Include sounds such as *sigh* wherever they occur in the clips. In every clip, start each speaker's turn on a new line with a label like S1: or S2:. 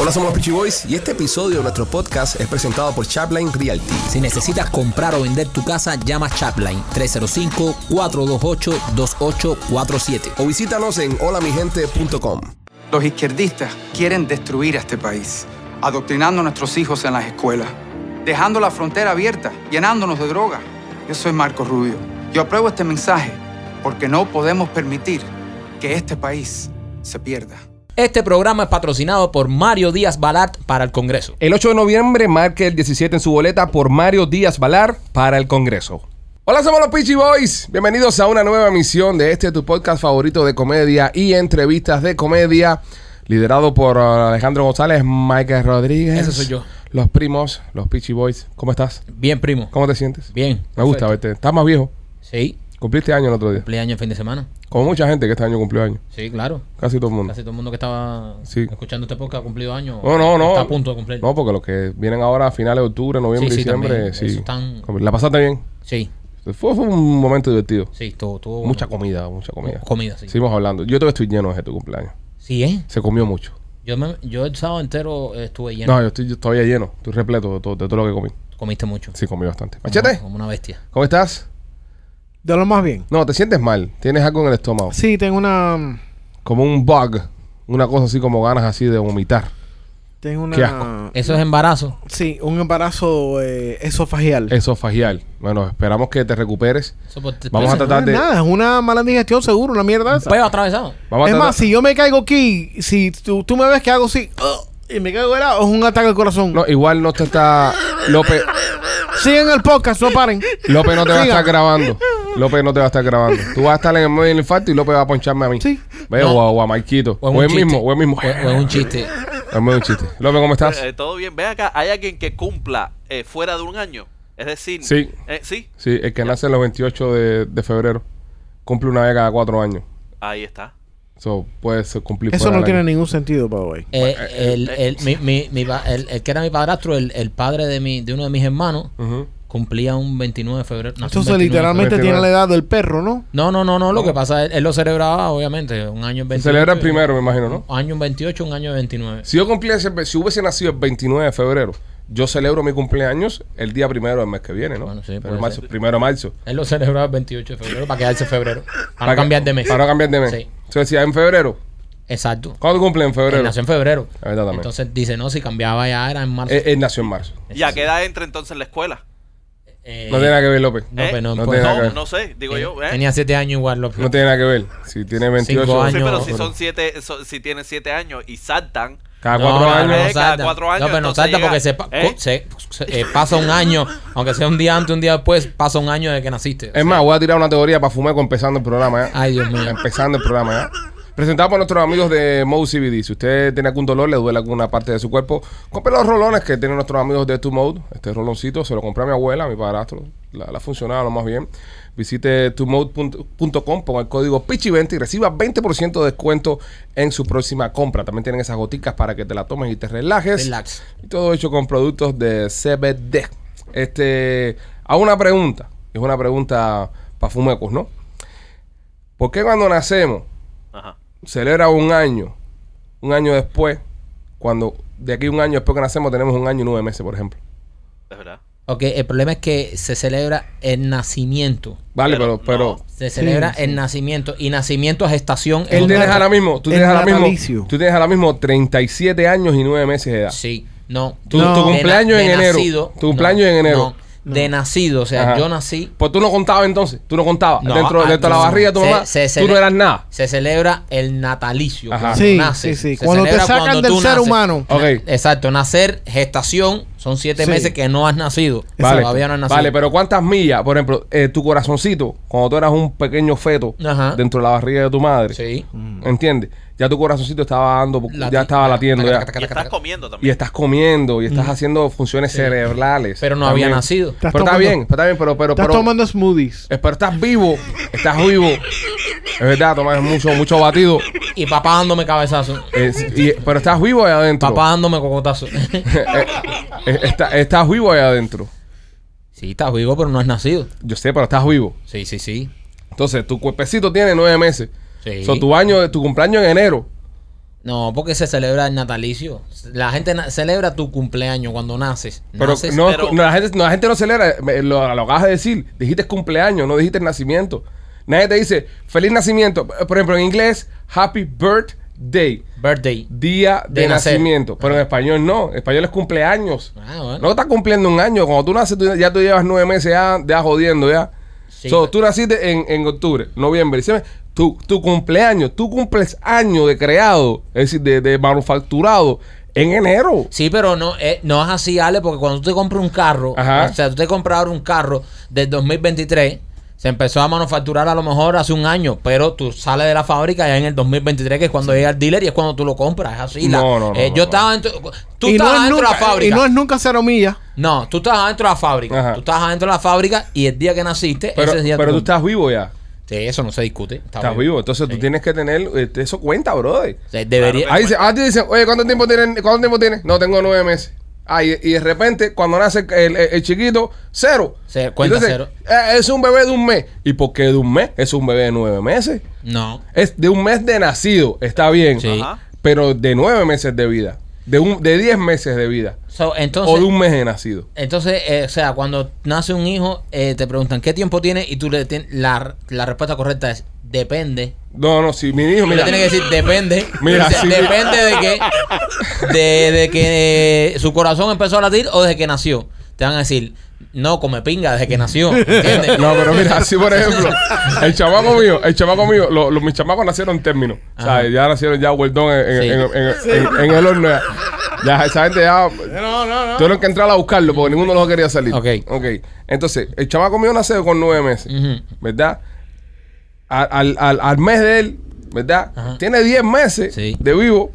S1: Hola, somos los Peachy Boys y este episodio de nuestro podcast es presentado por Chapline Realty.
S2: Si necesitas comprar o vender tu casa, llama Chapline 305-428-2847.
S1: O visítanos en holamigente.com.
S3: Los izquierdistas quieren destruir a este país, adoctrinando a nuestros hijos en las escuelas, dejando la frontera abierta, llenándonos de droga. Yo soy Marco Rubio. Yo apruebo este mensaje porque no podemos permitir que este país se pierda.
S2: Este programa es patrocinado por Mario Díaz Balart para el Congreso.
S4: El 8 de noviembre marque el 17 en su boleta por Mario Díaz Valar para el Congreso. Hola, somos los Peachy Boys. Bienvenidos a una nueva emisión de este tu podcast favorito de comedia y entrevistas de comedia, liderado por uh, Alejandro González, Michael Rodríguez.
S2: Ese soy yo.
S4: Los primos, los Peachy Boys. ¿Cómo estás?
S2: Bien, primo.
S4: ¿Cómo te sientes?
S2: Bien.
S4: Me gusta verte. Estás más viejo.
S2: Sí.
S4: Cumpliste año el otro día.
S2: Cumpleaños el fin de semana.
S4: Como mucha gente que este año cumplió año.
S2: Sí, claro.
S4: Casi todo el mundo.
S2: Casi todo el mundo que estaba
S4: Mm. Sí.
S2: escuchando este podcast ha cumplido años.
S4: No, no, no.
S2: Está a punto de cumplir.
S4: No, porque los que vienen ahora a finales de octubre, noviembre,
S2: Sí, sí,
S4: diciembre,
S2: también.
S4: sí.
S2: Eso están-
S4: La pasaste bien.
S2: Sí,
S4: Fue, fue un momento divertido.
S2: sí, todo. todo
S4: Mucha comida, mucha comida.
S2: Comida, sí.
S4: Seguimos hablando. Yo todavía estoy lleno desde tu cumpleaños.
S2: Sí, ¿eh?
S4: Se comió mucho.
S2: Yo, me- yo el sábado entero eh, estuve lleno.
S4: No, yo estoy yo todavía lleno. Estoy repleto de todo, de todo lo que comí.
S2: Comiste mucho.
S4: Sí, comí bastante.
S2: Como-
S4: Machete,
S2: Como una bestia.
S4: ¿cómo estás?
S5: De lo más bien.
S4: No, te sientes mal. Tienes algo en el estómago.
S5: Sí, tengo una. mm,
S4: Como un bug. Una cosa así como ganas así de vomitar.
S5: Tengo una.
S4: Qué asco.
S2: Eso es embarazo.
S5: Sí, un embarazo eh, esofagial.
S4: Esofagial. Bueno, esperamos que te recuperes.
S2: Eso pues, por-
S4: Vamos a
S2: pero-
S4: tratar de...
S5: No es nada, es una mala digestión, seguro, una mierda. esa.
S2: Peo Pues, atravesado.
S4: Vamos a
S5: es
S4: tratar-
S5: más, si yo me caigo aquí, si tú, tú me ves que hago así ugh, y me caigo de lado, es un ataque al corazón.
S4: No, igual no te está... López,
S5: Sigan el podcast, no
S4: *laughs*
S5: paren.
S4: López no te va a
S5: Sigan.
S4: estar grabando. López no te va a estar grabando. Tú vas a estar en el medio del infarto y López va a poncharme a mí.
S5: Sí.
S4: Veo,
S2: No.
S4: o, a, o a Marquito. O,
S2: en un
S4: el mismo,
S2: chiste.
S4: o el mismo.
S2: O- o es Pues,
S4: *laughs*
S2: un chiste.
S4: Dame un chiste. López, ¿cómo estás?
S6: Eh, Todo bien. Ve acá, ¿hay alguien que cumpla eh, fuera de un año? Es decir,
S4: Sí.
S6: eh, sí,
S4: Sí, el que nace en los 28 de, de febrero cumple una vez cada cuatro años.
S6: ahí está.
S4: Eso puede ser cumplir.
S5: Eso
S4: fuera
S5: no
S4: del
S5: tiene
S4: año.
S5: ningún sentido, by the way.
S2: Eh, el, el- mi- mi- mi pa- el- el que era mi padrastro, el, el padre de, mi, de uno de mis hermanos,
S4: Ujú.
S2: cumplía un 29 de febrero. nació un
S5: Entonces,
S2: 29 de
S5: literalmente
S4: 29.
S5: tiene la edad del perro, ¿no?
S2: febrero. No, no, no, no. Lo que pasa es él lo celebraba, obviamente. Un año en
S4: Se
S2: 28.
S4: celebra el primero, me imagino, ¿no?
S2: Año en 28, un año en 29.
S4: Si yo cumpliese, si hubiese nacido el 29 de febrero, yo celebro mi cumpleaños el día primero del mes que viene, ¿no?
S2: Bueno, sí,
S4: Pero
S2: puede
S4: marzo-
S2: ser.
S4: primero de marzo.
S2: Él lo celebraba el 28 de febrero para quedarse en febrero. Para
S4: Para
S2: no cambiar de mes.
S4: Para no cambiar de mes.
S2: Sí.
S4: Entonces, si es en febrero,
S2: Exacto.
S4: ¿cuándo cumple en febrero?
S2: Él nació en febrero.
S4: La verdad también.
S2: Entonces dice, no, si cambiaba ya era en marzo.
S4: Él- él Eh, nació en marzo.
S6: ¿Y a qué edad entra entonces en la escuela?
S2: Eh,
S4: No tiene nada que ver, López.
S2: no,
S6: ¿Eh?
S2: pues, no,
S4: No
S2: pues,
S4: tiene nada
S6: No,
S4: que ver.
S6: no sé, digo yo. ¿eh?
S2: Tenía 7 años igual, López.
S4: No tiene nada que ver. Si tiene 28
S6: Sí,
S2: años,
S6: pero si
S2: pero-
S6: son siete, so- si tienen siete años y saltan,
S4: Cada
S2: No,
S4: cuatro
S2: no,
S4: años.
S2: No,
S6: Eh,
S2: no
S6: cada
S2: salta.
S6: cuatro
S2: No,
S6: años,
S2: pero no
S6: entonces
S2: salta
S6: llega-
S2: porque se, pa-
S6: ¿Eh?
S2: co- se- se- eh, pasa un año, aunque sea un día antes, un día después, pasa un año de que naciste.
S4: Es más, voy a tirar una teoría para Fumeco empezando el programa. ¿eh?
S2: Ay, Dios mío.
S4: Empezando el programa. ¿eh? Presentado por nuestros amigos de Mo CBD. Si usted tiene algún dolor, le duele alguna parte de su cuerpo, compre los rolones que tienen nuestros amigos de Tu Mode. Este roloncito se lo compré a mi abuela, a mi padrastro. La, la funcionaba lo más bien. Visite tumode.com con el código PICHI20 y reciba 20% de descuento en su próxima compra. También tienen esas goticas para que te la tomes y te relajes.
S2: Relax.
S4: Y todo hecho con productos de CBD. Este, a una pregunta, es una pregunta para fumecos, ¿no? ¿Por qué cuando nacemos
S6: ajá.
S4: celebra un año, un año después, cuando de aquí a un año después que nacemos tenemos un año y nueve meses, por ejemplo?
S6: Es verdad.
S2: Ok, el problema es que se celebra el nacimiento.
S4: Vale, pero,
S6: Pero
S4: pero,
S6: no.
S2: Se celebra el nacimiento. Y nacimiento a gestación. es
S4: él
S2: otra
S4: tienes
S2: cosa.
S4: ahora mismo, tú
S5: El
S4: tienes ahora mismo,
S5: natalicio.
S4: tú tienes ahora mismo 37 años y nueve meses de edad.
S2: Sí, no.
S4: Tu-
S2: No.
S4: tu
S2: De na-
S4: cumpleaños
S2: de
S4: en enero. Tu cumpleaños en enero.
S2: no, De nacido, o sea,
S4: Ajá.
S2: yo nací.
S4: Pues tú no contabas entonces, tú no contabas.
S2: No,
S4: dentro,
S2: ah,
S4: dentro de la
S2: no.
S4: barriga de tu
S2: Se-
S4: mamá,
S2: se
S4: tú no
S2: cele-
S4: eras nada.
S2: Se celebra el natalicio.
S4: Ajá.
S2: cuando
S5: Sí,
S2: naces.
S5: sí, sí.
S2: Se
S5: Cuando te
S2: celebra
S5: sacan
S2: cuando
S5: del
S2: tú
S5: ser
S2: naces.
S5: humano.
S4: Ok.
S2: Exacto, nacer, gestación, son siete
S5: Sí.
S2: meses que no has nacido.
S4: Vale,
S2: Todavía no has nacido.
S4: vale, pero ¿cuántas millas? Por ejemplo, eh, tu corazoncito, cuando tú eras un pequeño feto
S2: Ajá.
S4: dentro de la barriga de tu madre,
S2: Sí.
S4: ¿entiendes? Ya tu corazoncito estaba dando, por-
S2: Lati-
S4: ya estaba latiendo ya.
S2: Taca, taca,
S6: Y
S2: taca,
S6: estás
S2: taca.
S6: comiendo
S4: Y
S6: también.
S4: estás comiendo y estás haciendo funciones cerebrales.
S2: Pero no había
S4: también.
S2: nacido.
S4: Pero
S5: Estás
S4: está
S5: tomando-
S4: bien, está bien, pero, pero,
S5: Estás
S4: pero,
S5: tomando smoothies.
S4: eh, pero estás vivo, estás vivo. Es verdad, tomas mucho, mucho batido.
S2: Y papá dándome
S4: *laughs*
S2: cabezazo.
S4: Es- y- pero estás vivo allá adentro.
S2: Papá dándome cocotazo.
S4: *laughs*
S2: *laughs*
S4: Eh, eh, está- estás vivo allá adentro.
S2: sí, estás vivo, pero no has nacido.
S4: Yo sé, pero estás vivo.
S2: Sí, sí, sí.
S4: Entonces, tu cuerpecito tiene nueve meses.
S2: Sí.
S4: So, tu año, tu cumpleaños en enero.
S2: No, porque se celebra el natalicio. La gente na- celebra tu cumpleaños cuando naces.
S4: Pero,
S2: Naces-
S4: no,
S6: pero-
S4: no, la gente, no, la gente no celebra, me- lo, lo acabas de decir, dijiste cumpleaños, no dijiste nacimiento. Nadie te dice, feliz nacimiento. Por ejemplo, en inglés, happy birthday,
S2: Birthday.
S4: día de,
S2: De nacer.
S4: nacimiento. Pero en español no, en español es cumpleaños.
S2: Ah, bueno.
S4: No estás cumpliendo un año, cuando tú naces tú- ya tú llevas nueve meses ya, ya jodiendo ya.
S2: Sí.
S4: So, tú naciste en, en octubre, noviembre, diciembre. Tu, tu cumpleaños, tu cumples año de creado, es decir, de, de manufacturado en enero.
S2: Sí, pero no, eh, no es así, Ale, porque cuando tú te compras un carro,
S4: Ajá.
S2: o sea, tú te compras ahora un carro del 2023, se empezó a manufacturar a lo mejor hace un año, pero tú sales de la fábrica ya en el 2023, que es cuando llega el dealer y es cuando tú lo compras. Es así. la-
S4: No, no, no,
S2: eh,
S4: no, no.
S2: yo estaba dentro. Tú
S5: y, no
S2: estabas
S5: es
S2: dentro de la
S5: nunca, y
S2: fábrica.
S5: no es nunca cero millas.
S2: No, tú estabas adentro de la fábrica.
S4: Ajá.
S2: Tú estabas adentro de la fábrica y el día que naciste,
S4: Pero,
S2: ese día
S4: pero tú
S2: tú-
S4: estás vivo ya.
S2: Sí, eso no se discute. Está
S4: Estás vivo, entonces tú tienes que tener eh, eso cuenta, brother.
S2: O sea, debería.
S4: Ahí dice, ah, te dicen, oye, ¿cuánto tiempo tienes? ¿Cuánto tiempo tienes? No, tengo nueve meses. Ah, y, y de repente, cuando nace el, el- el chiquito, cero.
S2: Se cuenta cero.
S4: eh, es un bebé de un mes. ¿Y por qué de un mes? Es un bebé de nueve meses.
S2: No.
S4: Es de un mes de nacido, está bien.
S2: Sí.
S6: Ajá.
S4: Pero de nueve meses de vida. De, un, de diez meses de vida.
S2: So, entonces,
S4: o de un mes de nacido.
S2: Entonces, eh, o sea, cuando nace un hijo, eh, te preguntan qué tiempo tiene y tú le tien- la, la respuesta correcta es depende.
S4: No, no, si mi hijo,
S2: Tú le
S4: mira.
S2: tienes que decir depende.
S4: Mira,
S2: *laughs* O sea,
S4: sí, mira.
S2: depende de que de, de que eh, su corazón empezó a latir o desde que nació. Te van a decir, no come pinga desde que
S4: *laughs*
S2: nació. ¿Entiendes?
S4: No, pero mira, así por ejemplo, el chamaco mío, el chamaco mío, lo- lo- mis chamacos nacieron en términos. O sea,
S2: Ajá.
S4: ya nacieron ya huertón en, en-
S2: Sí.
S4: en- en- en- en el horno. Ya. Ya, esa gente ya
S5: No, no, no.
S4: tuvieron que entrar a buscarlo porque ninguno de los quería salir.
S2: Ok.
S4: Ok. Entonces, el chamaco mío nació con nueve meses,
S2: Ujú.
S4: ¿verdad? Al, al- al- al mes de él, ¿verdad?
S2: Ajá.
S4: Tiene diez meses
S2: Sí.
S4: de vivo.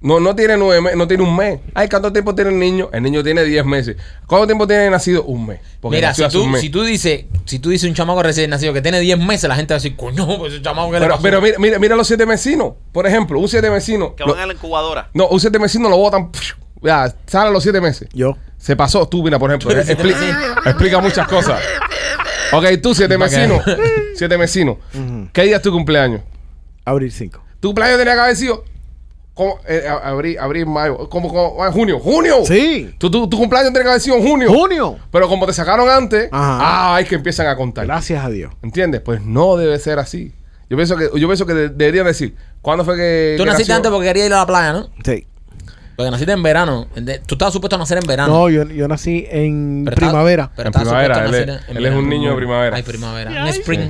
S4: No, no tiene nueve meses, no tiene un mes. Ay, ¿cuánto tiempo tiene el niño? El niño tiene diez meses. ¿Cuánto tiempo tiene de nacido? Un mes. Porque
S2: Mira,
S4: nació
S2: si
S4: hace un
S2: tú,
S4: mes.
S2: si tú dices, si tú dices un chamaco recién nacido que tiene 10 meses, la gente va a decir, coño, pues ese chamaco que le
S4: Pero,
S2: pasó?".
S4: pero mira, mira, mira los siete vecinos. Por ejemplo, un siete vecino.
S6: Que van a la incubadora.
S4: No, un siete vecino lo botan. Ya, sale a los siete meses.
S5: Yo.
S4: Se pasó. Tú, mira, por ejemplo.
S2: Tú eres
S4: eh, expli- explica muchas cosas. Ok, tú, siete
S2: ¿Para qué?
S4: vecino.
S5: *laughs*
S4: Siete vecino. ¿Qué día es tu cumpleaños?
S5: Abril 5.
S4: Tu cumpleaños tenía que haber sido. como, eh, a- abril, abril, mayo. Como, como- ah, junio. ¡Junio!
S5: Sí.
S4: Tu, tu- tu cumpleaños tenía que haber sido en junio.
S5: Junio.
S4: Pero como te sacaron antes,
S5: Ajá.
S4: ah, es que empiezan a contar.
S5: Gracias a Dios.
S4: ¿Entiendes? Pues no debe ser así. Yo pienso que, yo pienso que de- deberían decir, ¿cuándo fue que.
S2: tú
S4: que
S2: naciste
S4: nació?
S2: antes porque querías ir a la playa, ¿no?
S5: Sí.
S2: Porque naciste en verano. ¿entiendes? Tú estabas supuesto a nacer en verano.
S5: No, yo, yo nací en
S2: Ah. Pero
S5: primavera.
S2: está- pero
S4: En
S2: está
S4: primavera,
S2: supuesto
S4: él
S2: nacer
S4: es-
S2: en
S4: él es un
S2: verano.
S4: niño de primavera.
S2: Ay, primavera. Un spring.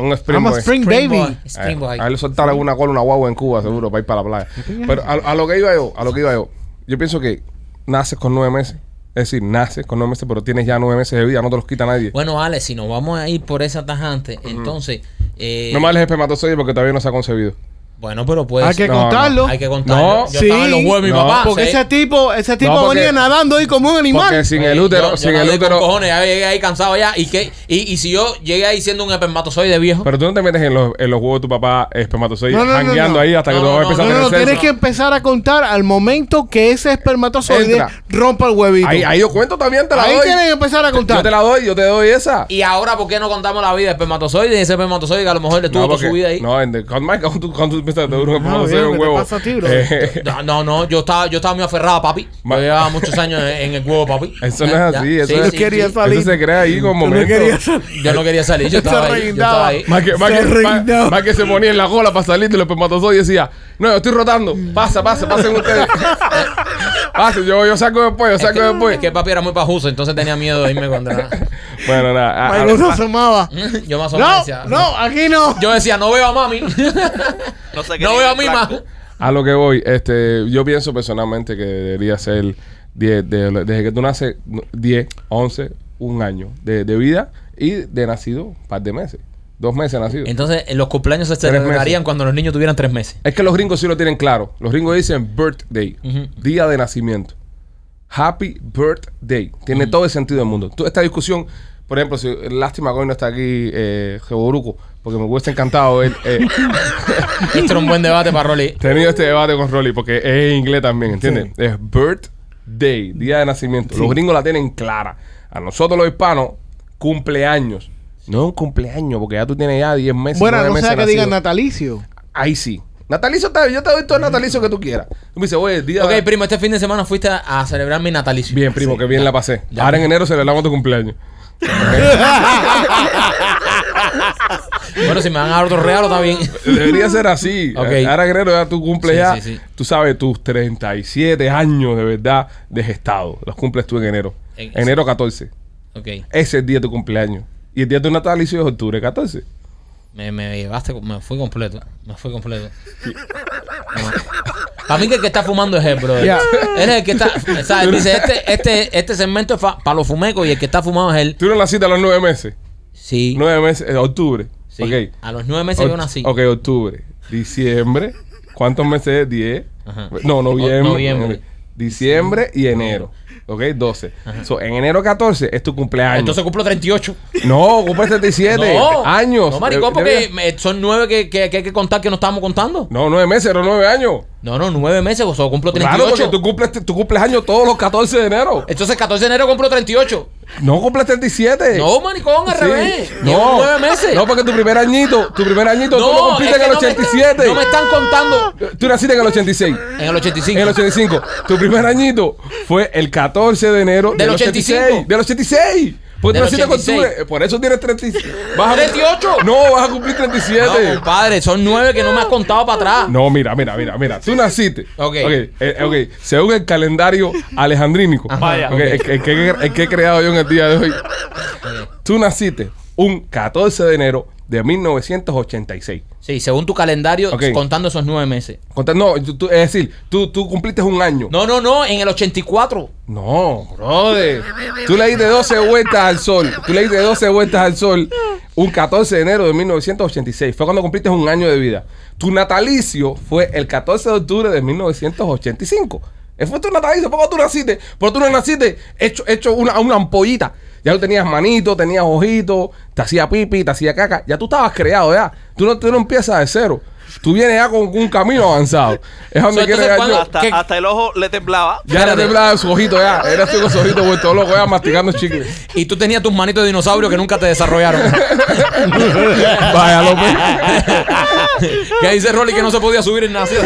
S4: Un spring.
S5: I'm a
S4: boy.
S5: spring
S2: Spring
S5: baby.
S4: Eh,
S2: boy. Spring boy.
S4: A, a él le soltaron una cola, una guagua en Cuba, seguro, para ir para la playa. Pero a, a lo que iba yo, a lo que iba yo, yo pienso que naces con nueve meses. Es decir, naces con nueve meses, pero tienes ya nueve meses de vida, no te los quita nadie.
S2: Bueno, Ale, si nos vamos a ir por esa tajante, entonces. eh,
S4: no me hables de espermatozoide porque todavía no se ha concebido.
S2: Bueno, pero pues.
S5: Hay que
S4: No,
S5: contarlo.
S2: hay que contarlo.
S4: No.
S2: yo estaba en los huevos de mi
S4: No.
S2: papá.
S5: Porque
S2: sí.
S5: ese tipo, ese tipo
S4: porque-
S5: venía nadando ahí como un
S4: Porque
S5: animal.
S4: sin
S2: Sí,
S4: el útero,
S2: Eh, yo- yo
S4: sin
S2: nadé
S4: el
S2: con
S4: útero.
S2: cojones, ya llegué ahí cansado ya. ¿Y qué? ¿Y, y si yo llegué ahí siendo un espermatozoide viejo?
S4: Pero tú no te metes en los, en los huevos de tu papá espermatozoide,
S5: No, no, no,
S4: jangueando
S5: no.
S4: ahí hasta que
S2: No,
S4: tú vas a
S2: no,
S4: empezar
S5: No, no,
S4: a
S5: no,
S4: tener
S5: tienes que
S4: sexo.
S5: empezar a contar al momento que ese espermatozoide
S4: Entra.
S5: rompa el huevito.
S4: Ahí, ahí yo cuento también, te la
S5: Ahí
S4: doy.
S5: tienes que empezar a contar.
S4: Yo te la doy, yo te doy esa.
S2: y ahora, ¿por qué no contamos la vida de espermatozoide? Y ese espermatozoide que a lo mejor le tuvo toda
S4: porque-
S2: su vida ahí.
S4: No, en de- cuando *laughs* Mike, cuando tú- cuando tú empiezas a tener un
S5: Ah,
S4: espermatozoide,
S5: bien,
S4: un
S5: ¿qué te
S4: huevo.
S5: pasa
S4: *laughs*
S5: a ti, bro?
S4: Eh,
S2: *laughs* No, no, no, yo estaba, yo estaba muy aferrado, a papi.
S4: Ma-
S2: Yo llevaba muchos años en, en el huevo, papi.
S4: Eso no
S2: Ya,
S4: es
S2: ya.
S4: así, eso
S2: Sí,
S4: es-
S2: sí,
S5: Quería
S2: sí.
S5: salir.
S4: Eso se crea ahí con
S5: Yo no quería
S4: momentos.
S5: salir.
S2: Yo no quería salir, yo
S5: Se
S2: estaba ahí. Yo estaba
S5: reguindaba.
S2: ahí.
S4: Más que, más
S5: Se
S4: que- más-
S5: reinaba.
S4: más que se ponía en la cola para salir del espermatozoide y decía, no, yo estoy rotando, pasa, pasa, pasen
S5: *laughs*
S4: ustedes. Pase, yo, yo saco después, yo
S2: Es
S4: saco
S2: que,
S4: después.
S2: es que papi era muy pajuso, entonces tenía miedo de irme
S5: *laughs*
S2: contra. *laughs*
S4: Bueno, nada. a- a-
S5: Mario se asomaba.
S2: Yo más o menos
S5: No,
S2: decía.
S5: no, aquí no.
S2: Yo decía, no veo a mami.
S5: *laughs*
S6: No, sé qué
S2: no
S6: dice
S2: veo a
S6: el
S2: mi
S6: blanco.
S2: mamá.
S4: A lo que voy, este, yo pienso personalmente que debería ser 10, de- desde que tú naces, no, 10, 11, un año de, de vida y de nacido, un par de meses, dos meses de nacido.
S2: Entonces, en los cumpleaños se
S4: Tres meses.
S2: celebrarían cuando los niños tuvieran tres meses.
S4: es que los gringos sí lo tienen claro. Los gringos dicen birthday, día de nacimiento. Happy birthday. Tiene todo el sentido del mundo. Tú- esta discusión, por ejemplo, si, lástima que hoy no está aquí eh, Jeboruco, porque me hubiese encantado ver,
S5: *laughs*
S4: eh,
S2: Esto era un buen debate para Rolly.
S4: tenido este debate con Rolly porque es inglés también, ¿entiendes? Es birthday, día de nacimiento. Los gringos la tienen clara. A nosotros los hispanos, cumpleaños. No es un cumpleaños, porque ya tú tienes ya 10 meses.
S5: Bueno,
S4: nueve
S5: no
S4: meses
S5: sea que digan
S4: nacido.
S5: natalicio.
S4: Ahí sí. Natalicio, está- yo te doy todo el natalicio que tú quieras. Tú me dices, oye, el día.
S2: Ok, primo, este fin de semana fuiste a, a celebrar mi natalicio.
S4: Bien, primo, que bien la pasé.
S2: Ya.
S4: Ahora en enero celebramos tu cumpleaños.
S2: Bueno, si me van a dar otro regalo,
S4: *laughs*
S2: está bien.
S4: Debería ser así.
S2: Ok.
S4: Ahora en enero ya tú cumples
S2: Sí,
S4: ya,
S2: sí, sí.
S4: tú sabes, tus 37 años de verdad de gestado. Los cumples tú en enero.
S2: En-
S4: enero 14.
S2: Ok.
S4: Ese es el día de tu cumpleaños. Y el día de tu natalicio es octubre 14.
S2: Me, me llevaste, me fui completo. Me fui completo. Para mí que el que está fumando es él, bro.
S5: Ya.
S2: Él es el que está. o sea, él dice, este, este, este segmento es para los fumecos y el que está fumado es él.
S4: Tú no naciste a los nueve meses.
S2: Sí.
S4: Nueve meses, eh, octubre.
S2: sí.
S4: Ok.
S2: A los nueve meses yo
S4: Oct-
S2: nací.
S4: Ok, octubre. Diciembre. ¿Cuántos meses? Diez.
S2: Ajá.
S4: No, noviembre.
S2: O- noviembre.
S4: Diciembre y enero. Ok, 12. So, en enero 14 es tu cumpleaños.
S2: Entonces cumplo 38.
S4: no, cumples 37 años. Eh,
S2: No, maricón,
S4: De-
S2: porque
S4: deberías-
S2: me- son nueve que, que, que hay que contar que no estábamos contando.
S4: No, nueve meses, pero nueve años.
S2: No, no, nueve meses, o sea, cumplo
S4: Claro,
S2: 38.
S4: porque tú cumples, este, tú cumples años todos los 14 de enero.
S2: Entonces 14 de enero cumplo 38.
S4: No cumples 37.
S2: No, maricón, al
S4: Sí.
S2: revés. Llevo
S4: No,
S2: nueve meses.
S4: No, porque tu primer añito, tu primer añito tú lo
S2: es
S4: cumpliste en
S2: que
S4: el
S2: no me están-
S4: 87.
S2: No me están contando.
S4: Tú naciste en el 86.
S2: En el 85.
S4: En el 85. Tu primer añito fue el 14 de enero
S2: Del 85.
S4: Del 86. Porque Pues tú
S2: Del
S4: naciste con
S2: 86.
S4: octubre. Por eso tienes 37. Vas a-
S2: 38.
S4: No, vas a cumplir 37.
S2: No, compadre, son nueve que no me has contado para atrás.
S4: No, mira, mira, mira, mira. Tú naciste.
S2: Ok.
S4: eh, ok. Según el calendario alejandrínico.
S6: Vaya.
S4: ok, El, que- el que, el que he creado yo en el día de hoy. Tú naciste un 14 de enero de 1986.
S2: Sí, según tu calendario,
S4: Ok.
S2: contando esos nueve meses.
S4: Conta- no, tú- tú- es decir, tú, tú cumpliste un año.
S2: No, no, no, en el 84.
S4: No, brother. Tú le diste 12 vueltas al sol. Tú le diste 12 vueltas al sol un 14 de enero de 1986. Fue cuando cumpliste un año de vida. Tu natalicio fue el 14 de octubre de 1985. Ese fue tu natalicio. ¿Por qué tú naciste? Porque tú no naciste hecho, hecho una, una ampollita. Ya tú tenías manito, tenías ojitos, te hacía pipi, te hacía caca. Ya tú estabas creado ya. Tú no, tú no empiezas de cero. Tú vienes ya con un camino avanzado. Es donde
S2: So,
S4: quiero
S2: entonces,
S4: llegar
S2: ¿cuándo-
S4: yo.
S6: Hasta,
S2: ¿Qué?
S6: hasta el ojo le temblaba.
S4: Ya era temblaba su ojito ya. Era así con su ojito vuelto loco ya masticando chicle.
S2: Y tú tenías tus manitos de dinosaurio que nunca te
S4: *laughs*
S2: desarrollaron.
S4: Vaya López.
S2: que dice Rolly que no se podía subir en nacido.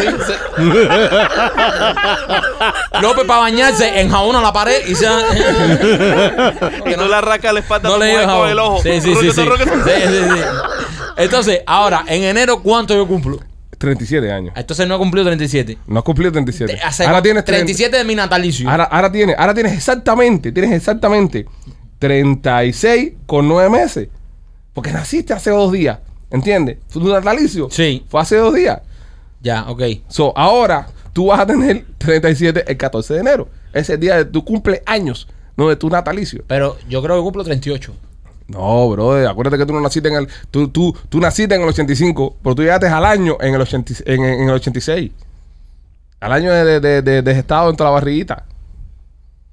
S2: López para bañarse enjabona la pared y
S4: *laughs*
S2: se...
S6: Y no le arranca la espalda
S2: no
S6: como
S2: le
S6: es
S2: dio
S6: con
S2: jabón.
S6: el ojo.
S2: Sí, sí, sí, sí.
S6: Roquete, roquete.
S2: Sí, sí, sí. Entonces, ahora, en enero, ¿cuánto yo cumplo?
S4: 37 años.
S2: Entonces no he cumplido 37.
S4: No has cumplido 37.
S2: Te- hace-
S4: Ahora tienes 37.
S2: 37 de mi natalicio.
S4: Ahora, ahora tienes, ahora tienes exactamente, tienes exactamente 36 con 9 meses. Porque naciste hace dos días. ¿Entiendes? Tu natalicio
S2: Sí.
S4: fue hace dos días.
S2: Ya, ok.
S4: So, ahora tú vas a tener 37 el 14 de enero. Ese día de tu cumpleaños, no de tu natalicio.
S2: Pero yo creo que cumplo 38.
S4: No, brother, acuérdate que tú no naciste en el. Tú, tú, tú naciste en el 85, pero tú llegaste al año en el, 80 en, en- en el 86. Al año de, de, de, de gestado dentro de la barriguita.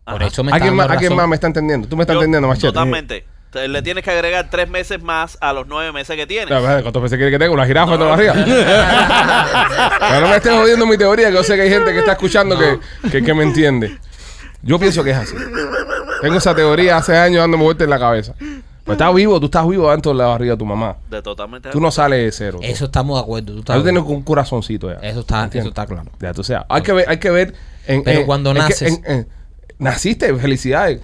S2: Por eso me
S4: ¿A quién,
S2: está
S4: más,
S2: dando
S4: ¿A quién
S2: razón.
S4: más me está entendiendo? Tú me estás
S6: Yo-
S4: entendiendo, machete.
S6: Totalmente. Te- Le tienes que agregar tres meses más a los nueve meses que tienes.
S4: No, madre, ¿Cuántos pues, veces quiere que tenga? ¿Una jirafa dentro de la barriga?
S6: *laughs*
S4: *laughs* Pero no me estés jodiendo mi teoría, que yo sé que hay gente que está escuchando que, que, que me entiende. Yo pienso que es así. Tengo esa teoría hace años dándome vueltas en la cabeza. Pues estás vivo, tú estás vivo dentro de la barriga de tu mamá.
S6: De totalmente.
S4: Tú no sales de cero. tú.
S2: Eso estamos de acuerdo. Tú
S4: Ya
S2: estás
S4: tú tienes un corazoncito ya.
S2: Eso está-
S4: ¿Entiendes?
S2: eso está claro.
S4: Ya tú sabes. Hay que ver, hay que ver. en-
S2: Pero
S4: en-
S2: cuando
S4: en que-
S2: naces.
S4: en- en- naciste, felicidades.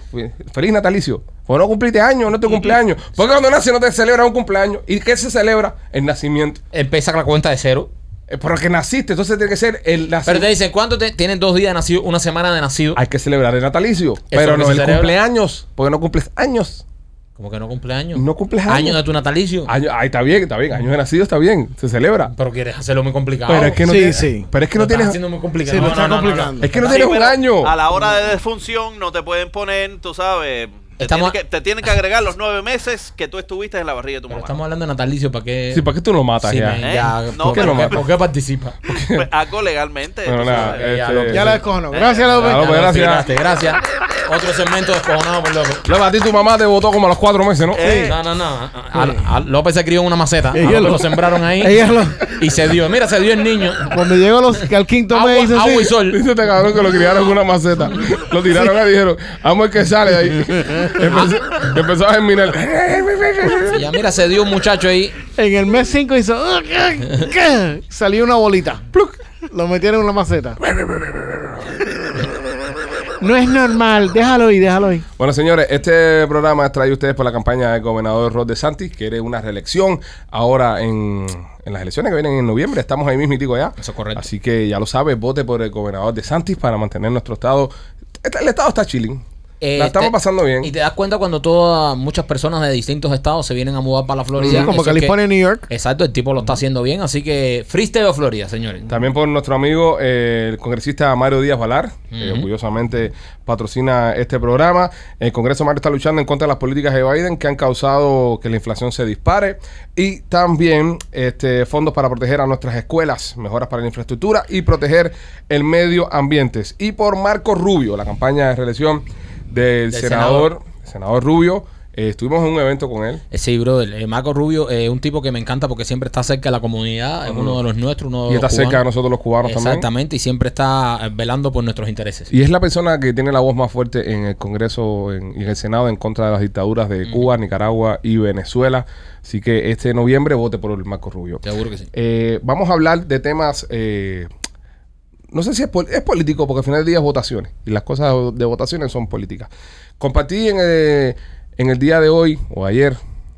S4: Feliz natalicio. Pues no cumpliste años, no es tu cumpleaños. Porque cuando naces no te celebra un cumpleaños. ¿Y qué se celebra? El nacimiento.
S2: Empieza la cuenta de cero.
S4: Eh, Porque naciste, entonces tiene que ser el
S2: Pero te
S4: nacimiento.
S2: dicen, ¿cuánto te- tienes dos días de nacido? Una semana de nacido.
S4: Hay que celebrar el natalicio. Pero
S2: que
S4: no
S2: se
S4: el
S2: celebra.
S4: cumpleaños. Porque no cumples años.
S2: Como que no cumpleaños.
S4: No cumples años.
S2: Año de tu natalicio.
S4: Año- ay, está bien, está bien. Años de nacido está bien. Se celebra.
S2: Pero quieres hacerlo muy complicado.
S4: Pero es que no
S5: Sí,
S4: tienes.
S5: sí.
S4: Pero es que no
S2: Lo estás
S4: tienes.
S2: haciendo muy complicado.
S5: Sí, lo
S2: No,
S5: estás
S2: no, no, no, no.
S5: complicando.
S4: Es que no tienes un
S6: pero
S4: año.
S6: A la hora de defunción no te pueden poner, tú sabes. Te,
S2: Estamos-
S6: tienen, que, te tienen que agregar los nueve meses que tú estuviste en la barriga de tu
S2: Pero
S6: mamá.
S2: estamos hablando de natalicio, ¿para qué?
S4: Sí, ¿para qué tú lo matas
S2: Sí,
S4: ya?
S2: men,
S6: ¿Eh?
S2: ya,
S6: No,
S2: ¿por, qué,
S6: pero-
S2: ¿por qué- por qué participa?
S6: Pues, algo legalmente.
S4: Bueno,
S6: tú
S4: nada,
S6: sabes.
S2: eh, ya,
S4: este-
S2: López.
S5: Ya la descojono. Gracias,
S4: Claro,
S5: López.
S4: pues,
S2: Ya lo
S4: gracias.
S2: explicaste, gracias. Otro segmento descojonado por López.
S4: Luego, a ti tu mamá te votó como a los cuatro meses, ¿no?
S6: Eh.
S2: No, no, no. A- a- a López se crió en una maceta. A
S5: Ella
S2: López
S5: lo-
S2: lo sembraron ahí.
S5: *laughs* Ella lo-
S2: Y se dio. Mira, se dio el
S5: *laughs*
S2: niño.
S5: Cuando llegó a los, al quinto
S2: Agua,
S5: mes, hizo así.
S2: agua y
S5: *laughs*
S2: sol.
S4: Dice este cabrón que lo criaron en una maceta. Lo tiraron ahí y dijeron, vamos el que sale de
S2: *laughs*
S4: ahí. Empezó, empezó a germinar.
S2: Y ya, mira, se dio un muchacho ahí.
S5: En el mes 5 hizo. "Ah, Salió una bolita. Pluc. Lo metieron en una maceta. No es normal. Déjalo ahí, déjalo ahí.
S4: Bueno, señores, este programa es traído a ustedes por la campaña del gobernador Rod DeSantis, que quiere una reelección ahora en, en las elecciones que vienen en noviembre. Estamos ahí mismo y digo ya.
S2: Eso es correcto.
S4: Así que ya lo sabes, vote por el gobernador DeSantis para mantener nuestro estado. Este, El estado está chilling.
S2: Eh,
S4: la estamos
S2: te-
S4: pasando bien.
S2: Y te das cuenta cuando todas muchas personas de distintos estados se vienen a mudar para la Florida.
S5: Sí, como
S2: Eso es
S5: California y New York.
S2: Exacto, el tipo lo está haciendo bien. Así que freestyle o Florida, señores.
S4: También por nuestro amigo eh, el congresista Mario Díaz Valar, que orgullosamente patrocina este programa. El Congreso Mario está luchando en contra de las políticas de Biden que han causado que la inflación se dispare. Y también este, fondos para proteger a nuestras escuelas, mejoras para la infraestructura y proteger el medio ambiente. Y por Marco Rubio, la campaña de reelección del,
S2: Del
S4: senador, senador Rubio. Eh, estuvimos en un evento con él.
S2: Eh, Sí, brother. Eh, Marco Rubio es un tipo que me encanta porque siempre está cerca de la comunidad. Es uno de los nuestros, uno de
S4: Y
S2: los
S4: está cerca de
S2: cubanos.
S4: nosotros los cubanos también.
S2: Exactamente, y siempre está eh, velando por nuestros intereses.
S4: Y es la persona que tiene la voz más fuerte en el Congreso en- y en el Senado en contra de las dictaduras de Cuba, Nicaragua y Venezuela. Así que este noviembre vote por el Marco Rubio.
S2: Seguro que sí.
S4: Eh, vamos a hablar de temas, eh, no sé si es, pol- es político, porque al final del día es votaciones. Y las cosas de votaciones son políticas. Compartí en el, en el día de hoy, o ayer,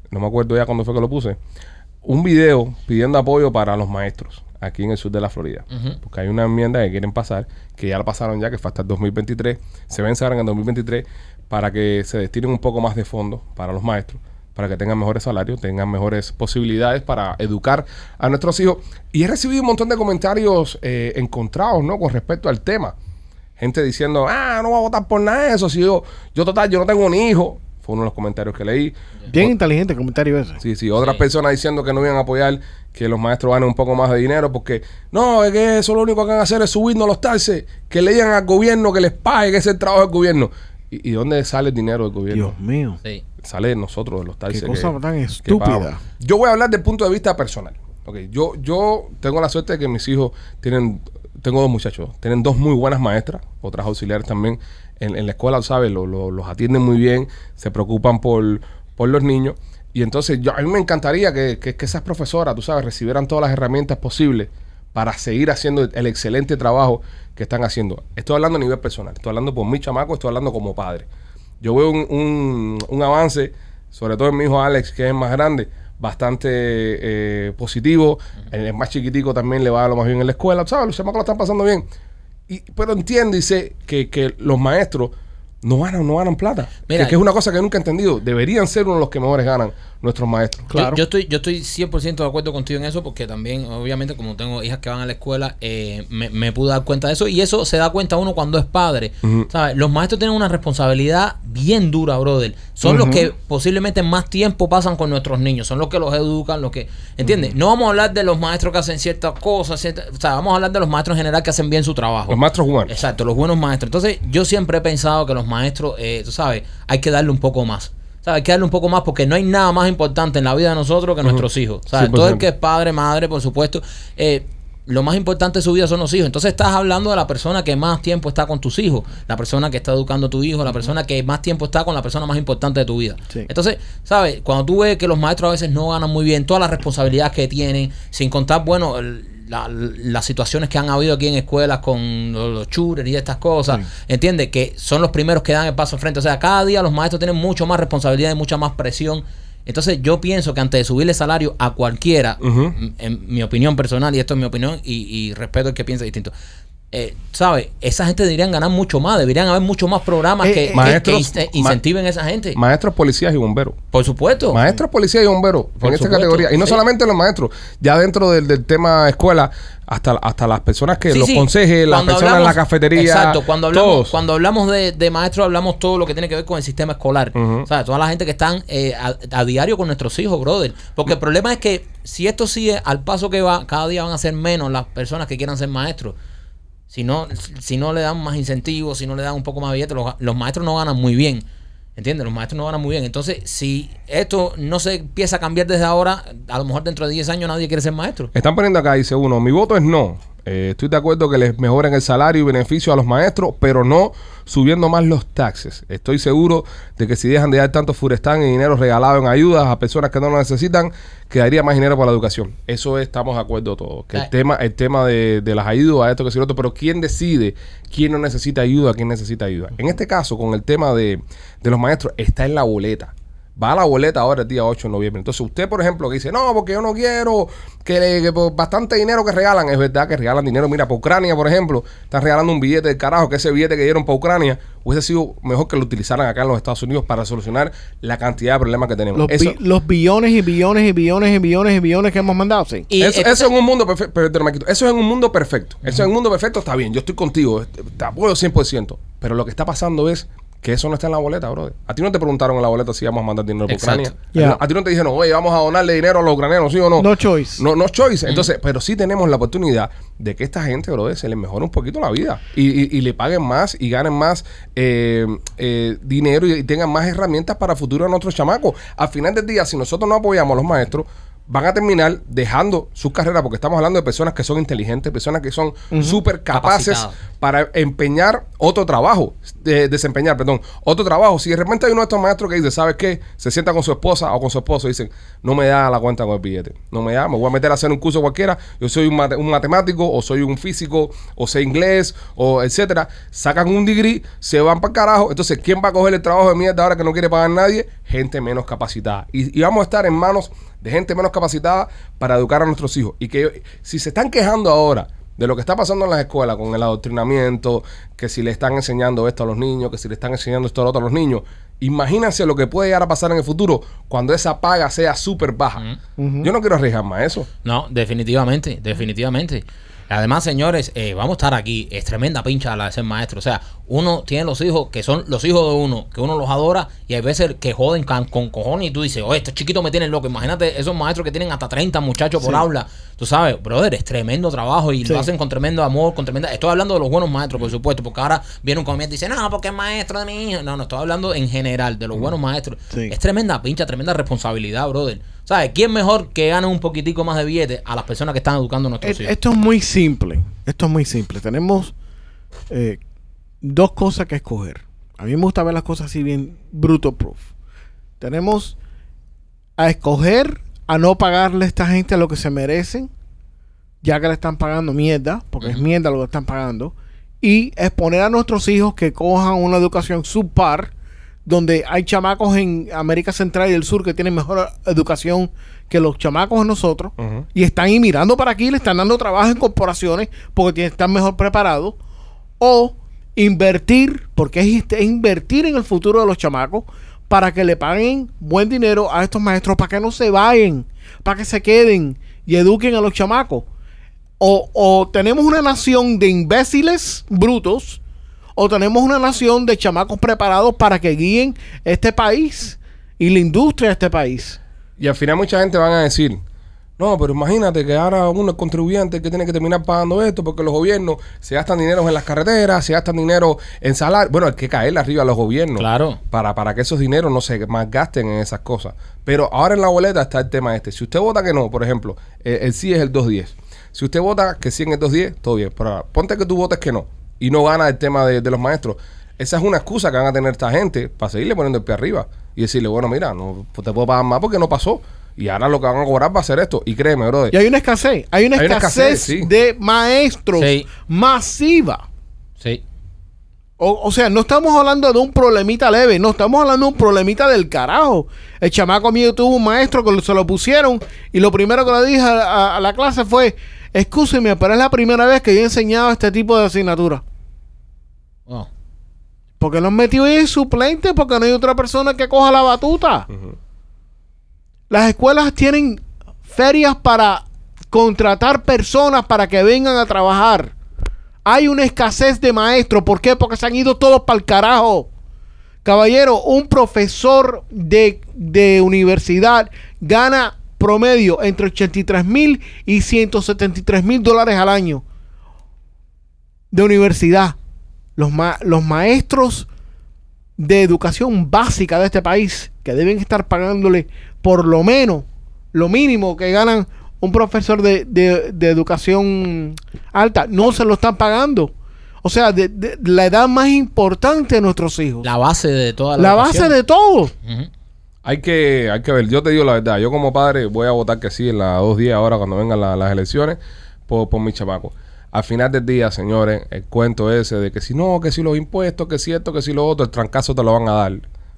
S4: no me acuerdo ya cuándo fue que lo puse, un video pidiendo apoyo para los maestros aquí en el sur de la Florida. Porque hay una enmienda que quieren pasar, que ya la pasaron ya, que fue hasta el 2023, se vence ahora en el 2023, para que se destinen un poco más de fondos para los maestros, para que tengan mejores salarios, tengan mejores posibilidades para educar a nuestros hijos. Y he recibido un montón de comentarios eh, encontrados, ¿no? Con respecto al tema. Gente diciendo, ah, no voy a votar por nada de eso, si yo, yo total, yo no tengo un hijo. Fue uno de los comentarios que leí.
S5: Bien inteligente el comentario ese.
S4: Sí, sí, otras personas diciendo que no iban a apoyar que los maestros ganen un poco más de dinero porque no, es que eso lo único que van a hacer es subirnos los taxes, que le digan al gobierno que les pague, que ese es el trabajo del gobierno. ¿Y, y dónde sale el dinero del gobierno?
S5: Dios mío.
S2: Sí.
S4: Sale de nosotros, de los taxes.
S5: Qué cosa
S4: que-
S5: tan
S4: que
S5: estúpida.
S4: pagamos. Yo voy a hablar del punto de vista personal. Ok, yo, yo tengo la suerte de que mis hijos tienen, tengo dos muchachos, tienen dos muy buenas maestras, otras auxiliares también en, en la escuela, ¿sabes? Lo- lo- los atienden muy bien, se preocupan por, por los niños. Y entonces yo, a mí me encantaría que, que- que esas profesoras, tú sabes, recibieran todas las herramientas posibles para seguir haciendo el excelente trabajo que están haciendo. Estoy hablando a nivel personal, estoy hablando por mi chamaco, estoy hablando como padre. Yo veo un, un- un avance, sobre todo en mi hijo Alex, que es el más grande, bastante eh, positivo. El, el más chiquitico también le va a lo más bien en la escuela. ¿Sabes? Los chamacos lo están pasando bien. Y, pero entiende, dice, que, que los maestros no ganan, no ganan plata.
S2: Mira,
S4: que, que es una cosa que nunca he entendido. Deberían ser uno de los que mejores ganan nuestros maestros.
S2: Yo- Yo, estoy, yo estoy 100% de acuerdo contigo en eso porque también, obviamente, como tengo hijas que van a la escuela, eh, me, me pude dar cuenta de eso y eso se da cuenta uno cuando es padre. ¿sabes? Los maestros tienen una responsabilidad bien dura, brother. Son los que posiblemente más tiempo pasan con nuestros niños, son los que los educan, los que... ¿Entiendes? No vamos a hablar de los maestros que hacen ciertas cosas, ciertas- o sea, vamos a hablar de los maestros en general que hacen bien su trabajo.
S4: Los maestros juganos.
S2: Exacto, los buenos maestros. Entonces, yo siempre he pensado que los maestros, eh, tú sabes, hay que darle un poco más. ¿Sabes? Hay que darle un poco más porque no hay nada más importante en la vida de nosotros que nuestros hijos. ¿Sabes?
S4: 100%.
S2: Todo el que es padre, madre, por supuesto. eh, lo más importante de su vida son los hijos. Entonces estás hablando de la persona que más tiempo está con tus hijos, la persona que está educando a tu hijo, la persona que más tiempo está con la persona más importante de tu vida.
S5: Sí.
S2: Entonces, ¿sabes? Cuando tú ves que los maestros a veces no ganan muy bien, todas las responsabilidades que tienen, sin contar, bueno, el- la- las situaciones que han habido aquí en escuelas con los, los shooters y estas cosas, ¿entiendes? Que son los primeros que dan el paso enfrente. O sea, cada día los maestros tienen mucho más responsabilidad y mucha más presión. Entonces, yo pienso que antes de subirle salario a cualquiera,
S4: Ujú.
S2: m- en mi opinión personal, y esto es mi opinión, y, y respeto el que piense distinto. Eh, ¿Sabes? Esa gente deberían ganar mucho más, deberían haber mucho más programas
S5: Eh,
S2: que,
S5: eh,
S2: que-
S4: Maestros,
S2: que inste-
S4: ma-
S2: incentiven a esa gente.
S4: Maestros, policías y bomberos.
S2: Por supuesto.
S4: Maestros, policías y bomberos
S2: Por
S4: en esta
S2: supuesto,
S4: categoría. Y no
S2: sí.
S4: solamente los maestros, ya dentro del, del tema escuela, hasta, hasta las personas que
S2: Sí,
S4: los
S2: sí.
S4: consejes, las
S2: Cuando
S4: personas en la
S2: hablamos-
S4: cafetería.
S2: Exacto, cuando hablamos,
S4: todos.
S2: cuando hablamos de, de maestros, hablamos todo lo que tiene que ver con el sistema escolar. O sea, toda la gente que están eh, a, a diario con nuestros hijos, brother. Porque el problema es que si esto sigue al paso que va, cada día van a ser menos las personas que quieran ser maestros. Si no, si no le dan más incentivos, si no le dan un poco más de billete, los, los maestros no ganan muy bien. ¿Entiendes? Los maestros no ganan muy bien. Entonces, si esto no se empieza a cambiar desde ahora, a lo mejor dentro de 10 años nadie quiere ser maestro.
S4: Están poniendo acá, dice uno, mi voto es no. Eh, estoy de acuerdo que les mejoren el salario y beneficio a los maestros, pero no subiendo más los taxes. Estoy seguro de que si dejan de dar tanto furestán y dinero regalado en ayudas a personas que no lo necesitan, quedaría más dinero para la educación. Eso estamos de acuerdo todos. Que
S2: Ay.
S4: el tema, el tema de, de las ayudas, esto que si lo otro, pero ¿quién decide quién no necesita ayuda, quién necesita ayuda? En este caso, con el tema de, de los maestros, está en la boleta. Va a la boleta ahora el día 8 de noviembre. Entonces, usted, por ejemplo, que dice, no, porque yo no quiero que, le- que por bastante dinero que regalan. Es verdad que regalan dinero. Mira, para Ucrania, por ejemplo, están regalando un billete del carajo, que ese billete que dieron para Ucrania hubiese sido mejor que lo utilizaran acá en los Estados Unidos para solucionar la cantidad de problemas que tenemos.
S5: Los,
S4: Eso-
S5: bi- los billones y billones y billones y billones y billones que hemos mandado, sí.
S2: Y
S4: eso,
S2: entonces-
S4: eso en un mundo perfecto. Eso es en un mundo perfecto. Eso en un mundo perfecto está bien. Yo estoy contigo. Te te apoyo 100%. Pero lo que está pasando es que eso no está en la boleta, brother. A ti no te preguntaron en la boleta si íbamos a mandar dinero a
S2: Exacto.
S4: Ucrania. A ti
S5: Ya.
S4: no- A ti no te dijeron, oye, vamos a donarle dinero a los ucranianos, ¿sí o no?
S5: No choice.
S4: No, no choice. Entonces, pero sí tenemos la oportunidad de que esta gente, brother, se les mejore un poquito la vida y, y- y le paguen más y ganen más eh, eh, dinero y, y tengan más herramientas para el futuro a nuestros chamacos. Al final del día, si nosotros no apoyamos a los maestros, van a terminar dejando sus carreras porque estamos hablando de personas que son inteligentes, personas que son súper capaces
S2: Capacitadas.
S4: para empeñar otro trabajo, de- desempeñar, perdón, otro trabajo. Si de repente hay uno de estos maestros que dice, ¿sabes qué? Se sienta con su esposa o con su esposo y dicen, no me da la cuenta con el billete, no me da, me voy a meter a hacer un curso cualquiera, yo soy un, mate- un matemático o soy un físico o sé inglés o etcétera, sacan un degree, se van para el carajo, entonces ¿quién va a coger el trabajo de mierda ahora que no quiere pagar nadie? Gente menos capacitada. Y, y vamos a estar en manos de gente menos capacitada para educar a nuestros hijos. Y que si se están quejando ahora de lo que está pasando en las escuelas con el adoctrinamiento, que si le están enseñando esto a los niños, que si le están enseñando esto a lo otro a los niños. Imagínense lo que puede llegar a pasar en el futuro cuando esa paga sea súper baja. Yo no quiero arriesgar más eso.
S2: No, definitivamente, definitivamente. Además, señores, eh, vamos a estar aquí. Es tremenda pincha la de ser maestro. O sea, uno tiene los hijos que son los hijos de uno, que uno los adora y hay veces que joden can- con, cojones y tú dices, oh, estos chiquitos me tienen loco. Imagínate esos maestros que tienen hasta 30 muchachos por aula. Tú sabes, brother, es tremendo trabajo y
S5: Sí.
S2: lo hacen con tremendo amor, con tremenda... Estoy hablando de los buenos maestros, por supuesto, porque ahora viene un comediante y dice, no, porque es maestro de mi hijo. No, no, estoy hablando en general de los buenos maestros.
S5: Mm. Sí.
S2: Es tremenda pincha, tremenda responsabilidad, brother. ¿Sabes? ¿Quién mejor que gane un poquitico más de billete a las personas que están educando a nuestros
S5: Et-
S2: hijos?
S5: Eh, Esto es muy simple. Esto es muy simple. Tenemos eh, dos cosas que escoger. A mí me gusta ver las cosas así bien bruto proof. Tenemos a escoger a no pagarle a esta gente lo que se merecen, ya que le están pagando mierda, porque es mierda lo que están pagando, y exponer a nuestros hijos que cojan una educación subpar, donde hay chamacos en América Central y del Sur que tienen mejor educación que los chamacos de nosotros,
S4: Ujú.
S5: y están y mirando para aquí, le están dando trabajo en corporaciones porque tienen- están mejor preparados, o invertir, porque es este- invertir en el futuro de los chamacos para que le paguen buen dinero a estos maestros para que no se vayan, para que se queden y eduquen a los chamacos. O, o tenemos una nación de imbéciles brutos, o tenemos una nación de chamacos preparados para que guíen este país y la industria de este país.
S4: Y al final mucha gente van a decir, no, pero imagínate que ahora uno es contribuyente que tiene que terminar pagando esto porque los gobiernos se gastan dinero en las carreteras, se gastan dinero en salario. Bueno, hay que caerle arriba a los gobiernos.
S2: Claro.
S4: Para, para que esos dineros no se malgasten en esas cosas. Pero ahora en la boleta está el tema este. Si usted vota que no, por ejemplo, eh, el sí es el 210. Si usted vota que sí en el 210, todo bien. Pero ahora, ponte que tú votes que no y no gana el tema de, de los maestros. Esa es una excusa que van a tener esta gente para seguirle poniendo el pie arriba y decirle, bueno, mira, no pues te puedo pagar más porque no pasó. Y ahora lo que van a cobrar va a ser esto. Y créeme, brother.
S5: Y hay una escasez, hay una
S4: Hay una
S5: escasez,
S4: escasez, sí.
S5: de maestros
S2: Sí.
S5: masiva.
S2: Sí.
S5: O, o sea, no estamos hablando de un problemita leve, no estamos hablando de un problemita del carajo. El chamaco mío tuvo un maestro que se lo pusieron y lo primero que le dije a, a- a la clase fue, excúseme, pero es la primera vez que yo he enseñado este tipo de asignatura.
S2: Oh.
S5: Porque lo han metido ahí en suplente porque no hay otra persona que coja la batuta. Las escuelas tienen ferias para contratar personas para que vengan a trabajar. Hay una escasez de maestros. ¿Por qué? Porque se han ido todos para el carajo. Caballero, un profesor de, de universidad gana promedio entre 83 mil y 173 mil dólares al año. de universidad, los, ma- los maestros de educación básica de este país, que deben estar pagándole por lo menos lo mínimo que ganan un profesor de, de- de educación alta, no se lo están pagando. O sea, de, de- la edad más importante de nuestros hijos. La,
S2: La base de toda la
S5: base
S2: educación.
S5: de todo.
S2: Ujú.
S4: Hay que, hay que ver, yo te digo la verdad, yo como padre voy a votar que sí en las dos días ahora cuando vengan la- las elecciones por, por mis chamacos. Al final del día, señores, el cuento ese de que si no, que si los impuestos, que si esto, que si lo otro, el trancazo te lo van a dar.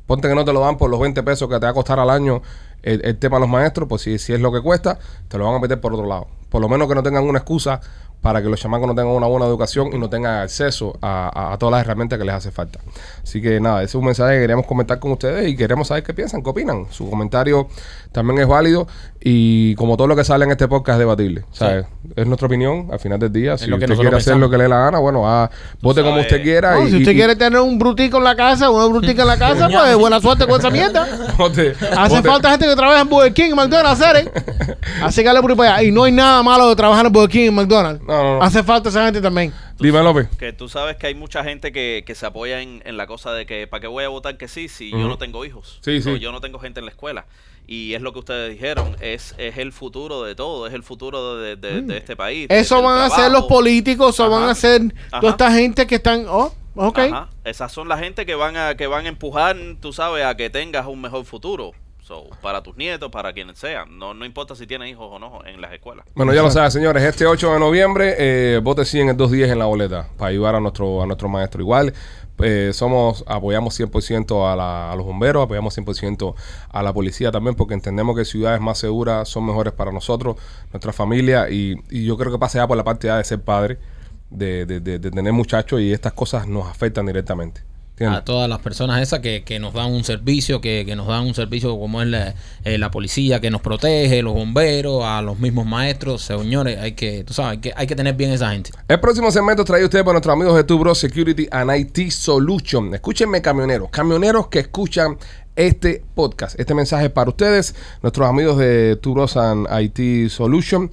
S4: Ponte que no te lo dan por los 20 pesos que te va a costar al año el, el tema de los maestros, pues si, si es lo que cuesta, te lo van a meter por otro lado. Por lo menos que no tengan una excusa para que los chamacos no tengan una buena educación y no tengan acceso a, a- a todas las herramientas que les hace falta. Así que nada, ese es un mensaje que queríamos comentar con ustedes y queremos saber qué piensan, qué opinan. Su comentario también es válido y como todo lo que sale en este podcast es debatible. ¿sabes? Es nuestra opinión al final del día. Si
S2: lo que
S4: usted
S2: nosotros
S4: quiere hacer
S2: pensamos.
S4: lo que le dé la gana, bueno, ah, vote como
S6: sabes.
S4: usted quiera.
S5: No,
S4: Ah, y,
S5: Ah, si usted
S4: y- *laughs*
S5: quiere tener un brutico en la casa, una brutica en la casa, pues buena suerte con esa mierda.
S4: vote-
S5: Hace
S4: vote-
S5: falta gente que trabaja en Burger King y McDonald's, ¿eh?
S4: *laughs*
S5: Así que dale por ahí para allá. Y no hay nada malo de trabajar en Burger King y McDonald's.
S4: No, no, no.
S5: Hace falta esa gente también.
S4: Dime, López.
S6: Que tú sabes que hay mucha gente que, que se apoya en, en la cosa de que ¿para qué voy a votar que sí si yo no tengo hijos?
S4: Sí,
S6: No,
S4: sí.
S6: Yo no tengo gente en la escuela. Y es lo que ustedes dijeron, es, es el futuro de todo, es el futuro de, de-
S4: Mm.
S6: de este país. de-
S5: Eso
S6: del
S5: van a hacer los
S6: trabajo.
S5: políticos, eso
S6: Ajá.
S5: van a hacer
S6: Ajá.
S5: toda esta gente que están. Oh, ok.
S6: Ajá. Esas son la gente que van a que van a empujar, tú sabes, a que tengas un mejor futuro. So, para tus nietos, para quienes sean. No, no importa si tienes hijos o no en las escuelas.
S4: Bueno, ya lo saben, señores. Este 8 de noviembre, eh, vote sí en el 210 en la boleta para ayudar a nuestro a nuestro maestro. Igual, eh, somos apoyamos 100% a, la- a los bomberos, apoyamos 100% a la policía también, porque entendemos que ciudades más seguras son mejores para nosotros, nuestra familia, y, y yo creo que pasa ya por la parte ya de ser padre, de, de- de- de tener muchachos, y estas cosas nos afectan directamente. ¿Entiendes?
S2: a todas las personas esas que, que nos dan un servicio, que, que nos dan un servicio como es la, eh, la policía que nos protege, los bomberos, a los mismos maestros, señores, hay que, tú sabes, hay que, hay que tener bien esa gente.
S4: El próximo segmento traído a ustedes por nuestros amigos de Tu Bro Security and IT Solution. Escúchenme, camioneros, camioneros que escuchan este podcast. Este mensaje es para ustedes, nuestros amigos de Tu Bros and IT Solution.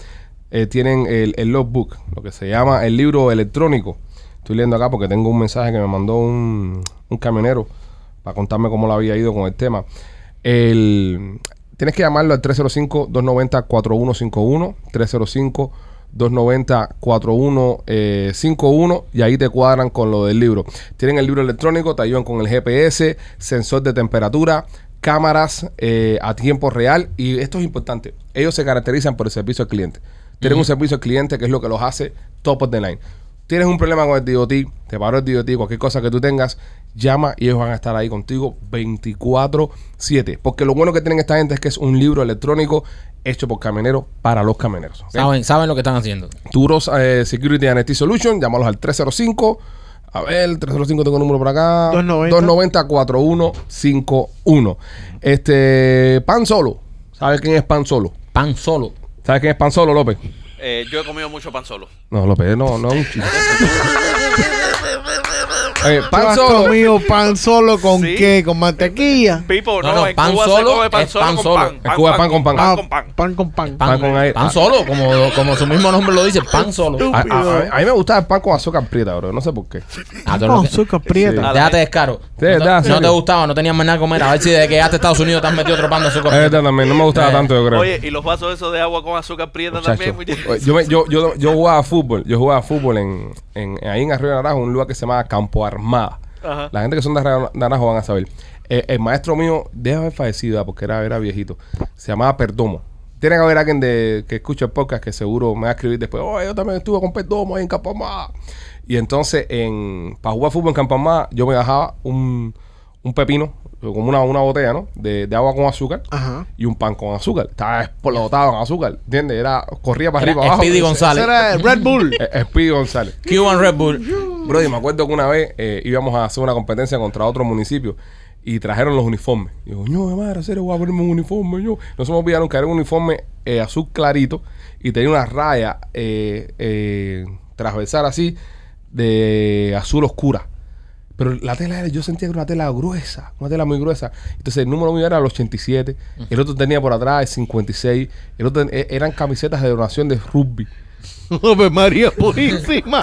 S4: eh, tienen el, el logbook, lo que se llama el libro electrónico. Estoy leyendo acá porque tengo un mensaje que me mandó un, un camionero para contarme cómo lo había ido con el tema. El, tienes que llamarlo al 305-290-4151. 305-290-4151. eh, Y ahí te cuadran con lo del libro. Tienen el libro electrónico, te ayudan con el GPS, sensor de temperatura, cámaras eh, a tiempo real. Y esto es importante. Ellos se caracterizan por el servicio al cliente. Tienen un servicio al cliente que es lo que los hace top of the line tienes un problema con el DOT, te paró el DOT, cualquier cosa que tú tengas, llama y ellos van a estar ahí contigo 24-7. Porque lo bueno que tienen esta gente es que es un libro electrónico hecho por camioneros para los camioneros. ¿ok?
S2: Saben, saben lo que están haciendo.
S4: Turos eh, Security and IT Solution, llámalos al 305. A ver, 305 tengo el número por acá.
S5: 290.
S4: 290-4151. Este, Pan Solo. ¿Sabes quién es Pan Solo?
S2: Pan solo.
S4: ¿Sabes quién es Pan Solo, López?
S6: Eh, yo he comido mucho pan solo.
S4: No, López, no, no es un
S5: *laughs*
S4: chiste. Eh,
S5: ¿Tú
S4: pan
S5: has
S4: Solo.
S5: comido pan solo con
S6: Sí.
S5: qué? ¿Con mantequilla?
S6: Pipo,
S2: No,
S6: no,
S2: no,
S6: en
S2: pan
S6: Cuba
S2: solo
S6: se come pan
S2: es
S6: solo
S2: pan
S6: con
S2: solo.
S6: pan.
S2: En
S4: Cuba pan con pan.
S5: Ah,
S6: con pan.
S5: pan con pan.
S2: Pan,
S4: con aire.
S2: pan solo, como, como su mismo nombre lo dice, pan solo.
S4: A, ah, a- a- a mí me gustaba el pan con azúcar prieta, bro. No sé por qué.
S2: Ah, tú
S5: Pan
S2: lo
S5: con
S2: que-
S5: azúcar prieta.
S6: Sí.
S2: Déjate descaro.
S4: Sí,
S2: no, te,
S4: da,
S2: no
S4: serio.
S2: te gustaba, no tenías más nada que comer. A ver si desde que llegaste a Estados Unidos te has metido otro pan de azúcar.
S4: Eh, también, no me gustaba tanto, yo creo.
S6: Oye, y los vasos esos de agua con azúcar prieta
S4: Muchacho.
S6: también. muchacho.
S4: Oye, yo, me- yo, yo, yo jugaba fútbol. Yo jugaba fútbol en, en- ahí en Arroyo de Naranjo, un lugar que se llama Campo Armada.
S6: Ajá.
S4: La gente que son de Arroyo de Naranjo van a saber. Eh, el maestro mío, debe haber fallecido, ah, porque era, era viejito. Se llamaba Perdomo. Tiene que haber alguien de, que escucha el podcast que seguro me va a escribir después. Oh, yo también estuve con Perdomo ahí en Campo Armada. Y entonces, en, para jugar fútbol en Campo Armada, yo me bajaba un, un pepino, como una, una botella, ¿no? De, de agua con azúcar
S5: Ajá.
S4: y un pan con azúcar. Estaba explotado en azúcar, ¿entiendes? Era, corría para
S2: Era
S4: arriba, abajo.
S2: Speedy
S5: Ese
S2: González.
S5: era el Red
S6: *laughs*
S5: Bull.
S4: Eh, eh, Speedy González.
S2: Cuban Red Bull.
S4: Brody, me acuerdo que una vez eh, íbamos a hacer una competencia contra otro municipio y trajeron los uniformes. Y yo, no, de madre, ¿en serio voy a ponerme un uniforme. Yo. Nos hemos olvidado que era un uniforme eh, azul clarito y tenía una raya eh, eh, transversal así de azul oscura. Pero la tela era, yo sentía que era una tela gruesa, una tela muy gruesa. Entonces el número mío era el 87, el otro tenía por atrás el 56, el otro ten- e- eran camisetas de donación de rugby.
S5: Ave María Purísima.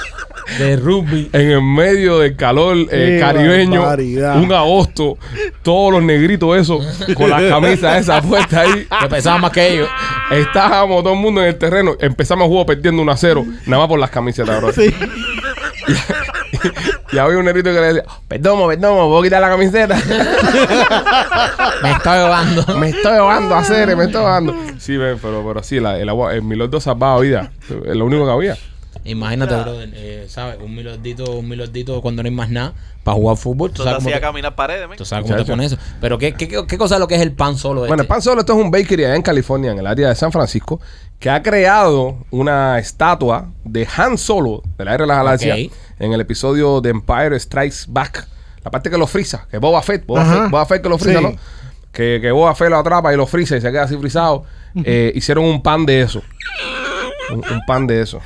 S2: De rugby.
S4: en el medio del calor eh,
S5: Qué
S4: caribeño,
S5: barbaridad.
S4: un agosto, todos los negritos esos, con las camisas *laughs* esas puestas ahí.
S2: Que pesaba más que ellos.
S4: Estábamos todo el mundo en el terreno, empezamos el juego perdiendo 1 a 0, nada más por las camisetas, bro.
S5: Sí.
S4: Y había un negrito que le decía, perdón, perdón, voy a quitar la camiseta.
S2: *laughs* Me estaba llevando.
S4: me estoy ahogando a hacer, me estoy ahogando. Sí, ven, pero, pero sí, la, el agua, el Milordo salvaba vida. Es lo único que había.
S2: Imagínate, brother, eh, ¿sabes? Un milordito, un milordito cuando no hay más nada para jugar fútbol. ¿Tú
S6: Eso te
S2: sabes cómo
S6: hacía
S2: te,
S6: caminar paredes, men.
S2: tú sabes cómo te
S4: Muchacho.
S2: pones eso? Pero ¿qué, qué, qué- qué cosa es lo que es el pan solo este?
S4: Bueno, el Pan Solo, esto es un bakery allá en California, en el área de San Francisco, que ha creado una estatua de Han Solo, de la Guerra de las Galaxias,
S2: Ok.
S4: en el episodio de Empire Strikes Back. La parte que lo frisa, que Boba Fett, Boba,
S5: Ajá.
S4: Fett, Boba Fett que lo frisa,
S5: Sí.
S4: ¿no? Que, que Boba Fett lo atrapa y lo frisa y se queda así frisado. Eh, hicieron un pan de eso. Un, un pan de eso.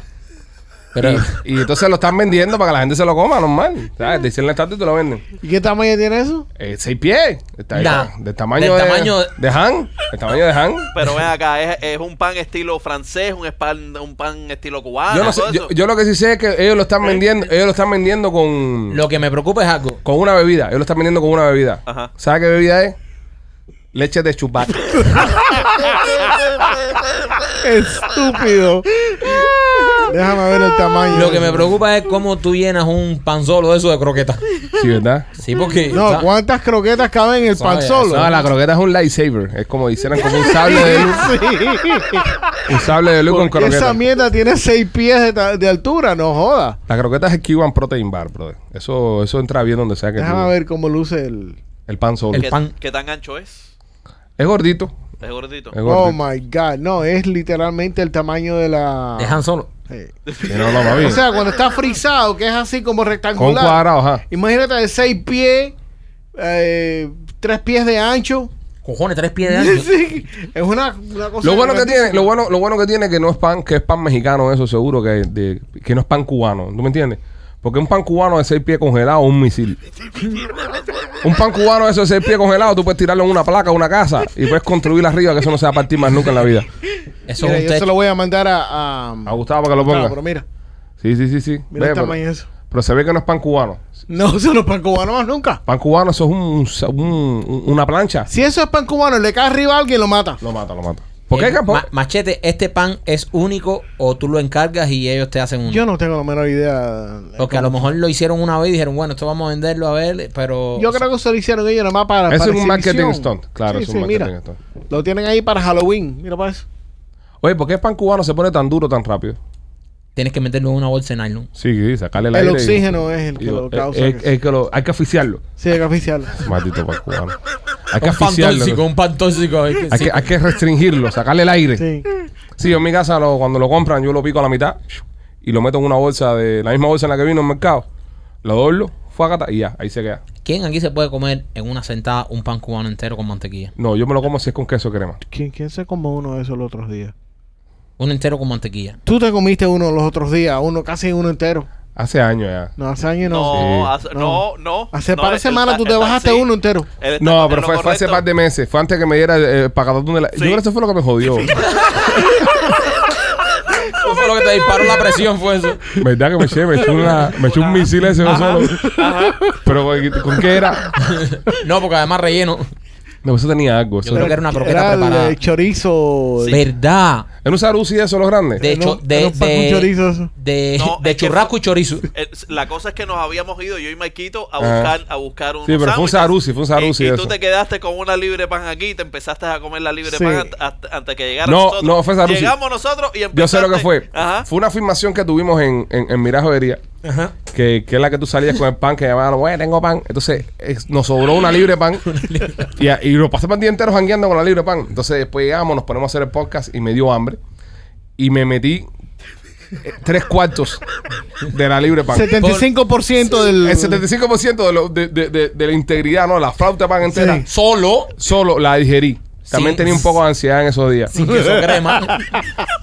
S2: Pero,
S4: Y entonces lo están vendiendo para que la gente se lo coma, normal. ¿Sabes? Te hicieron la estatua y te lo venden.
S5: ¿Y qué tamaño tiene eso?
S4: Eh, seis pies. Está,
S2: Nah.
S4: está- del tamaño,
S2: Del
S4: de,
S2: tamaño-
S4: de Han. El tamaño de Han.
S6: Pero ven acá, es, es un pan estilo francés, un pan, un pan estilo cubano.
S4: Yo, no sé-
S6: Ah, todo
S4: yo,
S6: eso.
S4: yo lo que sí sé es que ellos lo están vendiendo, ellos lo están vendiendo con,
S2: lo que me preocupa es algo.
S4: con una bebida. Ellos lo están vendiendo con una bebida.
S6: Ajá.
S4: ¿Sabes qué bebida es? Leche de chupac.
S5: Estúpido. Déjame ver el tamaño.
S2: Lo que me preocupa es cómo tú llenas un pan solo de eso de croquetas.
S4: sí, ¿verdad?
S2: Sí, porque.
S5: No,
S2: ¿sabes?
S5: ¿cuántas croquetas caben en el pan
S2: Sabe,
S5: solo?
S4: No, la croqueta es un lightsaber. Es como hicieran como un sable de luz.
S5: Sí.
S4: Un sable de luz con
S5: Porque
S4: croqueta.
S5: esa mierda tiene seis pies de, ta- de altura, no joda.
S4: Las croquetas es Cuban Protein Bar, brother. Eso, eso entra bien donde sea que
S5: Déjame
S4: tú-
S5: ver cómo luce el.
S4: El pan solo.
S2: El-
S6: ¿Qué,
S2: pan.
S6: qué tan ancho es?
S4: Es gordito.
S6: Es gordito.
S4: Es gordito.
S5: Oh my god, no, es literalmente el tamaño de la.
S2: Dejan solo.
S5: Sí.
S4: Sí, no, no, mami.
S5: O sea, cuando está frisado, que es así como
S4: con
S5: rectangular.
S4: cuadrado, ajá.
S5: Imagínate de seis pies, eh, tres pies de ancho.
S2: Cojones, tres pies de ancho.
S5: *laughs* Sí, es una, una cosa.
S4: Lo bueno que
S5: grandísima.
S4: tiene, lo bueno, lo bueno que tiene que no es pan, que es pan mexicano, eso seguro que, de- que no es pan cubano, ¿tú me entiendes? Porque un pan cubano de seis pies congelado es un misil. Un pan cubano de esos seis pies congelado, tú puedes tirarlo en una placa, una casa, y puedes construir arriba, que eso no se va a partir más nunca en la vida.
S2: Eso
S5: Mira,
S2: es un
S5: yo se
S2: techo.
S5: lo voy a mandar a. a-
S4: A Gustavo para que lo
S5: Claro, pero
S4: ponga.
S5: mira,
S4: Sí, sí, sí, sí.
S5: mira
S4: Ve,
S5: el
S4: pero,
S5: tamaño de eso.
S4: pero se ve que no es pan cubano.
S5: No, eso no es pan cubano más nunca.
S4: Pan cubano, eso es un- un- una plancha.
S5: Si eso es pan cubano, le cae arriba a alguien lo mata.
S4: Lo mata, lo mata. ¿Por qué,
S2: Eh,
S4: Campo?
S2: ma- machete, ¿este pan es único o tú lo encargas y ellos te hacen uno?
S5: Yo no tengo la menor idea.
S2: Porque a lo mejor lo hicieron una vez y dijeron, bueno, esto vamos a venderlo a ver, pero.
S5: Yo creo que se lo hicieron ellos nada más para.
S4: Eso
S5: para
S4: es un marketing
S5: exhibición.
S4: stunt. Claro,
S5: Sí,
S4: es un
S5: sí,
S4: marketing
S5: mira.
S4: stunt.
S5: Lo tienen ahí para Halloween. Mira para eso.
S4: Oye, ¿por qué el pan cubano se pone tan duro tan rápido?
S2: tienes que meterlo en una bolsa de nylon.
S4: Sí, sí, sacarle el,
S5: El
S4: aire y-
S5: oxígeno es el que
S4: y-
S5: lo causa.
S4: es- es que lo- hay que asfixiarlo.
S5: Sí, hay que oficial.
S4: Maldito pan cubano. Hay que
S2: Un pan
S4: asfixiarlo.
S2: tóxico, un pan tóxico. hay que-
S4: Hay
S2: sí.
S4: que, hay que restringirlo, sacarle el aire. Sí,
S5: Sí.
S4: yo en mi casa lo- cuando lo compran, yo lo pico a la mitad y lo meto en una bolsa de la misma bolsa en la que vino al mercado. Lo doblo, fuácata y ya, ahí se queda.
S2: ¿Quién aquí se puede comer en una sentada un pan cubano entero con mantequilla?
S4: No, yo me lo como si es con queso crema.
S5: ¿Quién, ¿Quién se comió uno de esos los otros días?
S2: Un entero con mantequilla.
S5: Tú te comiste uno los otros días, uno casi uno entero.
S4: Hace años ya.
S5: No, hace años no.
S6: No,
S4: Sí.
S6: hace- no, no.
S5: Hace
S6: no,
S5: par de
S6: el-
S5: semanas tú
S6: el
S5: te
S6: taxi-
S5: bajaste uno entero.
S6: él está
S4: No,
S6: en
S4: pero
S6: lo
S4: fue, fue hace
S6: correcto.
S4: par de meses. Fue antes que me diera eh, el, el pacatón de la. Yo creo que eso fue lo que me jodió.
S2: Eso fue lo que te disparó la presión, fue eso.
S4: ¿Verdad que me eché? Me eché, una- me eché un misil ese yo solo. Pero ¿con qué era?
S2: No, porque además relleno.
S4: No, eso tenía algo. eso
S2: Yo creo
S4: era-
S2: que era una croqueta
S5: Era el,
S2: preparada.
S5: eh, chorizo.
S6: Sí.
S2: ¿Verdad?
S4: ¿Era un sarusí de esos los grandes?
S2: De
S5: Era
S2: hecho,
S5: un-
S2: de,
S5: era un pan con
S2: de-
S5: chorizo eso.
S2: de-
S6: No,
S2: de
S6: es que
S2: churrasco
S6: fue-
S2: y chorizo.
S6: Eh, La cosa es que nos habíamos ido yo y Maikito a
S4: Ajá.
S6: buscar, a buscar un
S4: Ah. Sí, pero fue un
S6: sándwiches.
S4: sarusí, fue un sarusí
S6: Y, y
S4: eso.
S6: tú te quedaste con una libre pan aquí y te empezaste a comer la libre
S5: Sí.
S6: pan hasta- hasta- antes que llegara
S4: No,
S6: nosotros.
S4: no, fue sarusí.
S6: Llegamos nosotros y empezaste.
S4: Yo sé lo que fue.
S6: Ajá.
S4: Fue una afirmación que tuvimos en, en, en Mirajovería,
S2: Ajá.
S4: que, que es la que tú salías con el pan, que llamaban, bueno, tengo pan. Entonces es- nos sobró *laughs* una libre pan y, a- y lo pasé el día entero jangueando con la libre pan. Entonces después llegamos, nos ponemos a hacer el podcast y me dio hambre. Y me metí eh, tres cuartos de la libre pan.
S5: 75% del.
S4: El 75% de, lo- de, de- de- de la integridad, no, la flauta pan entera,
S5: Sí.
S2: Solo.
S4: solo la digerí. También
S2: Sí.
S4: tenía un poco de ansiedad en esos días. *laughs*
S2: Sin queso crema.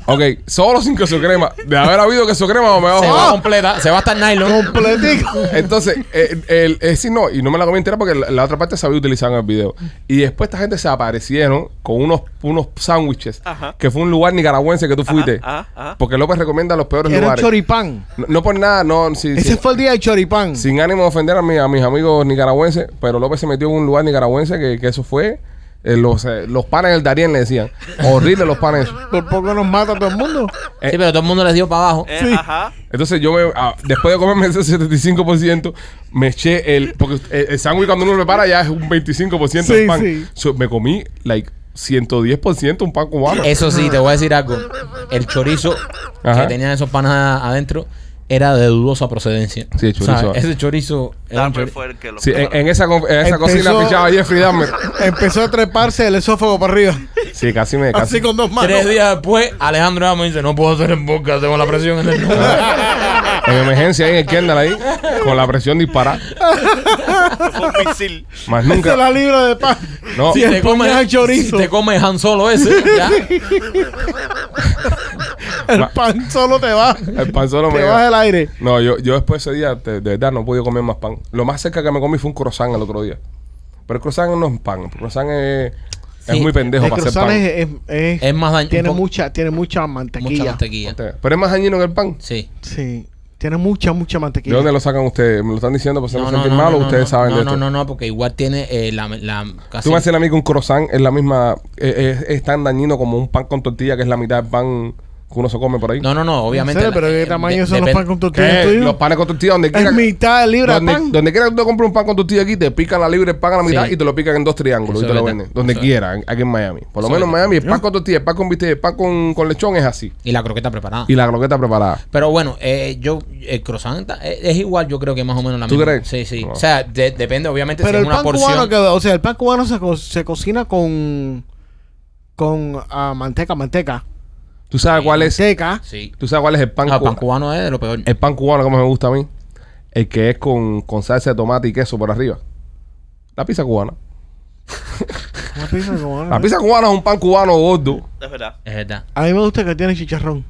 S4: Ok, solo sin queso crema. De haber habido queso crema, me
S2: se
S4: bajo.
S2: va completa. Se va hasta el nylon.
S5: Completico.
S4: *laughs* Entonces, el, el- es decir, no, y no me la comí entera porque la, la otra parte se había utilizado en el video. Y después esta gente se aparecieron con unos, unos sándwiches,
S6: Ajá.
S4: que fue un lugar nicaragüense que tú fuiste.
S6: ajá, ajá.
S4: Porque López recomienda los peores
S5: Era un
S4: lugares.
S5: choripán.
S4: No, no por nada, no, sí,
S5: Ese
S4: sí.
S5: fue el día del choripán.
S4: sin ánimo de ofender a, mi- a mis amigos nicaragüenses, pero López se metió en un lugar nicaragüense que, que eso fue. eh, los, eh, los panes del Darien le decían. Horrible los panes. esos.
S5: Por poco nos mata a todo el mundo.
S2: Sí, pero todo el mundo les dio para abajo.
S6: Eh,
S5: Sí.
S6: Ajá.
S4: Entonces yo me, ah, después de comerme ese 75%, me eché el... Porque eh, el, el sándwich cuando uno lo prepara ya es un 25% de
S5: Sí,
S4: pan.
S5: sí.
S4: So, me comí, like, 110% un pan cubano.
S2: Eso sí, te voy a decir algo. El chorizo
S4: Ajá.
S2: que tenían esos panas adentro era de dudosa procedencia.
S4: Sí, el chorizo.
S2: ¿Sabes? Ese chorizo. era un
S6: Dahmer
S2: chori-
S6: fue el que lo
S4: Sí, en, en esa, con- en esa
S5: Empezó-
S4: cocina fichaba Jeffrey Dahmer.
S5: Empezó a treparse el esófago para arriba.
S4: Sí, casi me... Casi,
S5: Así con dos manos.
S2: Tres días después, Alejandro Amo dice: No puedo hacer en boca, tengo la presión en el
S4: en emergencia ahí en el Kendall ahí, con la presión disparada.
S6: Fue un misil.
S4: Más
S5: Esa es
S4: nunca...
S5: la libra de pan.
S4: No,
S5: Sí,
S2: te
S5: el puñal chorizo.
S2: si te comes Han Solo ese, ya.
S5: El
S4: Ma-
S5: pan solo te va.
S4: el pan solo me...
S5: Te vas del aire.
S4: No, yo, yo después de ese día, te- de verdad, no podía comer más pan. Lo más cerca que me comí fue un croissant el otro día. Pero el croissant no es pan. El croissant es, es
S2: Sí,
S4: muy pendejo
S5: El
S4: para hacer
S5: croissant
S4: pan.
S5: es, es- es-
S2: Es más daño-
S5: Tiene
S2: un poco-
S5: mucha, tiene mucha mantequilla.
S2: Mucha mantequilla.
S4: Pero es más dañino que el pan.
S2: Sí.
S5: Sí. Tiene mucha, mucha
S4: ¿De
S5: mantequilla.
S4: dónde lo sacan ustedes? ¿Me lo están diciendo para hacerme sentir mal o ustedes
S2: no,
S4: saben
S2: no,
S4: de
S2: no,
S4: esto?
S2: no, no, porque igual tiene eh, la, la casi-
S4: Tú me haces a mí que un croissant es la misma. eh, Es, es tan dañino como un pan con tortilla que es la mitad del pan que uno se come por ahí.
S2: No, no, no, obviamente.
S5: No sé,
S2: la-
S5: pero ¿qué
S2: eh,
S5: tamaño
S2: de-
S5: son los
S2: depende-
S5: pan con tortilla
S4: ¿Qué?
S5: tuyos?
S4: Los panes con tortilla, donde quiera.
S5: Es mitad de libra de
S4: donde,
S5: pan.
S4: donde quiera que tú compres un pan con tortilla aquí, te pican la libra el pan a la mitad
S2: Sí.
S4: y te lo pican en dos triángulos
S2: Eso
S4: y te
S2: es
S4: lo
S2: verdad.
S4: venden. Donde
S2: Eso es
S4: quiera, en- aquí en Miami. Por lo
S2: Eso es
S4: menos en Miami, el pan con tortilla, el pan con bistec, el pan con, con lechón es así.
S2: Y la croqueta preparada.
S4: Y la croqueta preparada.
S2: Pero bueno, eh, yo, el croissant ta- eh, es igual, yo creo que más o menos la
S4: ¿Tú
S2: misma.
S4: crees?
S2: Sí, sí.
S4: No.
S2: O sea, de- depende, obviamente,
S5: Pero
S2: si
S5: el
S2: es una
S5: pan
S2: porción.
S5: cubano, que, o sea, el pan cubano se, co- se cocina con con ah, manteca, manteca,
S4: ¿Tú sabes cuál es?
S5: manteca.
S2: Sí.
S4: ¿Tú sabes cuál es el pan, Eh,
S2: Ah, el
S4: cua-
S2: pan cubano es de lo peor.
S4: El pan cubano que más me gusta a mí. El que es con, con salsa de tomate y queso por arriba. La pizza cubana.
S5: Una pizza cubana.
S4: La pizza cubana es un pan cubano gordo.
S6: Es verdad.
S2: Es verdad.
S5: A mí me gusta que tiene chicharrón.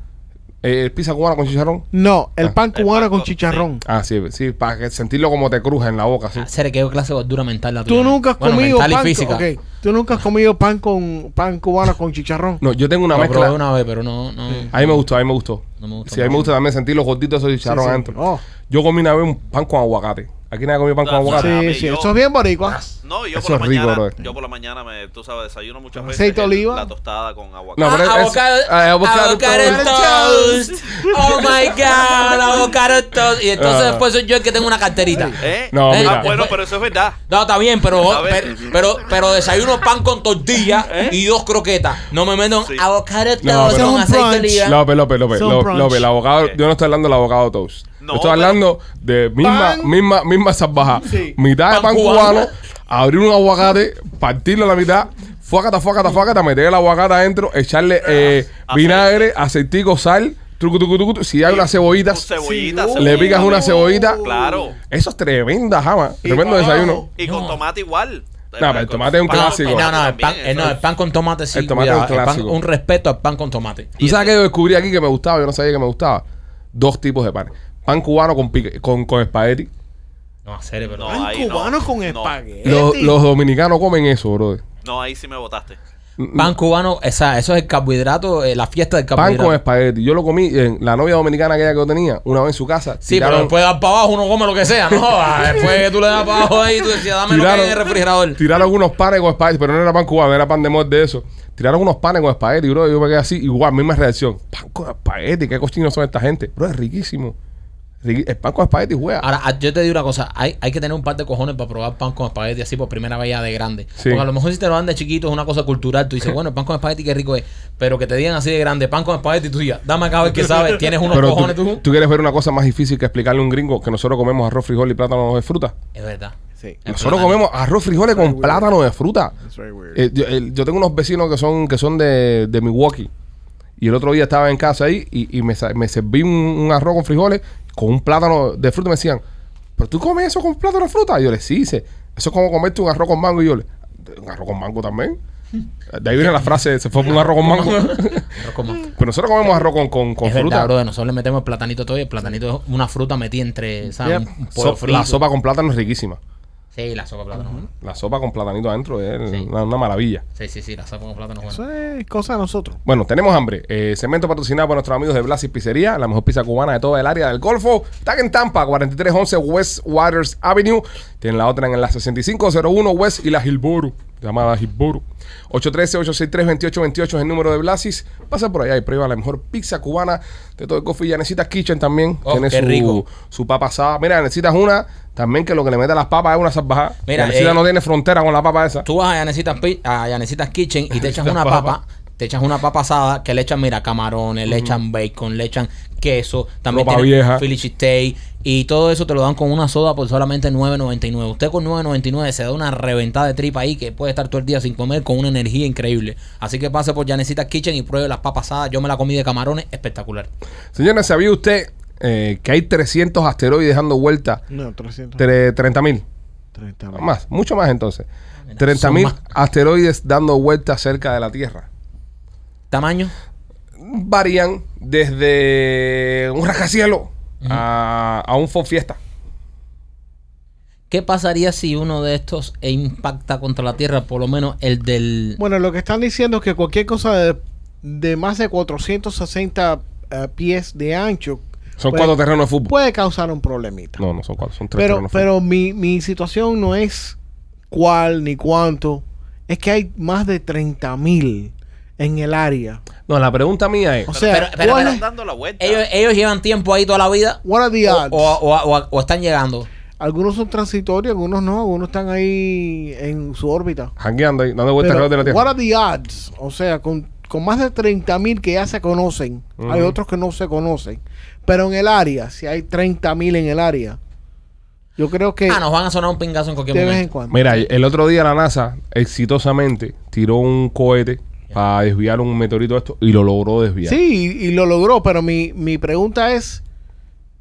S4: Eh, pizza cubana con chicharrón.
S5: No, el pan
S6: el
S5: cubano
S6: pan
S5: con
S6: con-
S5: chicharrón.
S4: Ah, sí, sí, para que sentirlo como te cruja en la boca, sí.
S2: Hacer qué clase de gordura mental la
S5: Tú
S2: tuya?
S5: nunca has
S2: Bueno,
S5: comido
S2: mental
S5: pan,
S2: y física.
S5: ok, tú nunca has comido pan con pan cubano con chicharrón.
S4: No, yo tengo una
S2: Lo probé
S4: mezcla.
S2: una vez, pero no, no.
S4: A mí me gustó, a mí me gustó.
S2: No me gustó
S4: sí, a mí me
S2: mucho.
S4: gusta también sentir los gorditos de esos chicharrón
S5: Sí, sí.
S4: adentro.
S5: Oh.
S4: Yo comí una vez un pan con aguacate. Aquí nadie ha comido pan con
S6: Ah,
S4: aguacate.
S6: a
S5: Sí,
S6: mí
S5: sí,
S6: yo-
S5: eso es bien boricua.
S6: No, yo
S4: Eso
S6: por la
S4: es rico,
S6: mañana,
S4: bro.
S6: yo por la mañana me, tú sabes, desayuno muchas
S5: Con
S6: veces
S5: aceite de
S6: el-
S5: oliva.
S6: la tostada con aguacate.
S4: No, pero es-
S2: Avocado,
S4: ah, avocado
S2: avocado toast.
S5: toast.
S2: Oh my god,
S6: *laughs*
S2: avocado toast. Y entonces
S4: Ah.
S2: después soy yo el que tengo una carterita.
S6: ¿Eh?
S4: No,
S6: Ah,
S4: mira.
S6: bueno, pero eso es verdad.
S2: No, está bien, pero,
S6: A
S2: pero,
S6: ver.
S2: pero, pero desayuno pan
S4: *laughs*
S2: con tortilla
S6: ¿Eh?
S2: y dos croquetas. No me meto
S6: Sí.
S2: en avocado toast
S4: No, pero-
S2: con
S5: Son
S2: aceite de
S5: brunch.
S2: oliva.
S4: López, López, López,
S5: Son
S4: López,
S5: brunch.
S4: López, el abogado,
S6: ¿Qué?
S4: yo no estoy hablando del abogado toast. yo
S6: No,
S4: estoy
S6: pero-
S4: hablando de misma,
S5: Pan.
S4: misma, misma salvajada.
S5: Sí.
S4: Mitad de
S2: Pan
S4: pan
S2: cubano.
S4: cubano, abrir un aguacate, partirlo a la mitad, fuácata, fuácata, fuácata, meter el aguacate adentro,
S2: Ah,
S4: echarle eh, vinagre, aceitico, sal, truco, truco, truco, truco. Si hay unas
S6: Con
S4: cebollitas,
S6: cebollitas.
S5: Sí,
S4: le picas una cebollita.
S6: Claro.
S4: Eso es tremenda jama, tremendo
S5: para
S4: desayuno.
S5: abajo.
S6: Y con
S2: No.
S6: tomate igual.
S4: pero el tomate es un
S2: No,
S4: clásico.
S2: eh, No, no, el pan, eh,
S6: también,
S2: no, el pan con tomate sí.
S4: El tomate es un
S2: cuidado, el pan-
S4: clásico.
S2: un respeto al pan con tomate.
S4: ¿Tú sabes que yo descubrí aquí que me gustaba? Yo no sabía que me gustaba. Dos tipos de pan. Pan cubano con, pique- con, con espagueti.
S2: No, en serio, pero.
S6: No,
S5: Pan
S6: ahí no.
S5: cubano con
S6: No.
S5: espagueti.
S4: Los, los dominicanos comen eso, brother.
S6: No, ahí sí me botaste.
S2: Pan cubano, esa, eso es el carbohidrato, eh, la fiesta del
S4: Pan
S2: carbohidrato.
S4: con espagueti. Yo lo comí en la novia dominicana aquella que yo tenía, una vez en su casa.
S2: Sí,
S4: tiraron-
S2: pero después de dar para abajo uno come lo que sea, ¿no? Ah, Después que tú le das para abajo ahí, tú decías, dame lo que hay en el refrigerador.
S4: Tiraron algunos panes con espagueti, pero no era pan cubano, era pan de molde de eso. Tiraron unos panes con espagueti, bro. y Yo me quedé así, igual, misma reacción. Pan con espagueti, qué cochinos son esta gente. Bro, es riquísimo. Riqui- el pan con espagueti, juega.
S2: Ahora, ah, yo te digo una cosa, hay, hay que tener un par de cojones para probar pan con espagueti así por primera vez ya de grande.
S4: Sí.
S2: Porque a lo mejor si te lo dan de chiquito es una cosa cultural,
S4: *laughs*
S2: tú dices, bueno, el pan con espagueti qué rico es, pero que te digan así de grande, pan con espagueti, tú digas, dame acá a ver qué sabes, tienes unos
S4: Pero
S2: cojones
S4: tú, *laughs*
S2: tú.
S4: tú quieres ver una cosa más difícil que explicarle a un gringo que nosotros comemos arroz, frijol y plátano de fruta.
S2: Es verdad.
S5: Sí.
S2: Es
S4: Nosotros
S2: plátano.
S4: comemos arroz, frijoles con plátano de fruta.
S5: It's very weird.
S4: Eh, yo, el- yo tengo unos vecinos que son que son de, de Milwaukee. Y el otro día estaba en casa ahí y, y me, sa- me serví un, un arroz con frijoles con un plátano de fruta. Y me decían, ¿pero tú comes eso con plátano de fruta? Y yo les sí, dice, eso es como comerte un arroz con mango. Y yo le, ¿un arroz con mango también? De ahí viene la frase, se fue por un arroz con
S5: *laughs*
S4: mango.
S2: Pero como-
S4: Pero nosotros comemos arroz con, con, con
S2: es
S4: fruta.
S2: verdad, bro. Nosotros le metemos el platanito todo y el platanito es una fruta metida entre, ¿sabes?
S5: Yep.
S2: Un pollo
S4: So-
S2: frito.
S4: la sopa con plátano es riquísima.
S2: Sí, la sopa de plátano. es buena.
S4: La sopa con platanito adentro es
S2: Sí.
S4: una, una maravilla.
S2: Sí, sí, sí, la sopa con plátano es buena.
S5: Eso es cosa de nosotros.
S4: Bueno, tenemos hambre. Eh, segmento patrocinado por nuestros amigos de Blas y Pizzería, la mejor pizza cubana de toda el área del Golfo. Están en Tampa, 4311 West Waters Avenue. Tienen la otra en la 6501 West y la Gilboro, llamada Gilboro. 813-863-2828 es el número de Blasis. Pasa por allá y prueba la mejor pizza cubana de todo el Golfo. Y Yanecita Kitchen también
S2: Oh,
S4: tiene
S2: qué
S4: su,
S2: rico.
S4: su papa asada. Mira, necesitas una también que lo que le mete a las papas es una salvajada.
S2: Mira,
S4: Yanecita
S2: eh,
S4: no tiene frontera con la papa esa.
S2: Tú vas a Yanecitas, Pi- a Yanecitas Kitchen y te echas una papa. Te echas una papa asada que le echan, mira, camarones, le echan bacon, le echan queso, también
S4: Ropa
S2: tienen
S4: vieja.
S2: Philly cheesesteak y todo eso te lo dan con una soda por solamente 9.99. Usted con 9.99 se da una reventada de tripa ahí que puede estar todo el día sin comer con una energía increíble. Así que pase por Yanecitas Kitchen y pruebe las papas asadas. Yo me la comí de camarones, espectacular.
S4: Señores, ¿sabía usted eh, que hay 300 asteroides dando vuelta?
S5: No, 300.
S4: 30 mil.
S5: 30 mil.
S4: Más, mucho más entonces.
S2: mira,
S4: 30
S2: son
S4: mil
S2: más.
S4: asteroides dando vuelta cerca de la Tierra.
S2: Tamaño,
S4: Varían desde un rascacielos a, a un Fofiesta.
S2: ¿qué pasaría si uno de estos impacta contra la Tierra? Por lo menos el del...
S5: Bueno, lo que están diciendo es que cualquier cosa de, de más de 460 eh, pies de ancho
S4: Son
S5: puede-
S4: cuatro terrenos de fútbol.
S5: puede causar un problemita.
S4: no, no son cuatro, son tres
S5: pero
S4: terrenos de fútbol.
S5: pero mi, mi situación no es cuál ni cuánto. Es que hay más de 30 mil en el área.
S4: No, la pregunta mía es:
S5: O sea,
S2: pero- pero-
S5: ¿cuál
S2: pero-
S5: es-
S6: Están dando la vuelta.
S2: Ellos, ellos llevan tiempo ahí toda la vida.
S5: what are the
S2: O,
S5: odds?
S2: o- o- o- o están llegando.
S5: Algunos son transitorios, algunos no, algunos están ahí en su órbita.
S4: jangueando ahí, dando vuelta
S5: Pero,
S4: alrededor de la
S5: what
S4: Tierra.
S5: are the odds? O sea, con, con más de 30 mil que ya se conocen, hay
S4: Ujú.
S5: otros que no se conocen. Pero en el área, si hay 30 mil en el área, yo creo que
S2: Ah, nos van a sonar un pingazo en cualquier
S5: de vez en
S2: momento.
S5: cuando.
S4: Mira, el otro día la NASA exitosamente tiró un cohete para desviar un meteorito de esto y lo logró desviar.
S5: Sí, y, y lo logró, pero mi, mi pregunta es,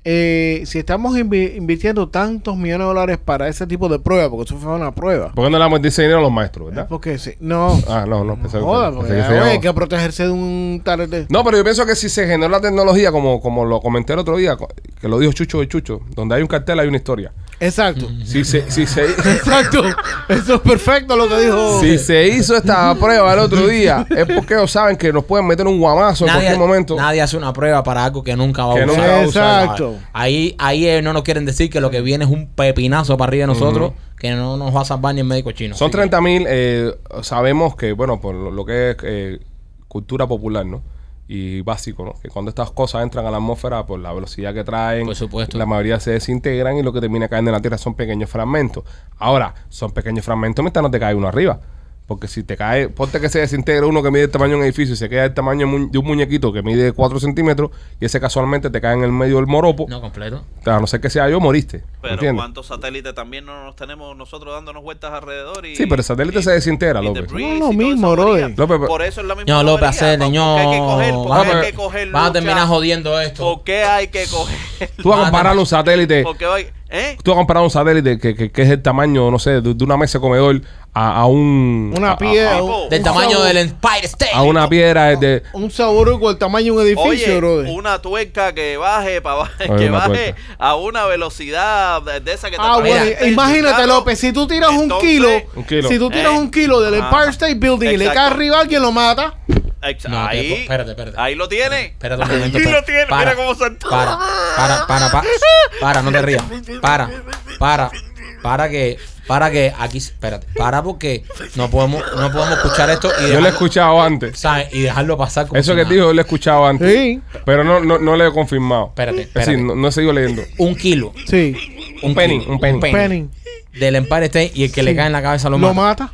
S5: eh, si estamos invi- invirtiendo tantos millones de dólares para ese tipo de prueba, porque eso fue una prueba.
S4: ¿Por qué no le damos ese dinero a los maestros, verdad?
S5: Porque si, no,
S4: Ah, no, no, pensé que-
S5: joda,
S4: pensé
S5: porque
S4: que se
S5: oye,
S4: llamaba.
S5: hay que protegerse de un tal de...
S4: No, pero yo pienso que si se generó la tecnología, como, como lo comenté el otro día, co- que lo dijo Chucho de Chucho, donde hay un cartel hay una historia. *laughs*
S5: Exacto.
S4: Si se, si se,
S5: *laughs* Exacto. Eso es perfecto lo que dijo.
S4: si se hizo esta prueba el otro día, es porque ellos saben que nos pueden meter un guamazo en
S2: Nadie,
S4: cualquier momento.
S2: nadie hace una prueba para algo que nunca va a
S4: Que
S2: usar.
S4: nunca va a
S5: usar. Exacto.
S2: Ahí, ahí ellos no nos quieren decir que lo que viene es un pepinazo para arriba de nosotros, que no nos va a salvar ni el médico chino.
S4: Son
S2: Así que-
S4: 30 mil, eh, sabemos que, bueno, por lo, lo que es eh, cultura popular, ¿no? Y básico, ¿no? Que cuando estas cosas entran a la atmósfera, por la velocidad que traen,
S2: Por supuesto.
S4: la mayoría se desintegran y lo que termina cayendo en la Tierra son pequeños fragmentos. Ahora, son pequeños fragmentos mientras no te cae uno arriba. Porque si te cae, ponte que se desintegra uno que mide el tamaño de un edificio y se queda el tamaño de un- de un muñequito que mide 4 centímetros y ese casualmente te cae en el medio del moropo,
S2: No, completo.
S6: Pues,
S4: a no ser que sea yo, moriste.
S6: Pero
S4: ¿entiendes?
S6: cuántos satélites también no nos tenemos nosotros dándonos vueltas alrededor y...
S4: Sí, pero el satélite
S6: y-
S4: se desintegra,
S6: y
S4: López.
S6: debris
S5: No es lo
S6: y toda esa
S5: mismo,
S6: bobería.
S5: brother.
S4: López,
S6: Por eso es la misma
S2: No, López,
S6: bobería,
S2: hacer,
S6: pa- ¿por qué
S2: niño.
S6: hay que coger? ¿Por
S2: Vas
S6: qué
S4: a-
S6: hay que coger
S2: Vas a
S6: lucha?
S2: terminar jodiendo esto.
S6: ¿Por qué
S2: *laughs*
S6: hay que coger?
S4: Tú vas a
S2: Ah,
S4: comparar un satélite.
S6: ¿Por qué hay- ¿Eh?
S4: Tú vas a comparar un satélite que, que- que es el tamaño, no sé, de, de una mesa de comedor a, a un. a-
S5: Una
S4: a-
S5: piedra.
S6: a-
S5: un-
S2: Del
S5: un
S2: tamaño
S5: sabor-
S2: del Empire State.
S4: A, una piedra de.
S5: Un saboruco el tamaño de un edificio,
S6: Oye,
S5: brother.
S6: una tuerca que baje para
S4: Oye,
S6: que
S4: una
S6: baje
S4: tuerca.
S6: a una velocidad de, de esa que
S5: Ah,
S6: trae
S5: bueno,
S6: el- el
S5: imagínate,
S6: carro.
S5: López, si tú tiras un
S6: Entonces-
S5: kilo,
S4: Un kilo.
S5: si tú tiras
S6: Eh.
S5: un kilo del
S6: Ah.
S5: Empire State Building y le
S6: Exacto.
S5: cae arriba alguien lo mata.
S6: Ex-
S2: No,
S6: ahí,
S2: que- espérate, espérate.
S6: ahí lo tiene.
S2: Espérate un momento.
S6: Ahí
S2: espera.
S6: lo tiene, mira cómo saltó.
S2: Para, para, para, para, para, no te
S6: *laughs*
S2: rías. Para, para, para que, para que aquí, espérate, para porque no podemos, no podemos escuchar esto
S4: Yo
S2: y,
S4: lo he
S2: dejarlo,
S4: escuchado antes.
S2: ¿sabes? y dejarlo pasar. como
S4: Eso
S2: si
S4: que
S2: nada.
S4: dijo, yo lo he escuchado antes.
S5: Sí.
S4: Pero no, no, no lo he confirmado.
S2: Espérate,
S4: Es decir,
S2: espérate.
S4: no, no he seguido leyendo.
S2: Un kilo,
S5: Sí.
S2: un
S4: penny,
S2: kilo,
S4: un penny.
S5: Penny.
S2: del Empire State y el que le
S5: Sí.
S2: cae en la cabeza lo,
S5: Lo
S2: mata.
S5: mata.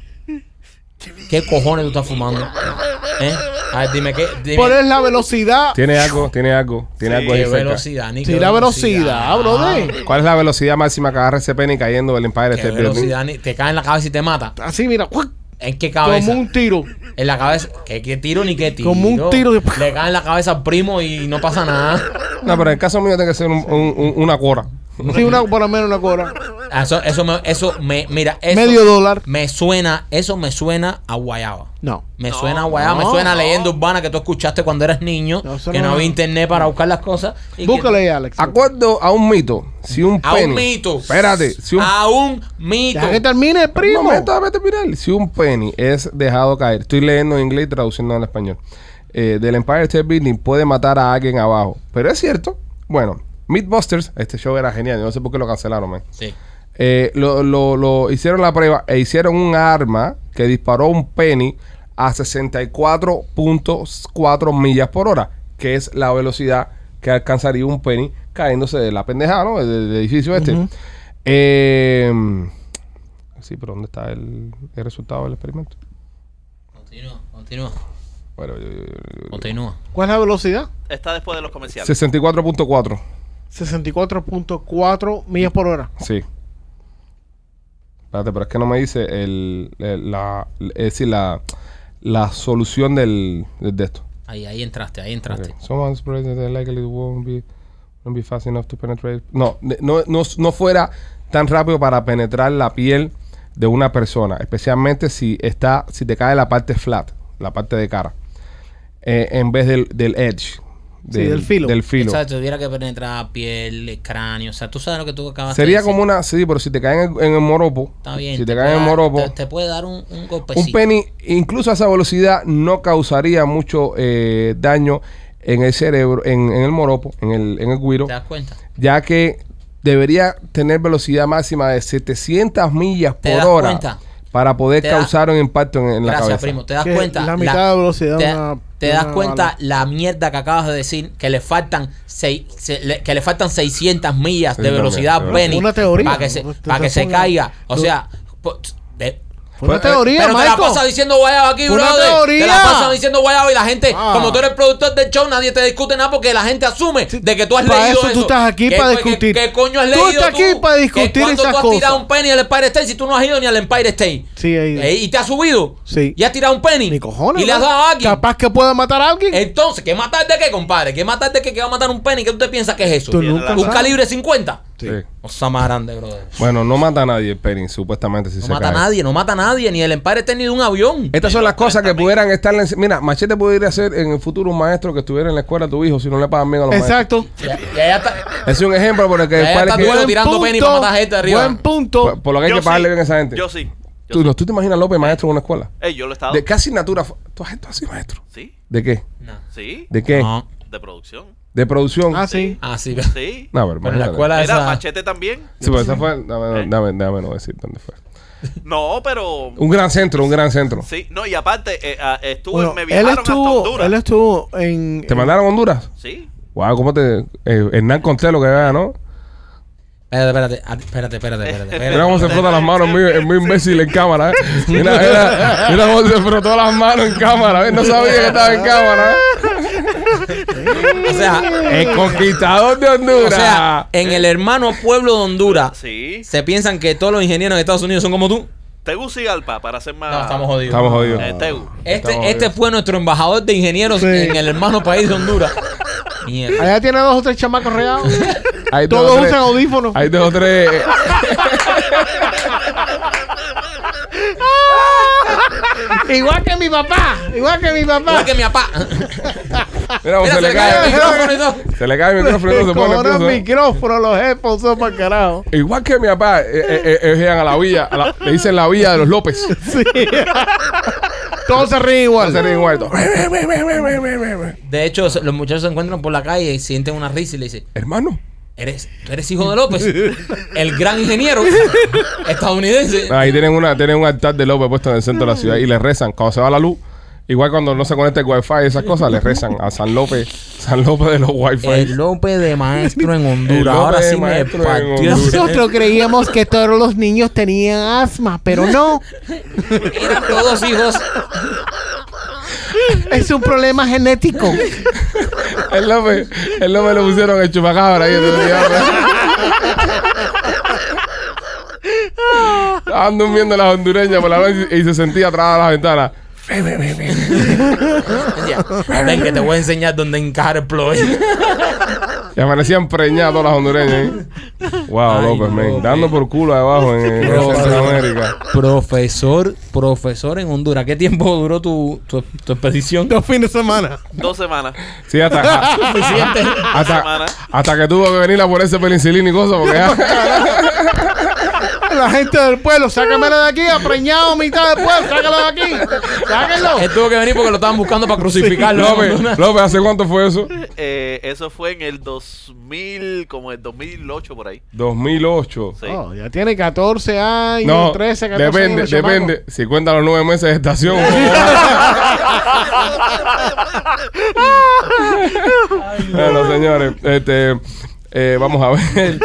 S2: ¿Qué cojones tú estás fumando?
S5: *laughs*
S2: ¿Eh? A ver, dime qué. Dime.
S5: ¿Cuál es la velocidad?
S4: Tiene algo, tiene algo, tiene
S6: Sí.
S4: algo ahí
S2: ¿Qué
S4: cerca.
S2: velocidad, ni
S5: Sí,
S2: qué Ah,
S5: la velocidad, brother.
S4: ¿Cuál es la velocidad máxima que agarra ese penny cayendo del este Empire
S2: ¿Qué
S4: State Building?
S2: velocidad? ni- Te cae en la cabeza y te mata.
S5: Así, mira, ¡cuac!
S2: ¿En qué Ah. cabeza?
S5: como un tiro.
S2: En la cabeza. ¿Qué, qué tiro ni qué tiro?
S5: Como un tiro de-
S2: Le cae en la cabeza al primo y no pasa nada.
S4: No, pero en el caso mío tiene que ser un- un- un- una cuora.
S5: Sí, una, por lo menos una cobra.
S2: Ah, Eso, eso, me, eso me, mira, eso
S5: Medio dólar.
S2: me suena, eso me suena a guayaba.
S5: No.
S2: Me
S6: No,
S2: suena a guayaba, me
S5: no,
S2: suena a
S6: no.
S2: leyenda urbana que tú escuchaste cuando eras niño,
S5: No, eso
S2: que
S5: no-
S2: no había internet para buscar las cosas. y que-
S5: Búscale ahí, Alex.
S4: Acuerdo a un mito, si un
S2: A
S4: pene.
S2: un mito. Ah,
S4: Espérate, si un
S2: A un mito.
S5: Deja que termine, primo.
S4: Un momento, déjame terminar. Si un penny es dejado caer, estoy leyendo en inglés y traduciendo al español, eh, del Empire State Building puede matar a alguien abajo. Pero es cierto. Bueno, Meatbusters, este show era genial, yo no sé por qué lo cancelaron, man.
S2: Sí.
S4: Eh, lo, lo- lo hicieron la prueba e hicieron un arma que disparó un penny a 64.4 millas por hora, que es la velocidad que alcanzaría un penny cayéndose de la pendejada, ¿no? Del, del edificio este. Eh, sí, pero ¿dónde está el, el resultado del experimento?
S2: Continúa, continúa,
S4: Bueno, yo- yo- yo-
S2: continúa.
S5: ¿Cuál es la velocidad?
S6: Está después de los comerciales.
S4: 64.4,
S5: 64.4 millas por hora.
S4: sí. Espérate, pero es que no me dice el, el- la, es decir, la, la solución del, de esto.
S2: Ahí, ahí entraste, ahí entraste.
S4: Okay. Someone's presence that likely won't be, won't be fast enough to penetrate. No, ne- no, no, no fuera tan rápido para penetrar la piel de una persona, especialmente si está, si te cae la parte flat, la parte de cara, eh, en vez del, del edge,
S5: Sí, del filo.
S4: Del filo.
S2: Exacto, tuviera que penetrar piel, el cráneo, o sea, tú sabes lo que tú acabas
S4: Sería
S2: de decir.
S4: como una, sí, pero si te caen en el, en el moropo,
S2: Está bien.
S4: si te,
S2: puede
S4: caen en el
S2: dar-
S4: moropo,
S2: Te, te puede dar un, un golpecito.
S4: un penny, incluso a esa velocidad, no causaría mucho eh, daño en el cerebro, en, en el moropo, en el, en el guiro.
S2: ¿Te das cuenta?
S4: ya que debería tener velocidad máxima de 700 millas
S2: ¿Te
S4: por
S2: das
S4: hora
S2: cuenta?
S4: para poder
S2: Te da-
S4: causar un impacto en, en la
S2: Gracias,
S4: cabeza.
S2: primo. ¿Te das
S5: Que
S2: cuenta?
S5: la mitad de velocidad
S2: Te,
S5: una-
S2: te das
S5: una
S2: cuenta
S5: bala.
S2: la mierda que acabas de decir, que le faltan seis, se- le- que le faltan 600 millas de
S4: Sí,
S2: velocidad
S4: también,
S2: Benny.
S5: Una teoría,
S2: Para que se,
S5: no te-
S2: para que
S5: te
S2: se
S5: pongas-
S2: caiga. O
S5: no.
S2: sea, po- de-
S5: Fue una
S4: Pues, eh,
S5: teoría,
S2: pero te la
S5: Michael.
S2: pasas diciendo guayaba aquí,
S5: Una
S2: brother. Te la
S5: teoría.
S2: pasas diciendo guayaba y la gente,
S5: Ah.
S2: como tú eres productor del show, nadie te discute nada porque la gente asume
S5: Sí,
S2: de que tú has
S5: para
S2: leído
S5: eso
S2: eso.
S5: tú estás aquí
S2: ¿Qué-
S5: para
S2: qué-
S5: discutir.
S2: ¿Qué coño has
S5: Tú
S2: leído
S5: estás aquí para discutir
S2: ¿Qué- cuándo
S5: esas
S2: tú has tirado
S5: cosas?
S2: un penny al Empire State si tú no has ido ni al Empire State?
S5: Sí, ahí-
S2: Eh, ¿Y te has subido?
S5: Sí.
S2: ¿Y has tirado un penny?
S5: Ni cojones.
S2: ¿Y le has
S5: man.
S2: dado a alguien? Eh,
S5: Capaz que pueda matar a alguien.
S2: Entonces, ¿qué matar de qué, compadre? ¿Qué matar de qué? ¿Qué va a matar un penny? ¿Qué usted piensa que es eso?
S5: Tú
S6: Tiene
S5: nunca
S6: la-
S2: ¿Un
S5: sabes.
S2: calibre 50?
S4: Sí.
S2: O sea, más grande, brother.
S4: Bueno, no mata a nadie el Penny, supuestamente. Si
S2: No
S4: se
S2: mata a
S4: cae.
S2: nadie, no mata a nadie, ni el Empire State ni de un avión.
S4: Estas son las cosas que
S6: Exactamente.
S4: pudieran estar. en- Mira, Machete podría ser en el futuro un maestro que estuviera en la escuela a tu hijo si no le pagan bien a los
S5: Exacto.
S2: Ya, ya, ya está.
S4: maestros. Es un ejemplo por el que.
S2: Ya, ya
S4: para
S2: está
S4: que-
S2: Bueno, tirando penny para matar gente arriba.
S5: Buen punto.
S4: por, por lo que hay
S6: Yo
S4: que pagarle
S6: sí,
S4: bien a esa gente.
S6: Yo sí. Yo
S4: ¿Tú,
S6: sí.
S4: no- ¿Tú te imaginas a López maestro en una escuela?
S6: Ey, yo lo he estado.
S4: ¿De qué asignatura? fu- ¿Tú has estado así, maestro?
S6: Sí,
S4: ¿De qué?
S2: No.
S6: sí.
S4: ¿De qué?
S2: No.
S6: De producción.
S4: ¿De producción?
S5: Ah, sí.
S2: Ah, sí.
S6: Sí.
S4: No, pero
S2: Pero en la
S4: imagínate.
S2: escuela
S6: Era
S2: esa...
S6: machete también.
S4: Sí, pero esa fue. Dame, dame- dame no decir dónde fue.
S6: No, pero.
S4: Un gran centro, un gran centro.
S6: Sí, no, y aparte, eh, ah, estuve,
S5: Bueno,
S6: me
S5: él
S6: viajaron hasta
S5: estuvo,
S6: Honduras.
S5: él estuvo en.
S4: ¿Te mandaron a Honduras?
S6: Sí.
S4: Wow, ¿cómo te. eh, Hernán Conté lo que vea, ¿no?
S2: Espérate, espérate, ah, espérate, espérate, espérate.
S4: Mira
S2: espérate.
S4: cómo se frota las manos, muy, es muy imbécil en cámara, ¿eh? Mira, mira, mira cómo se frotó las manos en cámara, ¿eh? No sabía que estaba en cámara, ¿eh?
S2: O sea,
S4: El conquistador de Honduras.
S2: o sea, en el hermano pueblo de Honduras,
S6: Sí.
S2: se piensan que todos los ingenieros de Estados Unidos son como tú.
S6: Tegucigalpa, para ser más.
S2: No, estamos jodidos.
S4: Estamos jodidos.
S6: Eh, Tegu.
S2: Este,
S4: Estamos
S2: este fue nuestro embajador de ingenieros
S5: Sí.
S2: en el hermano país de Honduras. Mierda.
S5: Allá tiene dos o tres chamacos
S2: *laughs*
S5: regados.
S4: Hay dos o
S5: Todos
S4: tres-
S5: usan audífonos.
S4: Hay dos o tres. eh,
S5: Igual que mi papá. Igual que mi papá.
S2: Igual que
S4: *laughs*
S2: mi papá.
S4: Mira, cómo
S2: Mira,
S4: se le
S2: el
S4: cae.
S2: micrófono y todo.
S4: Se le cae el micrófono y no se pone
S5: Cojones
S4: nervioso, ¿eh?
S5: micrófono, los headphones son para carajo.
S4: Igual que mi papá, eh, eh, eh, eh, llegan a la villa, a la- le dicen la villa de los López.
S5: *laughs* Sí. Todos se ríen igual.
S4: Hacen en Guaito.
S2: De hecho, se- los muchachos se encuentran por la calle y sienten una risa y le dicen,
S4: Hermano.
S2: ¿Eres, tú eres hijo de
S4: *laughs*
S2: López, el gran ingeniero estadounidense.
S4: Ahí tienen, una, tienen un altar de López puesto en el centro de la ciudad y le rezan. Cuando se va la luz, igual cuando no se conecta el wifi y esas cosas, le rezan a San López, San López de los wifi.
S2: El López de maestro *laughs* en
S4: El
S2: Honduras.
S4: López
S2: Ahora
S4: de
S2: sí me
S4: maestro en
S2: partió.
S4: Honduras.
S2: *laughs*
S5: Nosotros creíamos que todos los niños tenían asma, pero no.
S2: Eran todos hijos.
S5: Es un problema genético.
S4: El López, el López le pusieron el chupacabra ahí. entonces, ya, pues. Estaban durmiendo las hondureñas por la noche y se sentía atrás de la ventana.
S2: Decía, Ven que te voy a enseñar dónde encajar el ploy.
S4: Y amanecían preñadas todas las hondureñas. ¿eh? Wow,
S2: Ay,
S4: López,
S2: no,
S4: men.
S2: men.
S4: Dando por culo ahí abajo en,
S2: *laughs*
S4: en
S2: No,
S4: Centroamérica.
S2: Profesor, profesor en Honduras. ¿Qué tiempo duró tu, tu, tu expedición?
S5: Dos fines de semana.
S6: Dos semanas.
S4: Sí, hasta,
S2: Suficiente.
S4: hasta, hasta que tuvo que venir a ponerse penicilina y cosas. Porque
S2: *laughs*
S4: ya,
S5: La gente del pueblo, sácamela de aquí, apreñado mitad del pueblo, sácalo de aquí. Sáquenlo.
S2: Él tuvo que venir porque lo estaban buscando *laughs* para crucificarlo.
S4: López, López, ¿hace cuánto fue eso?
S6: Eh, eso fue en el 2000, como el 2008 por ahí.
S4: 2008.
S6: Sí.
S5: Oh, ya tiene 14 años,
S4: No,
S5: 13, 14
S4: depende,
S5: años. el chamaco.
S4: depende. Si cuenta los nueve meses de
S5: *laughs*
S4: estación. bueno, señores, este, eh, vamos a ver.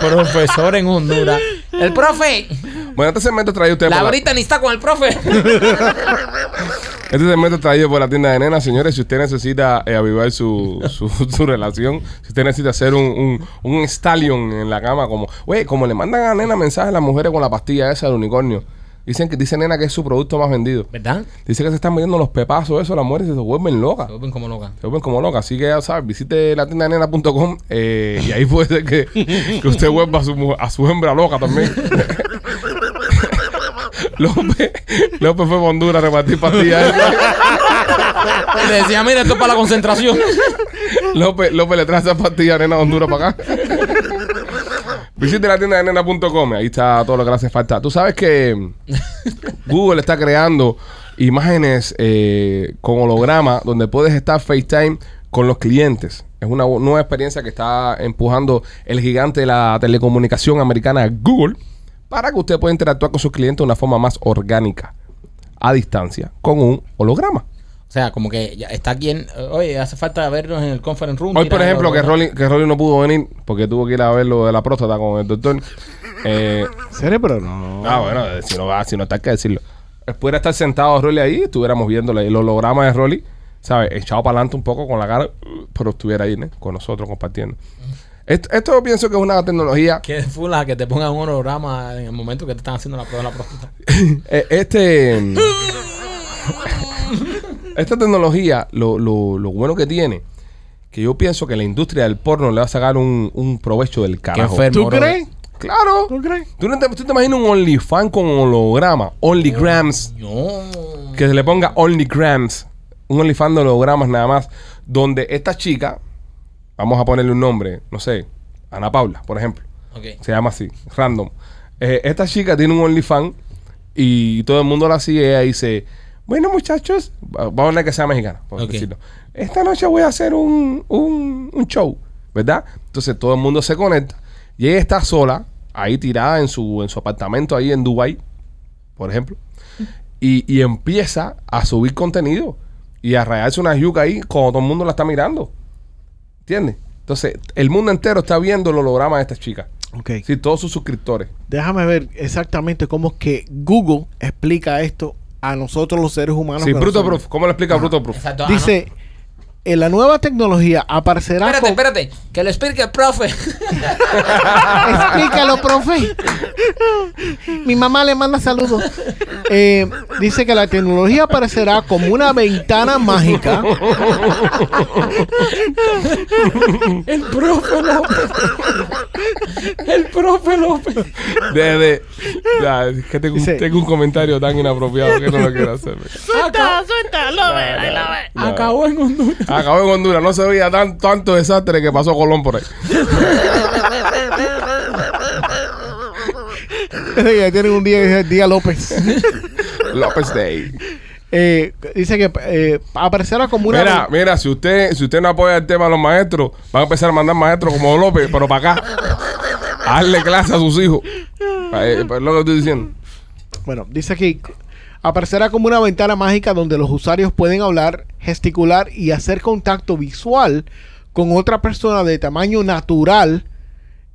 S2: Profesor en Honduras. El profe.
S4: Bueno, este segmento traído usted
S2: La
S4: por la-
S2: brita ni está con el profe.
S4: Este segmento es traído por la tienda de nena, señores. Si usted necesita eh, avivar su, su, *laughs* su relación, si usted necesita hacer un, un, un stallion en la cama, como, oye, como le mandan a nena mensajes a las mujeres con la pastilla esa del unicornio. Dicen que dice nena que es su producto más vendido.
S2: ¿Verdad?
S4: Dice que se están metiendo los pepazos, eso, las mujeres se vuelven locas.
S2: Se vuelven como loca.
S4: Se vuelven como locas. Así que ya sabes, visite la tienda de nena.com eh, y ahí *laughs* puede ser que, que usted vuelva a su, mu- a su hembra loca también. *laughs* López, López fue a Honduras a repartir pastillas.
S2: Le decía, mira, esto es para la concentración.
S4: *laughs* López, López le trae esas pastillas de nena de Honduras para acá. Visite la tienda de nena.com, ahí está todo lo que le hace falta. Tú sabes que Google está creando imágenes eh, con holograma donde puedes estar FaceTime con los clientes. Es una bu- nueva experiencia que está empujando el gigante de la telecomunicación americana Google para que usted pueda interactuar con sus clientes de una forma más orgánica, a distancia, con un holograma.
S2: O sea, como que ya está aquí en. Oye, hace falta vernos en el conference room.
S4: Hoy, por
S2: tirando-
S4: ejemplo, que Rolly, que Rolly no pudo venir porque tuvo que ir a ver lo de la próstata con el doctor. Eh,
S5: Serio, pero no.
S4: ah, bueno, eh, si no va, si no está, hay que decirlo. Eh, Pudiera estar sentado Rolly ahí, estuviéramos viendo el holograma de Rolly, ¿sabes? Echado para adelante un poco con la cara, pero estuviera ahí, ¿no? Con nosotros compartiendo. Esto, esto yo pienso que es una tecnología.
S2: Que fula que te pongan un holograma en el momento que te están haciendo la prueba de la próstata.
S4: Eh, este. *laughs* esta tecnología, lo, lo- lo bueno que tiene, que yo pienso que la industria del porno le va a sacar un, un provecho del carajo.
S5: ¿Tú
S2: brother.
S5: crees?
S4: Claro.
S5: ¿Tú crees?
S4: ¿Tú, no te, tú te imaginas un OnlyFans con holograma? OnlyGrams.
S2: No.
S4: Que se le ponga OnlyGrams. Un OnlyFans de hologramas nada más. Donde esta chica, vamos a ponerle un nombre, no sé, Ana Paula, por ejemplo.
S2: Ok.
S4: Se llama así, random. Eh, esta chica tiene un OnlyFans y todo el mundo la sigue. Ella dice, bueno muchachos, va- vamos a hablar que sea mexicana, por
S2: Ok.
S4: decirlo. Esta noche voy a hacer un, un- un show, ¿verdad? Entonces todo el mundo se conecta y ella está sola, ahí tirada en su, en su apartamento ahí en Dubai, por ejemplo, y, y empieza a subir contenido y a rayarse una yuca ahí cuando todo el mundo la está mirando. ¿Entiendes? Entonces, el mundo entero está viendo el holograma de esta chica.
S5: Ok.
S4: Sí, todos sus suscriptores.
S5: Déjame ver exactamente cómo es que Google explica esto a nosotros los seres humanos.
S4: sí,
S5: que
S4: Bruto
S5: Ah, no somos.
S4: Proof. ¿Cómo lo explica Bruto Proof?
S2: Exacto. ah, no.
S5: Dice, en la nueva tecnología aparecerá...
S2: Espérate,
S5: con-
S2: espérate. Que lo explique el profe.
S5: Explícalo, profe. Mi mamá le manda saludos. Eh, dice que la tecnología aparecerá como una ventana mágica
S2: *laughs* el profe *laughs* López. el profe López.
S4: Desde. Ya, es que tengo, un-
S5: Dice-
S4: tengo un comentario tan inapropiado que no lo quiero hacer.
S7: Suelta, suelta, lo ve, ahí
S5: *laughs*
S7: la ve.
S4: No.
S2: Acabó en Honduras.
S4: Acabó en Honduras. No se veía tan, tanto desastre que pasó Colón por ahí.
S5: ya tienen un día que dice Día López.
S4: López Day.
S5: Eh, dice que eh, aparecerá como una.
S4: Mira, mira, si usted, si usted no apoya el tema de los maestros, van a empezar a mandar maestros como López, pero para acá. A darle clase a sus hijos. Eh, pues, lo que estoy diciendo.
S5: Bueno, dice que aparecerá como una ventana mágica donde los usuarios pueden hablar, gesticular y hacer contacto visual con otra persona de tamaño natural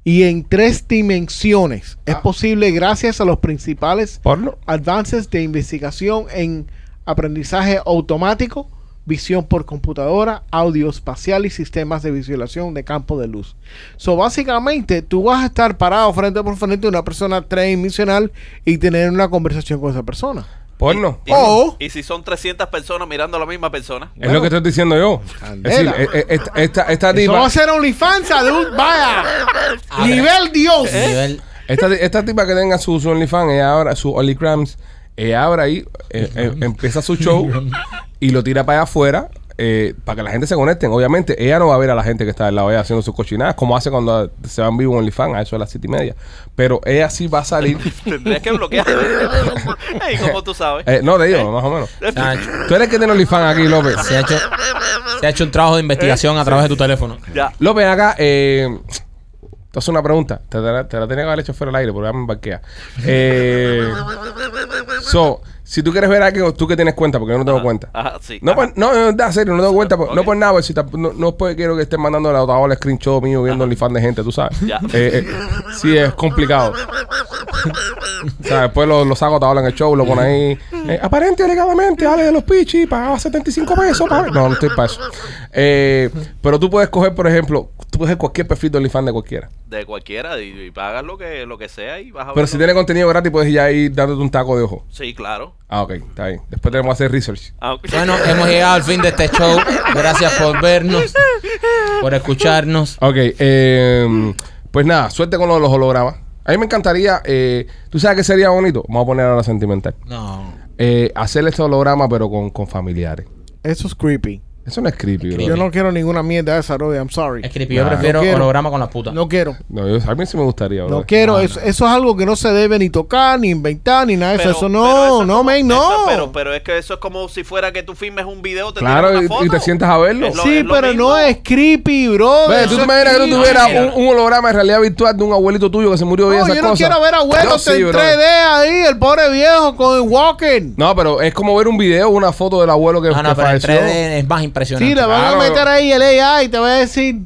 S5: y en tres dimensiones. Es posible gracias a los principales
S4: Porno.
S5: avances de investigación en aprendizaje automático, visión por computadora, audio espacial y sistemas de visualización de campo de luz. So, básicamente, tú vas a estar parado frente por frente a una persona tridimensional y tener una conversación con esa persona.
S4: Porno.
S6: Y,
S5: Oh.
S6: y si son 300 personas mirando a la misma persona.
S4: Es lo que estoy diciendo yo. Es decir,
S5: Candela.
S4: e- e- esta, esta, esta
S5: Eso va
S4: tipa.
S5: a ser OnlyFans, adult, vaya.
S2: Ah,
S5: Nivel Dios.
S2: nivel-
S4: Esta, ti- esta tipa que tenga su, su OnlyFans, ella ahora, su OnlyCrams, ella ahora ahí eh, eh, empieza su show y lo tira para allá afuera eh, para que la gente se conecten. Obviamente, ella no va a ver a la gente que está al lado de ella haciendo sus cochinadas, como hace cuando se van vivo en OnlyFans, a eso de las siete y media. Pero ella sí va a salir.
S6: Tendrías que
S5: *laughs*
S6: bloquear. Ey, como tú sabes.
S4: Eh, no, te digo, más o menos.
S2: se, ha hecho,
S4: Tú eres el que tiene OnlyFans aquí, López.
S2: se ha hecho- se ha hecho un trabajo de investigación a través de tu teléfono.
S6: Ya.
S4: López, acá, eh, te hace una pregunta. Te, la- te la tenía que haber hecho fuera del aire, pero ya me embarquea. Eh, so, si tú quieres ver a alguien, tú que tienes cuenta, porque yo no tengo cuenta.
S6: Ajá, sí. ah,
S4: No,
S6: Ajá.
S4: por, no, no, da serio, no tengo cuenta. por- No
S6: ok.
S4: por nada, pues, si tamp- no, no pues, quiero que estén mandando la otra ola screenshot mío viendo el fan de gente, tú sabes.
S6: Ya.
S4: Eh, eh, sí, es complicado. o sea, después lo, lo saco a ola en el show, lo ponen ahí. eh, aparente alegadamente, Ale de los Pichis, pagaba 75 pesos. pa- No, no estoy para eso. Eh, pero tú puedes coger, por ejemplo, tú puedes coger cualquier perfil de OnlyFans de cualquiera.
S6: De cualquiera y, y pagas lo que, lo que sea y vas a
S4: Pero
S6: ver
S4: si
S6: lo-
S4: tiene contenido gratis, puedes ya ir dándote un taco de ojo.
S6: Sí, claro.
S4: Ah, ok, está bien. Después tenemos que hacer research.
S6: Ah, *laughs*
S2: Bueno, hemos llegado al fin de este show. Gracias por vernos, por escucharnos.
S4: Ok, eh, pues nada, suerte con lo de los hologramas. A mí me encantaría, eh, tú sabes que sería bonito, vamos a poner ahora sentimental,
S2: No.
S4: eh, hacer este holograma pero con, con familiares.
S5: Eso es creepy.
S4: Eso no es creepy, bro.
S5: Yo no quiero ninguna mierda de esa, Rudy. I'm sorry.
S2: Es creepy. Yo
S4: Nah,
S2: prefiero
S5: no quiero.
S2: holograma con las putas.
S5: No quiero.
S4: No, yo- a mí sí me gustaría, bro.
S5: No quiero. eso, eso es algo que no se debe ni tocar, ni inventar, ni nada de eso. Eso
S6: pero
S5: no,
S6: es
S5: no,
S6: como-
S5: man,
S6: eso-
S5: no.
S6: pero, pero es que eso es como si fuera que tú filmes un video, te
S4: Claro,
S6: tiras una
S4: y-
S6: foto.
S4: y te sientas a verlo.
S6: Es lo-
S5: sí,
S6: es lo
S5: pero
S6: mismo.
S5: no es creepy, bro.
S4: Ve,
S5: Eso
S4: tú te
S5: es
S4: imaginas que tú
S5: creepy.
S4: tuvieras un, un holograma en realidad virtual de un abuelito tuyo que se murió
S5: No,
S4: y
S5: yo
S4: esas
S5: no
S4: cosas.
S5: quiero ver a
S4: Yo
S5: abuelos
S4: sí,
S5: en
S4: bro.
S5: 3D ahí, el pobre viejo con el walking.
S4: No, pero es como ver un video, una foto del abuelo que,
S2: Ah, no,
S4: que
S2: pero en
S4: falleció.
S2: 3D es más
S5: sí,
S2: impresionante.
S5: le van
S4: claro.
S5: a meter ahí el AI y te va a decir,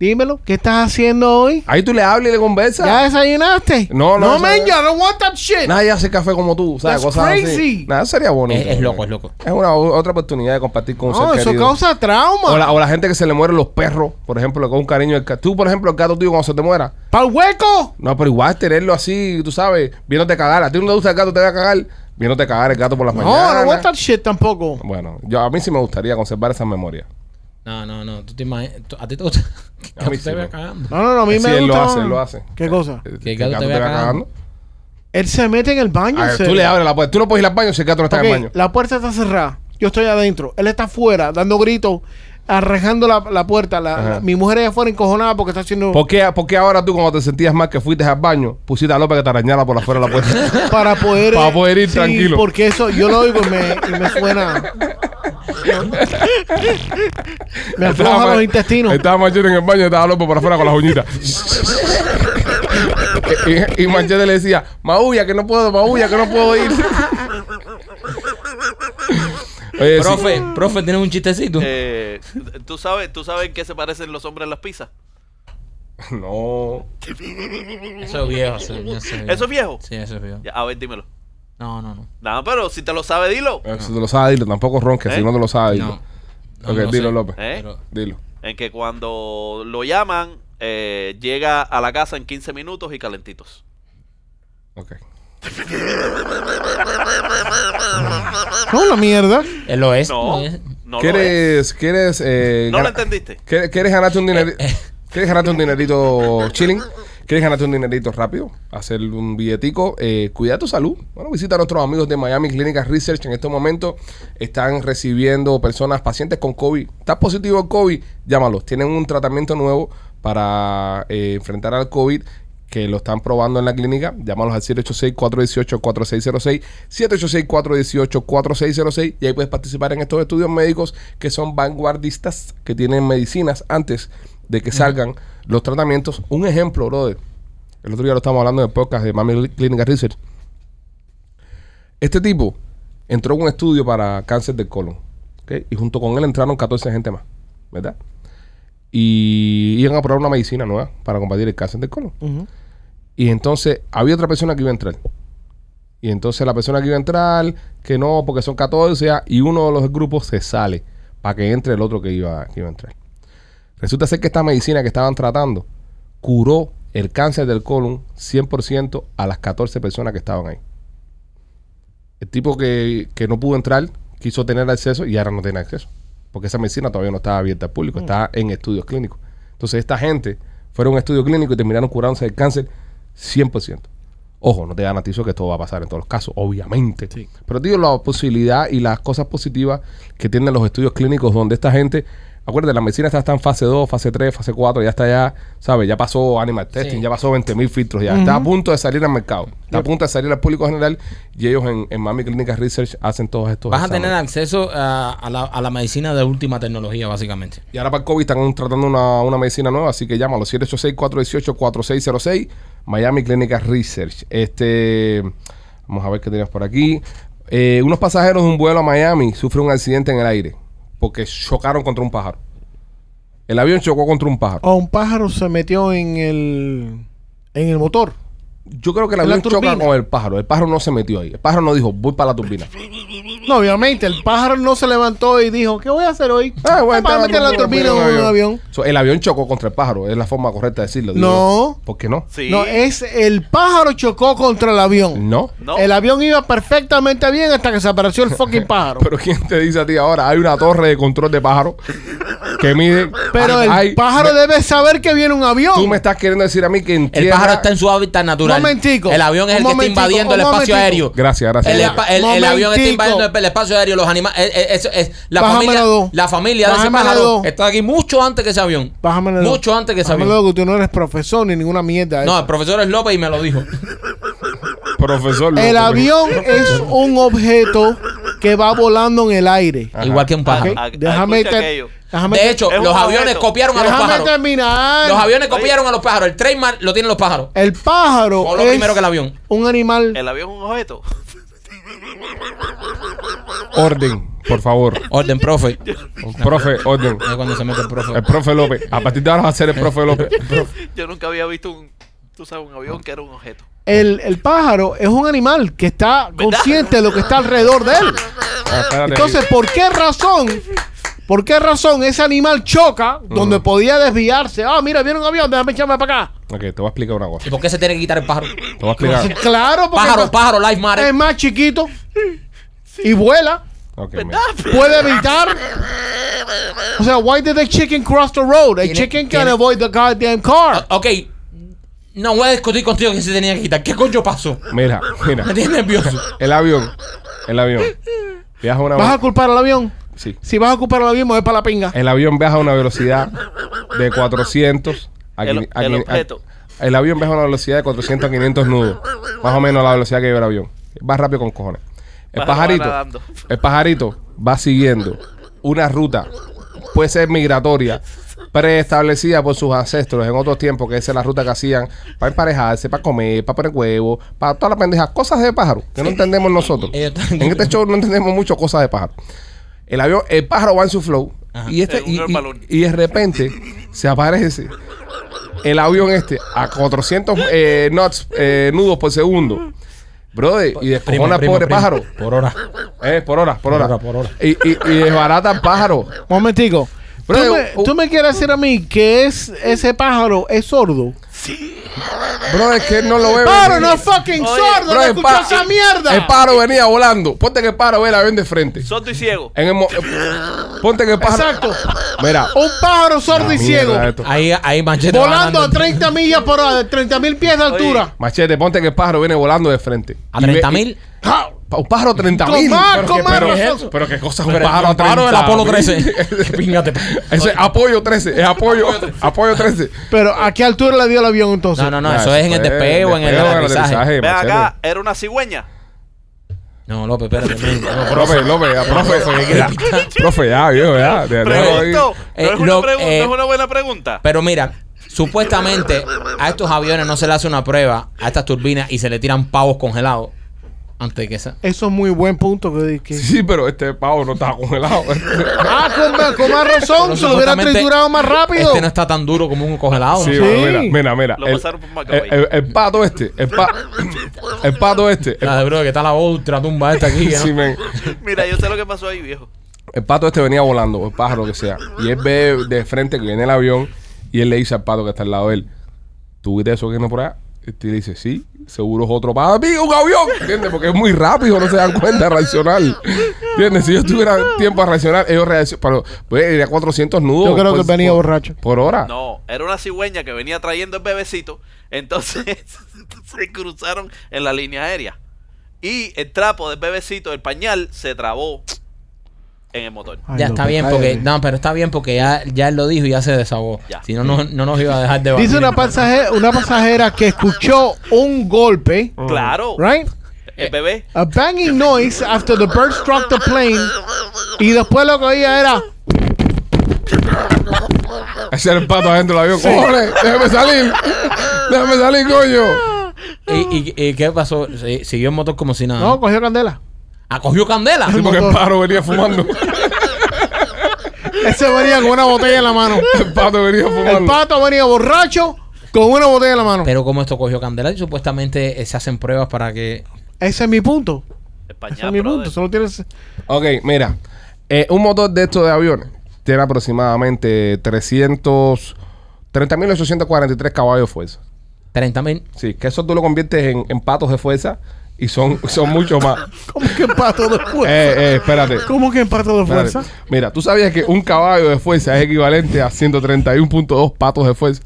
S5: dímelo, ¿qué estás haciendo hoy?
S4: Ahí tú le hablas y le conversas.
S5: ¿Ya desayunaste?
S4: No, no,
S5: No, man,
S4: esa-
S5: I don't want that shit.
S4: Nadie hace café como tú, ¿sabes?
S5: That's
S4: Cosas así.
S5: crazy.
S4: Nada, sería bonito.
S2: Es- es
S4: bro.
S2: loco, es loco.
S4: Es una otra oportunidad de compartir con un
S5: no,
S4: ser
S5: eso
S4: querido.
S5: causa trauma.
S4: O la, o la gente que se le mueren los perros, por ejemplo, con un cariño. del ca- Tú, por ejemplo, el gato tuyo cuando se te muera.
S5: ¿Para el hueco?
S4: No, pero igual tenerlo así, tú sabes, viéndote cagar. A ti no te gusta el gato, te va a cagar. Viéndote cagar el gato por las
S5: No,
S4: mañanas.
S5: no want that shit tampoco.
S4: Bueno, yo, a mí sí me gustaría conservar esas memorias.
S2: No, no, no. Tú te imaginas. tú- A ti te gusta.
S4: A mí
S2: Que
S4: sí,
S2: te vea
S4: bro.
S2: cagando.
S5: No, no, no, a mí
S4: Sí,
S5: me
S4: él lo
S5: gusta-
S4: hace, él lo hace. Eh,
S5: ¿Qué cosa?
S2: Que el gato te vea cagando.
S5: Él se mete en el baño.
S4: Ah,
S5: se-
S4: tú le abres la puerta. Tú no puedes ir al baño si el gato no está
S5: Ok,
S4: en el baño.
S5: La puerta está cerrada. Yo estoy adentro. Él está afuera, dando gritos, arrejando la, la puerta. La-
S4: Ajá.
S5: la- mi mujer allá afuera encojonada porque está haciendo.
S4: ¿Por qué, por qué ahora tú, cuando te sentías mal que fuiste al baño, pusiste a López que te arañara por afuera de la
S2: *laughs*
S4: puerta? *laughs*
S5: para poder.
S4: Para
S5: eh,
S4: poder ir
S5: sí,
S4: tranquilo.
S5: Porque eso yo lo oigo y me, y
S4: *laughs*
S5: me suena. me afloja
S4: Estaba-
S5: los intestinos.
S4: Estaba Machete en el baño y estaba López por afuera con las uñitas. y, y Machete le decía, Maulla, que no puedo, Maulla, que no puedo ir. Oye, sí.
S2: Profe,
S5: Mm.
S2: profe, ¿tienes un chistecito?
S6: Eh, ¿tú, sabes, ¿Tú sabes en qué se parecen los hombres a las pizzas?
S4: No.
S2: Eso es viejo. Eso, eso
S6: ¿Eso es viejo?
S2: Sí, eso es viejo.
S6: Ya, a ver, dímelo.
S2: No, no, no.
S6: No, pero si te lo sabes, dilo.
S4: Eso te lo sabes, dilo. Tampoco ronques,
S6: ¿Eh?
S4: si no te lo sabes, dilo.
S2: No. No,
S4: ok,
S2: no
S4: dilo,
S2: sé.
S4: López.
S6: ¿Eh?
S2: Pero-
S4: Dilo.
S6: En que cuando lo llaman, eh, llega a la casa en 15 minutos y calentitos.
S4: Ok.
S5: No, la mierda.
S2: Él lo es.
S6: No,
S2: lo es.
S6: no lo es.
S4: ¿Quieres, quieres, eh,
S6: ¿No lo
S4: gana-
S6: entendiste?
S4: ¿Quieres, quieres ganarte un dinerito? ¿Quieres ganarte un dinerito chilling? ¿Quieres ganarte un dinerito rápido? Hacer un billetico. Eh, cuida tu salud. Bueno, visita a nuestros amigos de Miami Clinic Research. En estos momentos están recibiendo personas, pacientes con COVID. ¿Estás positivo al COVID? Llámalos. Tienen un tratamiento nuevo para eh, enfrentar al COVID que lo están probando en la clínica, llámalos al 786-418-4606, 786-418-4606 y ahí puedes participar en estos estudios médicos que son vanguardistas, que tienen medicinas antes de que salgan los tratamientos. Un ejemplo, brother, el otro día lo estábamos hablando en el podcast de Mami Clinical Research. Este tipo entró en un estudio para cáncer del colon, ¿ok? y junto con él entraron 14 gente más, ¿verdad? Y iban a probar una medicina nueva para combatir el cáncer del colon.
S5: Ujú.
S4: Y entonces había otra persona que iba a entrar. Y entonces la persona que iba a entrar, que no, porque son 14, ah, y uno de los grupos se sale para que entre el otro que iba, que iba a entrar. Resulta ser que esta medicina que estaban tratando curó el cáncer del colon 100% a las 14 personas que estaban ahí. El tipo que, que no pudo entrar quiso tener acceso y ahora no tiene acceso. Porque esa medicina todavía no estaba abierta al público, estaba en estudios clínicos. Entonces, esta gente fueron a un estudio clínico y terminaron curándose del cáncer 100%. Ojo, no te garantizo que esto va a pasar en todos los casos, obviamente.
S5: Sí.
S4: Pero digo la posibilidad y las cosas positivas que tienen los estudios clínicos donde esta gente, acuérdate, la medicina está, está en fase 2, fase 3, fase 4, ya está ya, ¿sabes? Ya pasó animal testing,
S2: Sí.
S4: ya pasó 20.000 filtros, ya está a punto de salir al mercado, está a punto de salir al público general y ellos en, en Miami Clinical Research hacen todos estos
S2: Vas a
S4: exámenes.
S2: tener acceso a, a la, a la medicina de última tecnología, básicamente.
S4: Y ahora para el COVID están tratando una, una medicina nueva, así que llámalo 786-418-4606, Miami Clinical Research. Este, vamos a ver qué tenemos por aquí. Eh, unos pasajeros de un vuelo a Miami sufren un accidente en el aire porque chocaron contra un pájaro. El avión chocó contra un pájaro.
S5: O un pájaro se metió en el, en el motor.
S4: Yo creo que el
S5: En la
S4: avión choca
S5: turbina.
S4: con el pájaro. El pájaro no se metió ahí. El pájaro no dijo, voy para la
S5: *laughs*
S4: turbina.
S5: No, obviamente, el pájaro no se levantó y dijo, ¿qué voy a hacer hoy?
S4: Ah, voy a
S5: Ah,
S4: entrar
S5: para meter la turbina en un avión.
S4: So, el avión chocó contra el pájaro. Es la forma correcta de decirlo. digo
S5: No.
S4: yo. ¿Por qué no?
S6: Sí.
S5: No, es el pájaro chocó contra el avión.
S4: No.
S6: No.
S5: El avión iba perfectamente bien hasta que se
S4: *laughs*
S5: apareció el fucking pájaro.
S4: Pero ¿quién te dice a ti ahora? Hay una torre de control de pájaros que mide. Ah,
S5: Pero el
S4: Ay,
S5: pájaro
S4: me-
S5: debe saber que viene un avión.
S4: Tú me estás queriendo decir a mí que en
S2: El
S4: tierra-
S2: pájaro está en su hábitat natural.
S5: Momentico.
S2: El avión es el
S5: Un
S2: que está
S5: momentico,
S2: invadiendo el
S5: un
S2: espacio
S5: momentico.
S2: aéreas aéreo.
S4: Gracias, gracias.
S2: El, espa- el- el
S5: Momentico.
S2: avión está invadiendo el, el espacio aéreo, los animales. Es, es- es- la,
S5: Bájamela
S2: familia,
S5: dos.
S2: la familia de ese
S5: Bájamela
S2: pájaro
S5: dos.
S2: está aquí mucho antes que ese avión.
S5: Bájamelo.
S2: mucho antes que ese avión.
S5: Bájamelo, que tú no eres profesor ni ninguna mierda.
S2: No, el
S5: esa.
S2: profesor es López y me lo dijo.
S4: Profesor. López.
S5: el avión es un objeto que va volando en el aire.
S2: Igual que un pájaro.
S4: Ah,
S5: Ok,
S6: a-
S5: déjame
S6: escucha
S5: ter-
S6: aquello.
S5: déjame
S2: De
S5: ter-
S2: hecho,
S6: Es un
S2: los aviones
S6: objeto.
S2: copiaron a los
S5: déjame
S2: pájaros.
S5: terminar.
S2: Los aviones copiaron a los pájaros. El trademark lo tienen los pájaros.
S5: El pájaro
S2: Voló
S5: es
S2: primero que el avión.
S5: un animal.
S6: El avión es un objeto. *laughs*
S4: Orden, por favor.
S2: Orden,
S5: *laughs*
S2: profe.
S4: Profe, orden.
S2: Es cuando se mete el profe.
S4: El profe López. A partir de ahora va a ser el profe
S5: *laughs*
S4: López.
S6: Yo nunca había visto un, tú sabes, un avión que era un objeto.
S5: El, el pájaro es un animal que está consciente de lo que está alrededor de él.
S4: Ah, espérate.
S5: Entonces, ¿por qué razón? ¿Por qué razón ese animal choca donde podía desviarse? Ah, mira, viene un avión, déjame echarme para acá.
S4: Ok, te voy a explicar una cosa.
S2: ¿Y por qué se tiene que quitar el pájaro?
S4: Te voy a explicar.
S5: Claro, porque
S2: Pájaro,
S5: es,
S2: pájaro, life
S5: más, es
S2: matter.
S5: más chiquito y vuela,
S4: Ok, mira.
S6: ¿Verdad?
S5: puede evitar. O sea, why did the chicken cross the road? A
S2: Tiene-
S5: chicken can
S2: tiene-
S5: avoid the goddamn car.
S2: Ok. No voy a discutir contigo que se tenía que quitar. ¿Qué coño pasó?
S4: Mira, mira.
S2: Me tienes nervioso.
S4: El avión. El avión. Viaja a una
S5: ¿Vas a culpar al avión?
S4: Sí.
S5: Si vas a culpar al avión, me voy para la pinga.
S4: El avión viaja a una velocidad de 400 a
S6: El-
S4: quin- a
S6: el
S4: quin- a-
S6: objeto.
S4: el avión viaja a una velocidad de 400 a 500 nudos. Más o menos la velocidad que lleva el avión. Va rápido con cojones. El
S6: Va- va
S4: pajarito,
S6: nadando.
S4: el pajarito va siguiendo una ruta, puede ser migratoria, preestablecida por sus ancestros en otros tiempos, que esa es la ruta que hacían para emparejarse, para comer, para poner huevos, para todas las pendejas, cosas de pájaro, que no entendemos nosotros.
S2: Ellos están-
S4: En este show no entendemos mucho cosas de pájaro. El avión, el pájaro va en su flow. Y, este,
S6: Según
S4: y,
S6: el
S4: y-
S6: balón.
S4: y de repente se aparece el avión este a 400 eh, knots, eh, nudos por segundo. Brother, y
S2: Primo,
S4: descojona al
S2: primo,
S4: pobre
S2: primo.
S4: pájaro.
S2: Por hora.
S4: Eh, por hora, por hora.
S2: hora, por hora.
S4: Y, y, y desbarata al pájaro.
S5: Momentico.
S4: Pero,
S5: ¿Tú, me,
S4: uh,
S5: tú me quieres decir a mí que es, ese pájaro es sordo?
S4: Brother, que él no lo ve.
S5: ¡Pájaro
S4: venir.
S5: no es fucking
S6: Oye,
S5: sordo! ¡No
S4: Brother, el
S5: escuchó
S4: pá-
S5: esa mierda!
S4: El pájaro venía volando. Ponte que el pájaro ve el avión de frente.
S6: Sordo y ciego.
S4: En el mo- Ponte que el pájaro.
S5: Exacto.
S4: Mira.
S5: Un pájaro sordo y
S4: Mierda,
S5: ciego.
S4: esto.
S2: Ahí, ahí Machete va
S5: Volando a
S2: ganando.
S5: 30 millas por hora, de 30 mil pies de altura.
S4: Machete, ponte que el pájaro viene volando de frente.
S2: ¿A
S4: Y ve-
S2: 30.000?
S4: Ja, pa- Un pájaro 30 mil.
S5: Con más,
S4: pero,
S5: con
S4: que-
S5: más
S4: pero-
S5: razón.
S4: pero qué cosa es un
S2: Pero
S4: pájaro a
S2: el pájaro del
S4: 30.000. *laughs*
S2: Apolo 13. *laughs* Píngate.
S4: Ese es apoyo 13. Es apoyo. apoyo 13.
S5: Pero ¿a qué altura le dio el avión entonces?
S2: No, no, no. Eso es en el
S4: fue
S2: despegue o en el
S4: despegue o
S5: Eh,
S2: aterrizaje.
S6: Ven
S4: Machete.
S6: acá, era una cigüeña.
S2: No, López, espérate. no, no.
S4: Profe, López,
S6: *laughs*
S4: ya, profe, ya, profe, ya, viejo, ya. de- déjalo ahí.
S6: Pregunto.
S2: Eh,
S6: no, es una
S2: lo-
S6: pregunta,
S2: eh,
S6: no es una buena pregunta.
S2: Pero mira, supuestamente a estos aviones no se le hace una prueba a estas turbinas y se le tiran pavos congelados antes de que esa.
S5: Eso es muy buen punto. Que, que-
S4: Sí, sí, pero este pavo no estaba congelado. *laughs*
S5: Ah, con, más- con más razón,
S2: Pero
S5: se lo hubiera
S2: supuestamente
S5: triturado más rápido.
S2: Este no está tan duro como un congelado.
S4: Sí,
S2: ¿no?
S4: bueno, mira, mira, mira.
S6: Lo
S4: el,
S6: pasaron por Macabey.
S4: el, el- el pato este, el, pa- el pato este. el-
S2: La de bro, que está la otra tumba esta aquí. que
S4: *laughs*
S2: no-
S4: sí, men.
S6: *laughs* Mira, yo sé lo que pasó ahí, viejo.
S4: El pato este venía volando, o el pájaro lo que sea. Y él ve de frente que viene el avión y él le dice al pato que está al lado de él, ¿tú viste eso que viene por allá? Y te dice, sí, seguro es otro papi, un avión. ¿Entiendes? Porque es muy rápido, no se dan cuenta, racional. ¿Entiendes? Si yo tuviera tiempo a racionar, ellos reaccionan. Pues era 400 nudos.
S5: Yo creo que
S4: pues,
S5: venía
S4: por-
S5: borracho.
S4: Por hora.
S6: No, era una cigüeña que venía trayendo el bebecito. Entonces *laughs* se cruzaron en la línea aérea. Y el trapo del bebecito, el pañal, se trabó en el motor.
S5: Ay,
S2: ya
S5: no,
S2: está
S5: pues,
S2: bien
S5: ay,
S2: porque
S5: ay.
S2: no, pero está bien porque ya, ya él lo dijo y ya se desahogó.
S6: Ya.
S2: Si no, no, no nos iba a dejar de
S5: Dice
S2: batir.
S5: una pasajera, una pasajera que escuchó un golpe,
S6: Claro,
S5: right?
S6: el bebé.
S5: A banging noise after the bird struck the plane. Y después lo que oía era.
S2: Ah.
S4: Hacer el pato adentro del avión. ¡Cojones! ¡Déjame salir! ¡Déjame salir, coño!
S2: ¿Y, y, y qué pasó? Se- Siguió el motor como si nada.
S5: No, cogió candela.
S2: Ah, cogió candela.
S4: Sí, porque el pájaro venía fumando.
S5: Ese venía con una botella en la mano.
S4: El pato venía
S5: El
S4: fumando.
S5: pato venía borracho con una botella en la mano.
S2: Pero como esto cogió candela y supuestamente eh, se hacen pruebas para que...
S5: Ese es mi punto.
S6: El
S5: Ese
S6: pañal,
S5: es mi
S6: brother.
S5: punto. Solo tienes.
S4: Ok, mira. eh, un motor de estos de aviones tiene aproximadamente 300... 30.843 caballos de fuerza.
S2: 30 mil.
S4: Sí, que eso tú lo conviertes en, en patos de fuerza y son, *laughs* son mucho más.
S5: ¿Cómo que pato
S2: *laughs*
S5: de fuerza?
S4: Eh, eh, espérate.
S5: ¿Cómo que pato de
S4: Espérate.
S5: fuerza?
S4: Mira, tú sabías que un caballo de fuerza es equivalente a 131.2 patos de fuerza.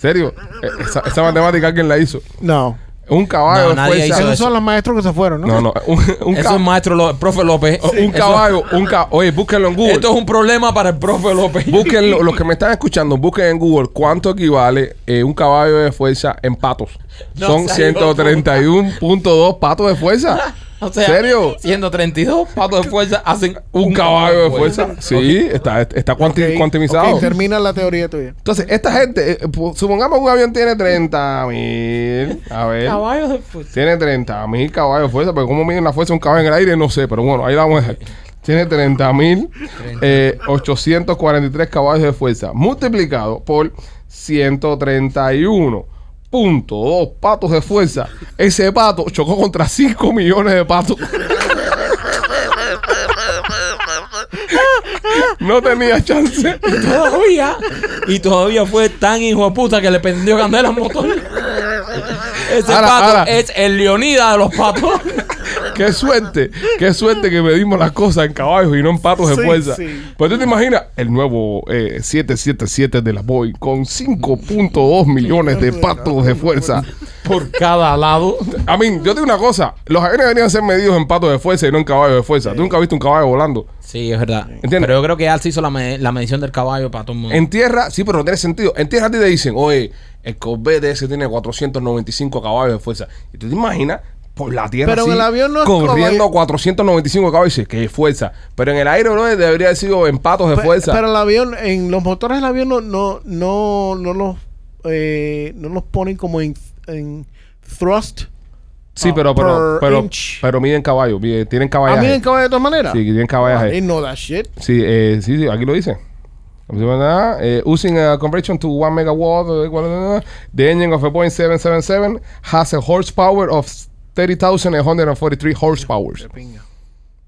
S4: ¿Serio? Eh, Esa, esa matemática alguien la hizo.
S5: No.
S4: Un caballo
S2: No,
S4: de
S2: nadie
S4: fuerza.
S2: hizo
S5: Esos
S2: eso.
S5: son los maestros que se fueron, ¿no?
S4: No, no. Un, un
S2: Eso
S4: ca-
S2: es maestro, Ló- el profe López.
S4: o- un
S2: Eso-
S4: caballo, un ca- Oye, búsquenlo en Google.
S2: Esto es un problema para el profe López.
S4: Busquen lo- los que me están escuchando, busquen en Google cuánto equivale eh, un caballo de fuerza en patos.
S2: No,
S4: Son
S2: salió
S4: 131.2 patos de fuerza.
S2: *laughs* O sea,
S4: ¿Serio?
S2: 132 patos de fuerza hacen
S4: Un caballo de fuerza. Sí, está, está cuanti-
S5: Ok,
S4: cuantimizado.
S5: ok, termina la teoría tuya.
S4: Entonces, esta gente, eh, pu- supongamos que un avión tiene 30 mil. A ver.
S2: Caballos de fuerza.
S4: Tiene 30 mil caballos de fuerza, pero cómo miden la fuerza de un caballo en el aire, no sé, pero bueno, ahí la vamos a dejar. Tiene 30 mil eh, 843 caballos de fuerza, multiplicado por 131.2 patos de fuerza. Ese pato chocó contra 5 millones de patos. *laughs* No tenía chance.
S2: *laughs* Todavía. Y todavía fue tan hijo de puta que le prendió candela al
S4: *laughs*
S2: motor. Ese
S4: Ahora,
S2: pato
S4: ahora.
S2: es el leonida de los
S4: *laughs*
S2: patos.
S4: Qué suerte, qué suerte que medimos las cosas en caballos y no en patos de
S5: Sí,
S4: fuerza.
S5: sí.
S4: Pues tú te imaginas el nuevo eh, 777 de la Boeing con 5.2 millones de patos de fuerza.
S2: Por cada lado.
S4: A mí, yo te digo una cosa, los aviones deberían ser medidos en patos de fuerza y no en caballos de fuerza. Tú nunca has visto un caballo volando.
S2: Sí, es verdad.
S4: Entiendo.
S2: Pero yo creo que Alce hizo la, me- la medición del caballo para todo el mundo.
S4: En tierra, sí, pero no tiene sentido. En tierra a ti te dicen, oye, el Corvette ese tiene 495 caballos de fuerza. Y tú te imaginas, por la tierra
S5: Pero en
S4: así,
S5: el avión no es
S4: corriendo
S5: caballo.
S4: a 495 caballos. Y dices, qué fuerza. Pero en el aire, bro, debería haber sido en patos de
S5: Pe-
S4: fuerza.
S5: Pero el avión, en los motores del avión no, no, no, no los eh, no los ponen como en, en thrust.
S4: sí, pero, pero,
S5: per
S4: pero,
S5: inch. Ah,
S4: pero miden caballos. miden- tienen
S5: A
S4: caballaje.
S5: mí en caballo de todas maneras.
S4: Sí, tienen
S5: I
S4: caballaje.
S5: didn't know that shit.
S4: Sí, eh, sí, sí, aquí lo dice. Eh, using a conversion to 1 megawatt, eh, blah, blah, blah, the engine of a Boeing 777 has a horsepower of 30,143 horsepower.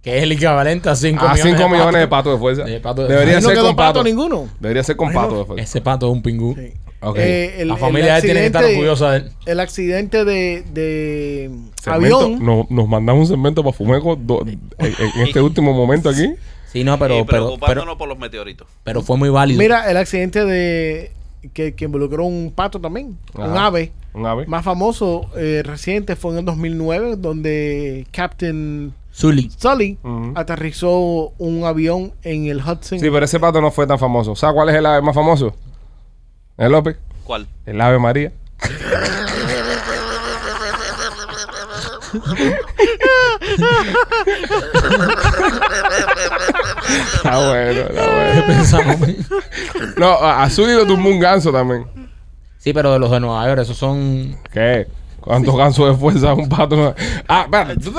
S2: que es el equivalente a 5
S4: A 5 Ah, millones de
S2: patos.
S4: patos de fuerza.
S2: De pato de-
S4: Debería
S5: Ahí no
S4: ser
S5: quedó
S4: con
S5: pato
S4: pato.
S5: ninguno.
S4: Debería ser con pato de fuerza.
S2: Ese pato es un pingú.
S5: Sí.
S4: Ok.
S5: Eh, el-
S2: la
S5: el
S2: familia de él tiene que estar
S5: accidente-
S2: orgullosa de él.
S5: El accidente de, de
S4: Segmento.
S5: avión.
S4: No- nos mandamos un segmento para Fumeco do- en, en *laughs* este último momento aquí.
S2: Sí, no,
S6: y
S2: pero, pero,
S6: preocupándonos
S2: pero,
S6: por los meteoritos.
S2: pero fue muy válido.
S5: Mira, el accidente de que, que involucró un pato también, un
S4: Ajá.
S5: ave.
S4: Un ave.
S5: Más famoso eh, reciente fue en el 2009, donde Captain *laughs*
S2: Zully.
S5: Sully
S4: Ujú.
S5: aterrizó un avión en el Hudson.
S4: Sí, pero ese pato no fue tan famoso. ¿Sabes cuál es el ave más famoso? El López.
S5: *laughs*
S6: ¿Cuál?
S4: El ave María. *laughs* está Ah, bueno, está bueno.
S2: Pensamos.
S4: No, a a Zully lo tumbó un ganso también.
S2: sí, pero de los de Nueva York, esos son.
S4: ¿Qué? ¿Cuántos gansos de fuerza un pato? no- Ah, espérate. ¿Tú,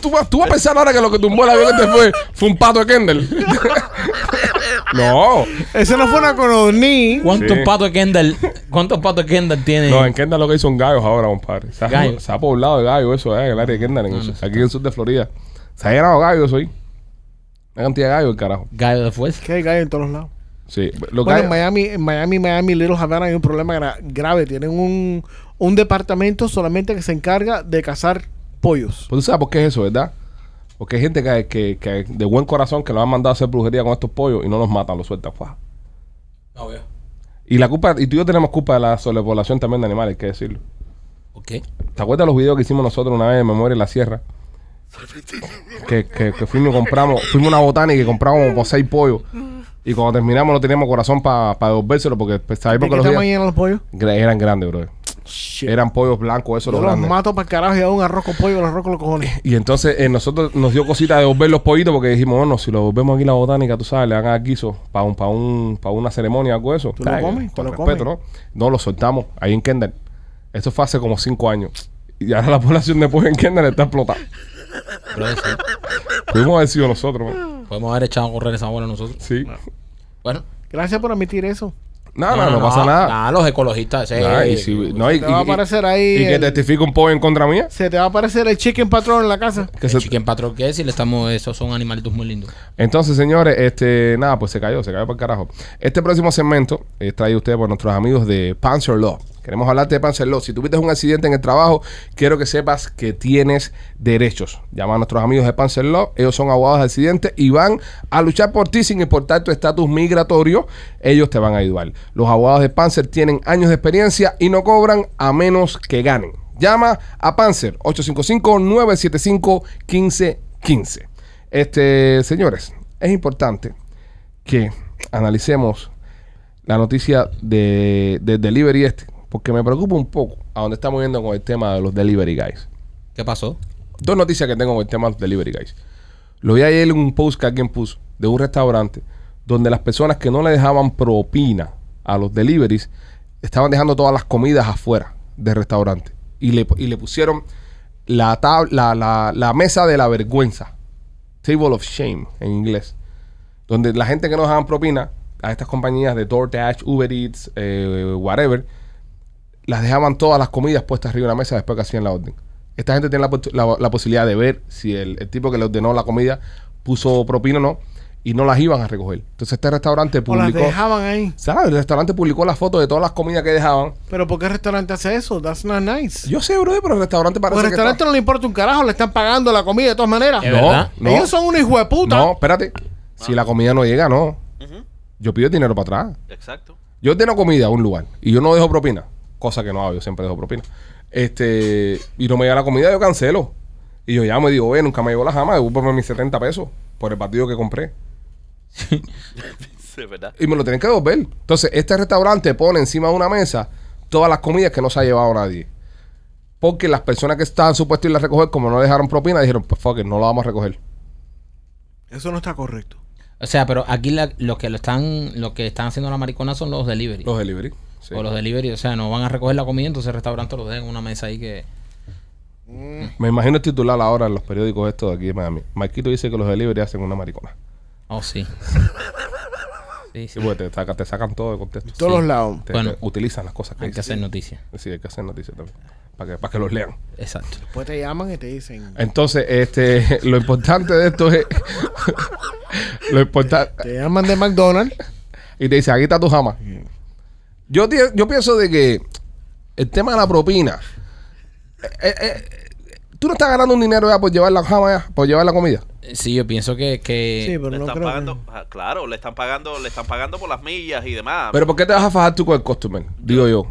S4: tú vas- tú vas a pensar ahora que lo que tumbó el avión este fue, fue un pato de Kendall. *laughs* no.
S5: Ese no fue una codorniz.
S2: ¿Cuántos
S4: Sí.
S2: patos Kendall? ¿Cuántos patos Kendall tiene?
S4: No, en Kendall lo que son gallos ahora, compadre. Se ha,
S2: Gallos.
S4: se ha poblado de gallos eso, eh, en el área de Kendall, en el sur- aquí en el sur de Florida. Se ha llenado de gallos eso ahí. Una cantidad de gallos, el carajo.
S2: Gallo de fuerza.
S5: Que hay gallo en todos lados.
S4: Sí. Lo que
S5: Bueno,
S4: hay-
S5: en Miami, en Miami, Miami, Little Havana hay un problema gra- grave. Tienen un, un departamento solamente que se encarga de cazar pollos.
S4: Pues tú sabes por qué es eso, ¿verdad? Porque hay gente que, que- que de buen corazón que lo han mandado a hacer brujería con estos pollos y no los matan, los sueltan. ¡fua!
S2: Obvio.
S4: Y la culpa, y tú y yo tenemos culpa de la sobrepoblación también de animales, hay que decirlo.
S2: ¿Por
S4: ¿Te acuerdas los videos que hicimos nosotros una vez en Memoria en la Sierra? Que, que, que fuimos y compramos, fuimos a una botánica y compramos como seis pollos. Y cuando terminamos no teníamos corazón para devolvérselo porque pues, sabéis
S5: ¿De
S4: por
S5: qué
S4: qué los
S5: tamaño
S4: días-
S5: eran los pollos?
S4: Gra- eran grandes, bro. Eran pollos blancos, esos
S5: Yo
S4: los
S5: los
S4: grandes.
S5: mato para carajo y hago un arroz con pollo, los arroz con los cojones.
S4: Y entonces eh, nosotros nos dio cosita de volver los pollitos porque dijimos, bueno, si los volvemos aquí a la botánica, tú sabes, le van a dar guiso para un, para un, para una ceremonia o algo de eso.
S5: ¿Tú lo
S4: Ay,
S5: comes? ¿Te
S4: Con
S5: lo
S4: respeto,
S5: comes?
S4: ¿no? No, los soltamos ahí en Kendall. Esto fue hace como cinco años. Y ahora la *laughs* población de pollo en Kendall está explotada. Pudimos haber sido nosotros, man.
S2: Podemos haber echado a correr esa bola nosotros.
S4: Sí.
S2: Bueno.
S5: Gracias por admitir eso.
S4: Nada, Ah, no, no, pasa nada.
S2: los ecologistas. ese-
S4: Nada, y si- no, y-
S5: eh, Te va a
S4: y-
S5: aparecer ahí
S4: y que
S5: el-
S4: testifica un pollo en contra mía.
S5: Se te va a aparecer el chicken patrón en la casa.
S4: Que
S2: el
S4: se-
S2: chicken patrón que es y le estamos, esos son animalitos muy lindos.
S4: Entonces, señores, este, nada, pues se cayó, se cayó para el carajo. Este próximo segmento es traído a ustedes por nuestros amigos de Panzer Law. Queremos hablarte de Panzer Law. Si tuviste un accidente en el trabajo, quiero que sepas que tienes derechos. Llama a nuestros amigos de Panzer Law. Ellos son abogados de accidentes y van a luchar por ti sin importar tu estatus migratorio. Ellos te van a ayudar. Los abogados de Panzer tienen años de experiencia y no cobran a menos que ganen. Llama a Panzer 855-975-1515. Este, señores, es importante que analicemos la noticia de, de delivery este, porque me preocupa un poco a donde estamos yendo con el tema de los delivery guys.
S2: ¿Qué pasó?
S4: Dos noticias que tengo con el tema de los delivery guys. Lo vi ayer en un post que alguien puso de un restaurante donde las personas que no le dejaban propina a los deliveries estaban dejando todas las comidas afuera del restaurante y le, y le pusieron la, tab- la, la, la mesa de la vergüenza, table of shame en inglés, donde la gente que no dejaban propina a estas compañías de DoorDash, Uber Eats, eh, whatever, las dejaban todas las comidas puestas arriba de una mesa después que hacían la orden. Esta gente tiene la, pos- la- la posibilidad de ver si el, el tipo que le ordenó la comida puso propina o no y no las iban a recoger. Entonces este restaurante
S5: O las
S4: publicó...
S5: dejaban ahí.
S4: ¿Sabes? El restaurante publicó las fotos de todas las comidas que dejaban.
S5: Pero ¿por qué el restaurante hace eso? That's not nice.
S4: Yo sé, bro, pero el restaurante
S5: Al
S4: parece que
S5: Pues restaurante
S4: está-
S5: no le importa un carajo, le están pagando la comida de todas maneras.
S2: Es verdad.
S4: No,
S5: Ellos son unos hijos de puta.
S4: No, espérate. Si la comida no llega, no. Yo pido el dinero para atrás.
S6: Exacto.
S4: Yo tengo comida a un lugar y yo no dejo propina, cosa que no hago, yo siempre dejo propina. Este, y no me llega la comida, yo cancelo. Y yo llamo y digo, oye, nunca me llegó la jama, devuélveme mis 70 pesos por el partido que compré.
S6: Sí, ¿verdad?
S4: Y me lo tienen que devolver. Entonces, este restaurante pone encima de una mesa todas las comidas que no se ha llevado nadie. Porque las personas que estaban supuestas a ir a recoger, como no dejaron propina, dijeron, pues fuck it, no la vamos a recoger.
S5: Eso no está correcto.
S2: O sea, pero aquí la- los que lo están, los que están haciendo la maricona son los delivery.
S4: Los delivery. sí.
S2: O los delivery, o sea, no van a recoger la comida, entonces el restaurante los deja en una mesa ahí que.
S4: Me imagino el titular ahora en los periódicos estos de aquí de Miami. Marquito dice que los delivery hacen una maricona. *laughs*
S2: Oh, sí. Sí, sí.
S4: Sí, porque te, saca- te sacan todo de contexto.
S5: Todos los lados.
S4: Te-
S2: Bueno.
S4: te utilizan las cosas que
S2: Hay que hacer
S4: dicen.
S2: noticias.
S4: Sí, hay que hacer noticias también. Para que, para que los lean.
S2: Exacto.
S5: Después Pues te llaman y te dicen.
S4: Entonces, este, *laughs* lo importante de esto es. *laughs* lo importante.
S5: Te llaman de McDonald's.
S4: y te dice, aquí está tu jama. Yo, ti- yo pienso de que el tema de la propina, eh, eh, eh, tú no estás ganando un dinero ya por llevar la jama, ya, por llevar la comida.
S2: Eh, Sí, yo pienso que. que
S5: Sí, pero
S6: le
S5: no
S6: están
S5: creo.
S6: pagando,
S5: que-
S6: ah, claro, le están pagando, le están pagando por las millas y demás.
S4: Pero ¿por qué te vas a fajar tú con el customer? Digo yo.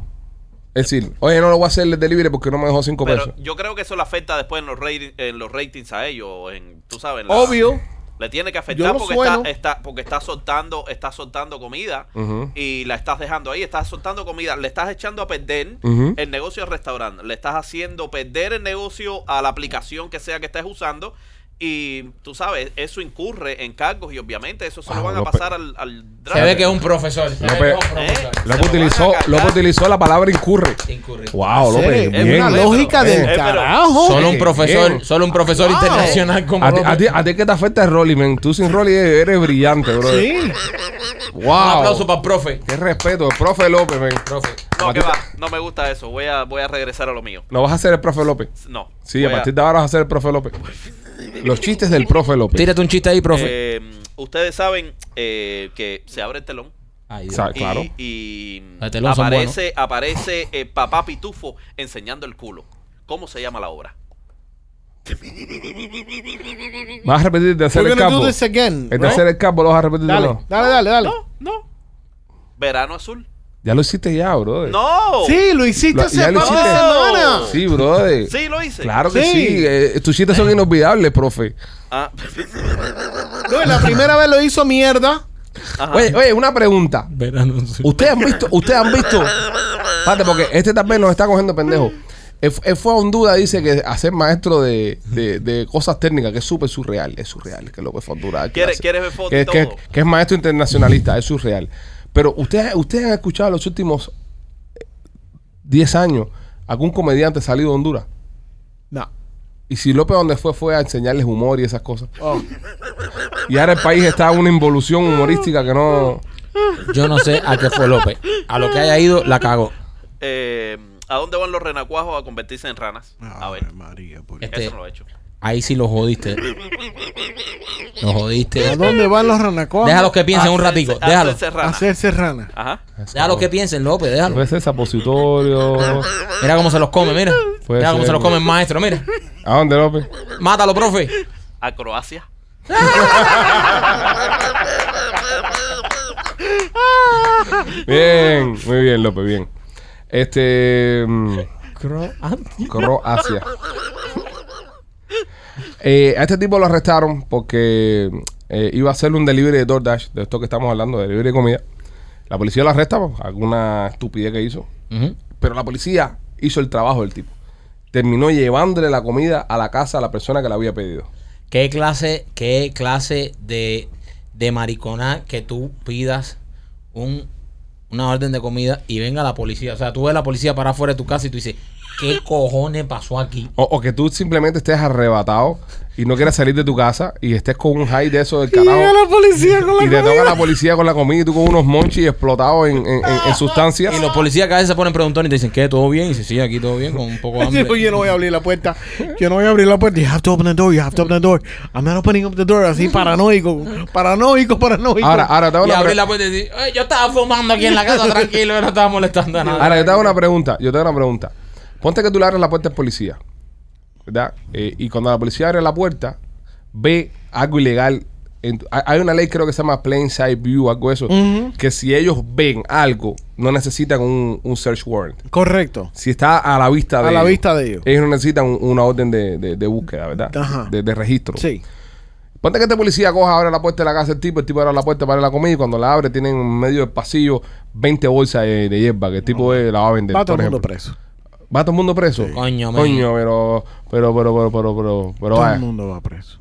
S4: Es decir, oye, no lo voy a hacer el delivery porque no me dejó cinco
S6: Pero
S4: pesos.
S6: yo creo que eso le afecta después en los, rating- en los ratings a ellos, en, tú sabes. en la-
S4: Obvio.
S6: Le tiene que
S5: Yo
S6: afectar
S5: lo
S6: porque
S5: sueno.
S6: está, está- porque está soltando, está soltando comida
S4: Ujú.
S6: y la estás dejando ahí, estás soltando comida, le estás echando a perder
S4: Ujú.
S6: el negocio al restaurante, le estás haciendo perder el negocio a la aplicación que sea que estés usando y tú sabes, eso incurre en cargos y obviamente eso se lo
S4: Wow,
S6: van a
S4: López.
S6: pasar al, al
S2: Se ve que es un profesor. Se ve que es un
S6: ¿Eh?
S2: profesor.
S4: Loco
S6: Se lo van a
S4: utilizó,
S6: cargar.
S4: loco utilizó la palabra incurre.
S2: Incurre.
S4: Wow,
S5: Sí,
S4: López.
S5: es
S4: bien.
S5: una
S6: López,
S5: lógica
S6: pero-
S5: del
S6: eh, pero-
S5: carajo.
S2: Solo un
S4: Bien.
S2: profesor, solo un profesor internacional como
S4: A ti,
S2: López.
S4: a ti- a ti que te afecta el Rolly, man. Tú sin Rolly eres brillante, bro.
S5: Sí.
S4: Wow.
S2: Un aplauso para el profe.
S4: Qué respeto, el profe López, man.
S2: Profe.
S6: No, que va, no me gusta eso, voy a, voy a regresar a lo mío.
S4: No vas a ser el profe López.
S6: No.
S4: Sí,
S6: voy
S4: a partir de ahora vas a ser el profe López. Los chistes del profe López.
S2: Eh, Tírate un chiste ahí, profe.
S6: Eh, ustedes saben eh, que se abre el telón
S2: Ay, Dios.
S4: Sa- Ah, claro.
S6: Y, y
S2: Los telones son
S6: aparece, aparece eh, papá Pitufo enseñando el culo. ¿Cómo se llama la obra?
S4: Vas a repetir de hacer
S5: We're
S4: el Este
S5: gonna do
S4: capo.
S5: this again.
S4: El de
S5: right?
S4: hacer el capo lo vas a repetir de
S5: Dale,
S4: nuevo.
S5: dale, dale, dale.
S7: No, no.
S6: Verano Azul.
S4: Ya lo hiciste ya, bro.
S6: ¡No!
S5: Sí, lo hiciste
S4: Lo-
S5: hace
S4: ya
S5: par
S4: lo
S5: de
S4: hiciste.
S5: semanas.
S4: Sí, bro.
S6: Sí, lo hice.
S4: Claro que
S5: Sí.
S4: sí. eh, tus chistes son inolvidables, profe.
S6: Ah, *laughs*
S5: No, la primera vez lo hizo mierda.
S6: ajá.
S4: Oye, oye, una pregunta.
S2: Verano azul.
S4: Ustedes han visto, ustedes han visto. Espérate, porque este tal vez nos está cogiendo pendejo. Él, él fue a Honduras, dice que a ser maestro de, de- de cosas técnicas, que es súper surreal, es surreal, que López fue a Honduras.
S6: ¿Quieres-
S4: que-
S6: quieres ver fotos
S4: que,
S6: y
S4: que,
S6: todo?
S4: que es maestro internacionalista, es surreal. Pero ustedes, ustedes han escuchado en los últimos 10 años algún comediante salido de Honduras.
S5: No.
S4: Y si López donde fue fue a enseñarles humor y esas cosas. Y ahora el país está en una involución humorística que no...
S2: Yo no sé a qué fue López. A lo que haya ido, la cagó.
S6: Eh, ¿A dónde van los renacuajos a convertirse en ranas? A ver,
S5: Ay, María, por-
S2: Este-
S6: eso no lo he hecho.
S2: Ahí sí lo jodiste. Lo
S5: ¿A
S2: jodiste.
S5: dónde van los ranacos?
S2: Déjalos que piensen un
S6: Hacerse-
S2: ratico. Déjalo.
S6: hacerse rana.
S5: Hacerse rana.
S6: Ajá.
S2: Déjalo que piensen, López.
S4: A
S2: Déjalo.
S4: veces apositorio.
S2: Mira cómo se los come, mira.
S4: Puede
S2: mira cómo
S4: ser,
S2: se los
S4: güey.
S2: come el maestro, mira.
S4: ¿A dónde, López?
S2: Mátalo, profe.
S6: A Croacia.
S4: Bien, muy bien, López, bien. Este. mm, Croacia. Eh, a este tipo lo arrestaron porque eh, iba a hacerle un delivery de DoorDash, de esto que estamos hablando, de delivery de comida. La policía lo arresta por alguna estupidez que hizo.
S2: Ujú.
S4: Pero la policía hizo el trabajo del tipo. Terminó llevándole la comida a la casa a la persona que la había pedido.
S2: ¿Qué clase, qué clase de, de maricona que tú pidas un, una orden de comida y venga la policía? O sea, tú ves la policía para afuera de tu casa y tú dices, ¿qué cojones pasó aquí?
S4: O, o que tú simplemente estés arrebatado y no quieras salir de tu casa y estés con un high de eso del carajo.
S5: policía con
S4: Y te toca
S5: *laughs*
S4: la policía con la comida y tú con unos monchis explotados en, en- en- en sustancias.
S2: Ah, Y los policías que a veces se ponen preguntones y te dicen, ¿qué? ¿Todo bien? Y dices, sí, aquí todo bien, con un poco de
S5: *laughs*
S2: hambre.
S5: Yo, yo no voy a abrir la puerta. Yo no voy a abrir la puerta. You have to open the door. You have to open the door. I'm not opening up the door.
S4: *laughs*
S5: Así paranoico. Paranoico, paranoico.
S4: Ahora, ahora te hago
S2: Y
S4: una pre-
S2: abrir la puerta y decir, "Ay, yo estaba fumando aquí en la casa tranquilo, yo no estaba molestando a nadie.
S4: Ahora, yo te hago una pregunta. Yo te hago una pregunta. Ponte que tú le abres la puerta al policía. ¿Verdad? Eh, y cuando la policía abre la puerta, ve algo ilegal. en tu- hay hay una ley, creo que se llama Plain Sight View, algo de eso. Que si ellos ven algo, no necesitan un, un search warrant.
S5: Correcto.
S4: Si está a la vista de
S5: A la
S4: ellos,
S5: vista de ellos.
S4: Ellos no necesitan un- una orden de, de- de búsqueda, ¿verdad?
S5: Ajá.
S4: De, de registro.
S5: Sí.
S4: Ponte que este policía coja, abre la puerta de la casa del tipo, el tipo abre la puerta para la comida y cuando la abre tienen en medio del pasillo 20 bolsas de, de hierba que el tipo eh, la va a vender.
S5: Va todo
S4: por
S5: el mundo
S4: ejemplo.
S5: preso.
S4: Va todo el mundo preso.
S2: Coño, man.
S4: Coño, pero, pero, pero, pero, pero, pero, pero,
S5: Todo
S4: vaya.
S5: el mundo va preso.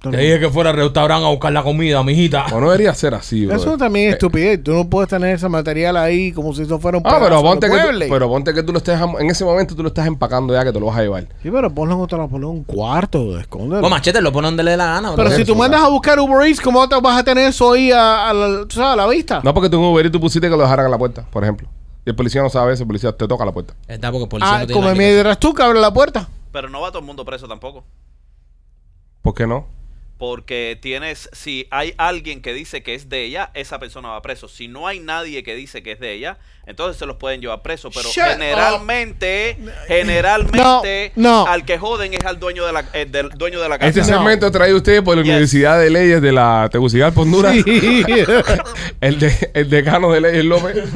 S5: Todo
S2: Te
S5: el
S2: dije que fuera al restaurante a buscar la comida, mijita.
S4: O no debería ser así, bro.
S5: Eso también es estupidez. Tú no puedes tener ese material ahí como si eso fuera un
S4: Ah, pero
S5: pedazo de
S4: ponte, que tú,
S5: mueble.
S4: pero ponte que tú lo estés, am- en ese momento tú lo estás empacando ya que te lo vas a llevar.
S5: Sí, pero ponlo en otro, ponlo en un cuarto, escóndelo.
S2: O Pues, machete, lo pone donde le dé la gana, bro.
S5: pero si tú mandas a buscar Uber Eats, ¿cómo te vas a tener eso ahí a, a la, tú sabes, a la vista?
S4: No porque tú en Uber y tú pusiste que lo dejaran a la puerta, por ejemplo. Y el policía no sabe eso, el policía te toca la puerta.
S2: Está porque el policía
S5: ah,
S2: no tiene
S5: como
S2: la aplicación.
S5: mientras tú que abres la *laughs* puerta.
S6: Pero no va todo el mundo preso tampoco.
S4: ¿Por qué no?
S6: Porque tienes, si hay alguien que dice que es de ella, esa persona va preso. Si no hay nadie que dice que es de ella, entonces se los pueden llevar preso. Pero
S5: Shut
S6: generalmente, generalmente,
S5: No, no.
S6: al que joden es al dueño de la, eh, del dueño de la casa.
S4: Este segmento traído ustedes por la
S6: Yes.
S4: Universidad de Leyes de la Tegucigalpa, Honduras. el, de- el decano de Leyes López.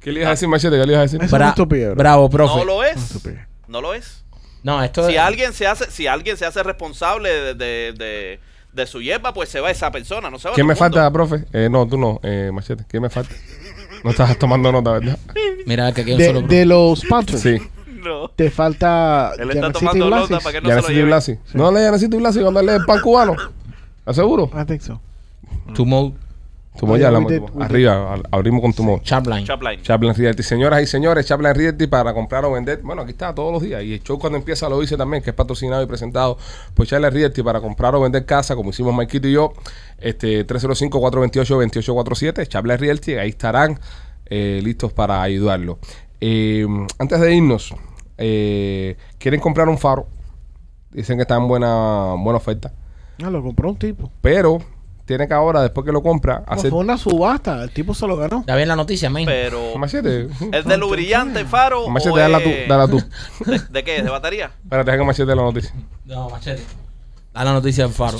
S4: ¿Qué le ibas a decir, Machete? ¿Qué le ibas a decir?
S5: Es una estupidez, bro.
S2: Bravo, profe.
S6: no lo es.
S5: Estúpido.
S6: No lo es.
S2: No, esto
S6: Si
S2: es.
S6: alguien se hace, si alguien se hace responsable de, de- de- de su hierba, pues se va esa persona, no se va
S4: ¿Qué
S6: todo
S4: me
S6: el mundo.
S4: falta, profe? Eh, no, tú no, eh, Machete. ¿Qué me falta? No estás tomando nota, ¿verdad?
S2: Mira, que aquí hay un
S5: De,
S2: solo
S5: de
S2: profe.
S5: los sponsors.
S4: Sí.
S6: No.
S5: Te falta.
S6: Él está
S5: Yanecito y
S6: tomando nota
S5: Blasis.
S6: para que no
S4: Ya
S6: se lo
S4: necesito
S6: lleven.
S4: Blasi. No le necesito Blasi cuando lee el pan cubano. ¿Aseguro?
S5: I think so.
S2: Tomorrow,
S4: Tumo ya
S5: Ah, ya,
S4: hablamos.
S5: we did,
S4: Tumo.
S5: we did.
S4: Arriba, al- abrimos con Tumo.
S2: Chapline.
S6: Chapline.
S4: Chaplin Realty. Señoras y señores, Chaplin Realty para comprar o vender. Bueno, aquí está todos los días. Y el show cuando empieza lo dice también, que es patrocinado y presentado por Chaplin Realty para comprar o vender casa, como hicimos Maikito y yo. Este 305-428-2847. Chaplin Realty, ahí estarán eh, listos para ayudarlo. Eh, antes de irnos, eh, quieren comprar un faro. Dicen que está en buena, buena oferta.
S5: Ah, lo compró un tipo.
S4: Pero tiene que ahora, después que lo compra,
S5: Pues
S4: hacer
S5: fue una subasta, el tipo se lo ganó.
S2: Ya ven la noticia, men.
S6: Pero.
S4: machete.
S6: ¿Es de lo brillante el faro? o
S4: Machete, dala tú,
S6: es-
S4: dala tú.
S6: ¿De, de qué? ¿De batería?
S4: Espérate, deja que machete la noticia.
S2: No, machete. Da la noticia del faro.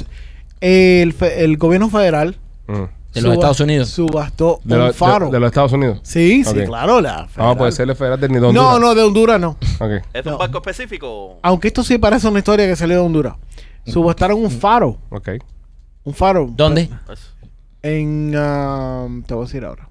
S5: El, fe- el gobierno federal
S4: Mm.
S2: De los
S5: suba-
S2: Estados Unidos.
S5: subastó
S4: De,
S5: un
S4: lo- de-
S5: faro.
S4: De, los Estados Unidos.
S5: Sí, sí,
S4: Ok.
S5: claro. La
S4: Vamos
S5: federal.
S4: a poder ser el federal de ni de
S5: No,
S4: Honduras.
S5: no, de Honduras no.
S4: Ok.
S6: ¿Es de
S5: No. Ah,
S6: un barco específico?
S5: Aunque esto sí parece una historia que salió de Honduras. Subastaron un faro.
S4: Ok.
S5: Un faro.
S2: ¿Dónde?
S6: Pues,
S5: En. ah, te voy a decir ahora.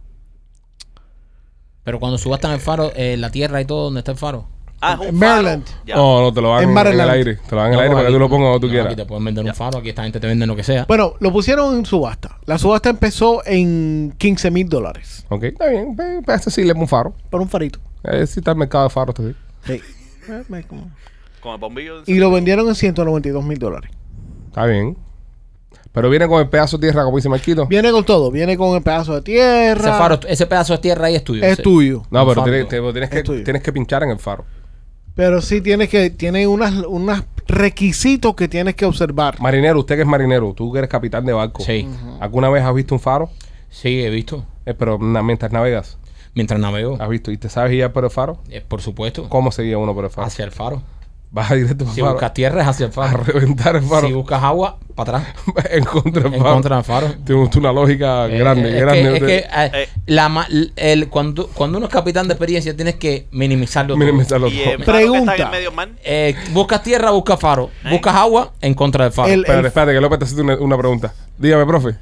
S2: Pero cuando subastan el faro, eh, la tierra y todo donde está el faro.
S6: Ah, es
S5: En
S6: un faro.
S5: Maryland.
S6: Ya.
S2: Oh.
S4: No, no, te lo dan
S5: En
S4: en, el
S5: Maryland.
S4: aire. Te lo dan en el
S2: No,
S4: aire para que
S2: aquí-
S4: tú lo pongas donde tú
S2: no,
S4: quieras.
S2: Aquí te pueden vender un faro, aquí esta gente te vende lo que sea.
S5: Bueno, lo pusieron en subasta. La subasta empezó en 15 mil dólares.
S4: Ok, está bien. Ve, ve, Este sí le es un faro.
S5: Por un farito.
S4: Eh, sí está el mercado de faros. este sí.
S5: Sí. Eh, me- como-
S6: Con el bombillo.
S5: Y lo vendieron en 192 mil dólares.
S4: Está bien. Pero viene con el pedazo de tierra, como dice Marquito.
S5: Viene con todo. Viene con el pedazo de tierra.
S2: ese, faro, ese pedazo de tierra ahí Pues, es tuyo.
S5: es
S2: Sí.
S5: tuyo.
S4: No,
S2: Un
S4: pero
S2: faro.
S4: tienes, te- tienes
S5: Es
S4: que,
S5: tuyo.
S4: tienes que pinchar en el faro.
S5: Pero sí tiene que tiene unas unas requisitos que tienes que observar.
S4: Marinero, usted que es marinero, tú que eres capitán de barco.
S2: Sí.
S4: ¿Alguna vez has visto un faro?
S2: Sí, he visto.
S4: Eh, pero na- mientras navegas,
S2: Mientras navego.
S4: has visto. ¿Y te sabes guiar por el faro?
S2: Eh, por supuesto.
S4: ¿Cómo se guía uno por el faro?
S2: Hacia el faro.
S4: Vas directo por el
S2: Si
S4: Ah, faro.
S2: buscas tierra, es hacia el
S4: A
S2: faro.
S4: reventar el faro.
S2: Si buscas agua, para atrás.
S4: *laughs* en contra del
S2: En
S4: faro.
S2: contra del faro.
S4: Tienes tú una lógica
S2: Eh,
S4: grande,
S2: eh, es
S4: grande.
S2: que- es
S4: usted.
S2: que, eh,
S6: Eh.
S2: la ma- el- cuando, cuando uno es capitán de experiencia, tienes que minimizarlo.
S4: Miren, me
S2: todo.
S4: está loco.
S6: Y eh, el faro que
S5: Pregunta.
S6: está en el medio man.
S2: Eh, buscas tierra, buscas faro. Buscas agua, en contra del faro.
S5: El-
S4: *laughs* Espérate, espérate, que López te hace una, una pregunta. Dígame, profe.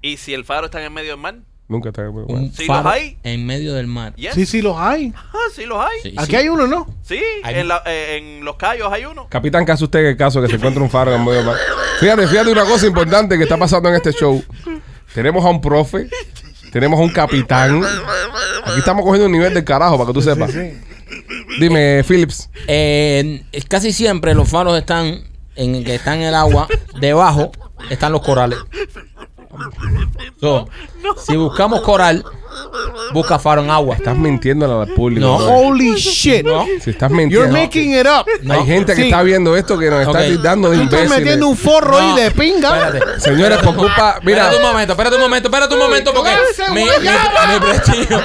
S6: Y si el faro está en el medio del mar.
S4: Nunca te bueno.
S2: un
S6: Sí,
S2: faro
S6: los hay.
S2: en medio del mar.
S6: Yes.
S5: Sí, sí los hay.
S6: Ah, sí los hay.
S2: Sí,
S5: Aquí
S2: sí.
S5: hay uno, ¿no?
S6: Sí,
S2: Hay-
S6: en, la- eh, en los callos hay uno.
S4: Capitán, ¿qué hace usted en el caso que se encuentra un faro en el medio del mar? Fíjate, fíjate una cosa importante que está pasando en este show. Tenemos a un profe, tenemos a un capitán. Aquí estamos cogiendo un nivel del carajo para que tú sepas. Dime, Phillips.
S2: Eh, es- casi siempre los faros están en que están en el agua, debajo están los corales. So, Si buscamos coral, busca faro en agua.
S4: Estás mintiéndole al público.
S2: No.
S4: brother.
S5: Holy shit.
S4: Si estás
S5: You're
S4: mintiendo.
S5: making it up.
S2: No.
S4: Hay gente que
S5: Sí.
S4: está viendo esto que nos está
S2: Ok.
S4: tildando de
S5: Tú estás
S4: imbéciles.
S5: metiendo un forro
S2: No.
S5: ahí de pinga.
S2: Espérate.
S4: Señores, por culpa... Mira,
S2: Espérate un momento, espérate un momento, espérate un momento porque
S5: ¡Cállense,
S2: mi, mi,
S5: guayaba!
S2: mi prestigio,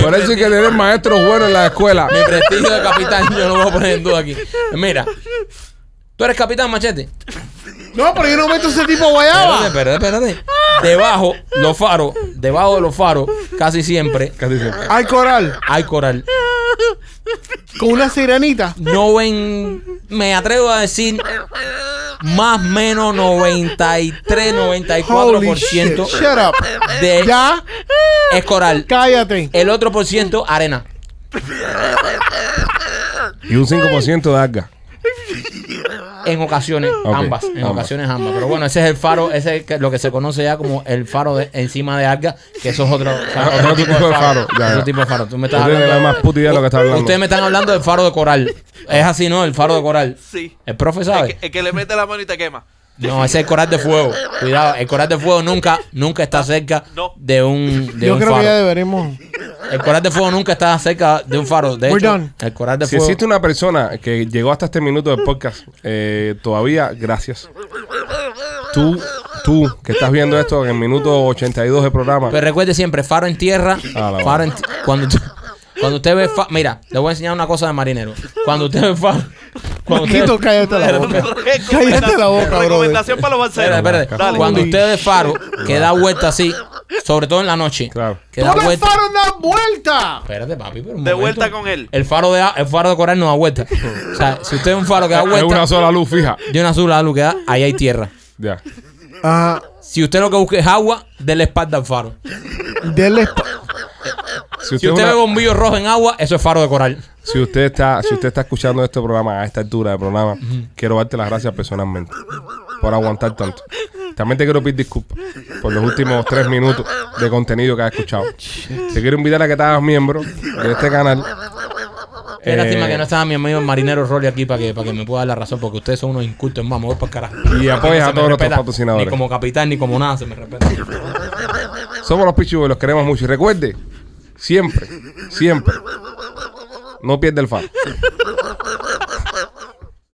S4: por eso es que tenés maestros buenos en la escuela.
S2: mi prestigio de capitán yo lo voy a poner en duda aquí. Mira, tú eres capitán machete.
S5: No, pero yo no meto ese tipo guayaba.
S2: Espérate, espérate, espérate. Debajo los faros, debajo de los faros, casi siempre
S4: Casi siempre.
S5: Hay coral.
S2: hay coral.
S5: Con una sirenita.
S2: 90, me atrevo a decir más o menos 93,
S5: Holy shit.
S2: 94%
S5: Shut
S2: *laughs*
S5: up.
S2: de
S5: Ya,
S2: es coral.
S5: cállate.
S2: El otro por ciento arena.
S4: Y un 5% de alga.
S2: En ocasiones,
S4: Ok,
S2: ambas. En
S4: ambas.
S2: ocasiones ambas. Pero bueno, ese es el faro, ese es que- lo que se conoce ya como el faro de encima de alga, que eso es otro, o sea,
S4: Ah, otro tipo de faro, ya,
S2: Otro
S4: ya.
S2: tipo de faro. Tú me estás
S4: No tiene la
S2: hablando.
S4: más puta idea de lo que está hablando.
S2: Ustedes me están hablando del faro de coral. Es así, ¿no? El faro de coral.
S6: Sí.
S2: El profe
S6: El
S2: sabe.
S6: que, el que le mete la mano y te
S2: *laughs*
S6: quema.
S2: No, ese es el coral de fuego. Cuidado, el coral de fuego nunca, nunca está cerca
S6: No.
S2: de un, de
S5: Yo
S2: un
S5: creo
S2: faro.
S5: que ya deberemos.
S2: El coral de fuego nunca está cerca de un faro. De
S5: We're
S2: hecho,
S5: done.
S2: el coral de
S4: Si
S2: fuego.
S4: existe una persona que llegó hasta este minuto del podcast, eh, todavía, gracias. Tú, tú, que estás viendo esto en el minuto 82 del programa.
S2: Pero recuerde siempre, faro en tierra,
S4: Ah, la
S2: faro en ti- cuando tú- Cuando usted ve faro, mira, le voy a enseñar una cosa de marinero. Cuando usted
S4: *laughs*
S2: ve faro, cuando usted-
S5: Quito, cállate la
S6: *laughs*
S5: boca.
S2: *laughs*
S5: Cállate la boca,
S6: Recomendación para los
S2: Espera,
S6: barceros.
S2: espera, espera.
S6: Dale.
S2: cuando
S5: Holy
S2: usted ve faro, que da vuelta así, sobre todo en la noche,
S4: Claro.
S2: que da
S5: ¡Tú le
S2: vuelta.
S5: fueron dar vuelta!
S2: Espérate, papi, pero un
S6: De
S2: momento.
S6: vuelta con él.
S2: El faro de el faro de coral no da vuelta. O sea, si usted ve un faro que da
S4: es
S2: vuelta,
S4: una sola luz fija.
S2: de una azul a la luz que da, ahí hay tierra.
S4: Ya.
S5: Ah,
S2: Si usted lo que busca es agua, déle espalda al faro.
S5: denle esp-
S4: Si usted,
S2: Si
S4: es
S2: usted
S4: una-
S2: ve bombillo rojo en agua, eso es faro de coral.
S4: si usted está, si usted está escuchando este programa a esta altura del programa, quiero darte las gracias personalmente por aguantar tanto. También te quiero pedir disculpas por los últimos tres minutos de contenido que has escuchado. Te quiero invitar a que te hagas miembro de este canal.
S2: Qué
S4: Eh,
S2: lástima que no estaba mi amigo el marinero Rolly aquí para que, para que me pueda dar la razón, porque ustedes son unos incultos, más, me voy para carajo.
S4: Y
S2: Aquí
S4: apoyas
S2: no
S4: a
S2: se
S4: todos
S2: me
S4: nuestros
S2: respeta,
S4: patrocinadores.
S2: Ni como capitán, ni como nada se me respeta.
S4: Somos los Pichu, los queremos mucho. Y recuerde, siempre, siempre, no pierda el faro.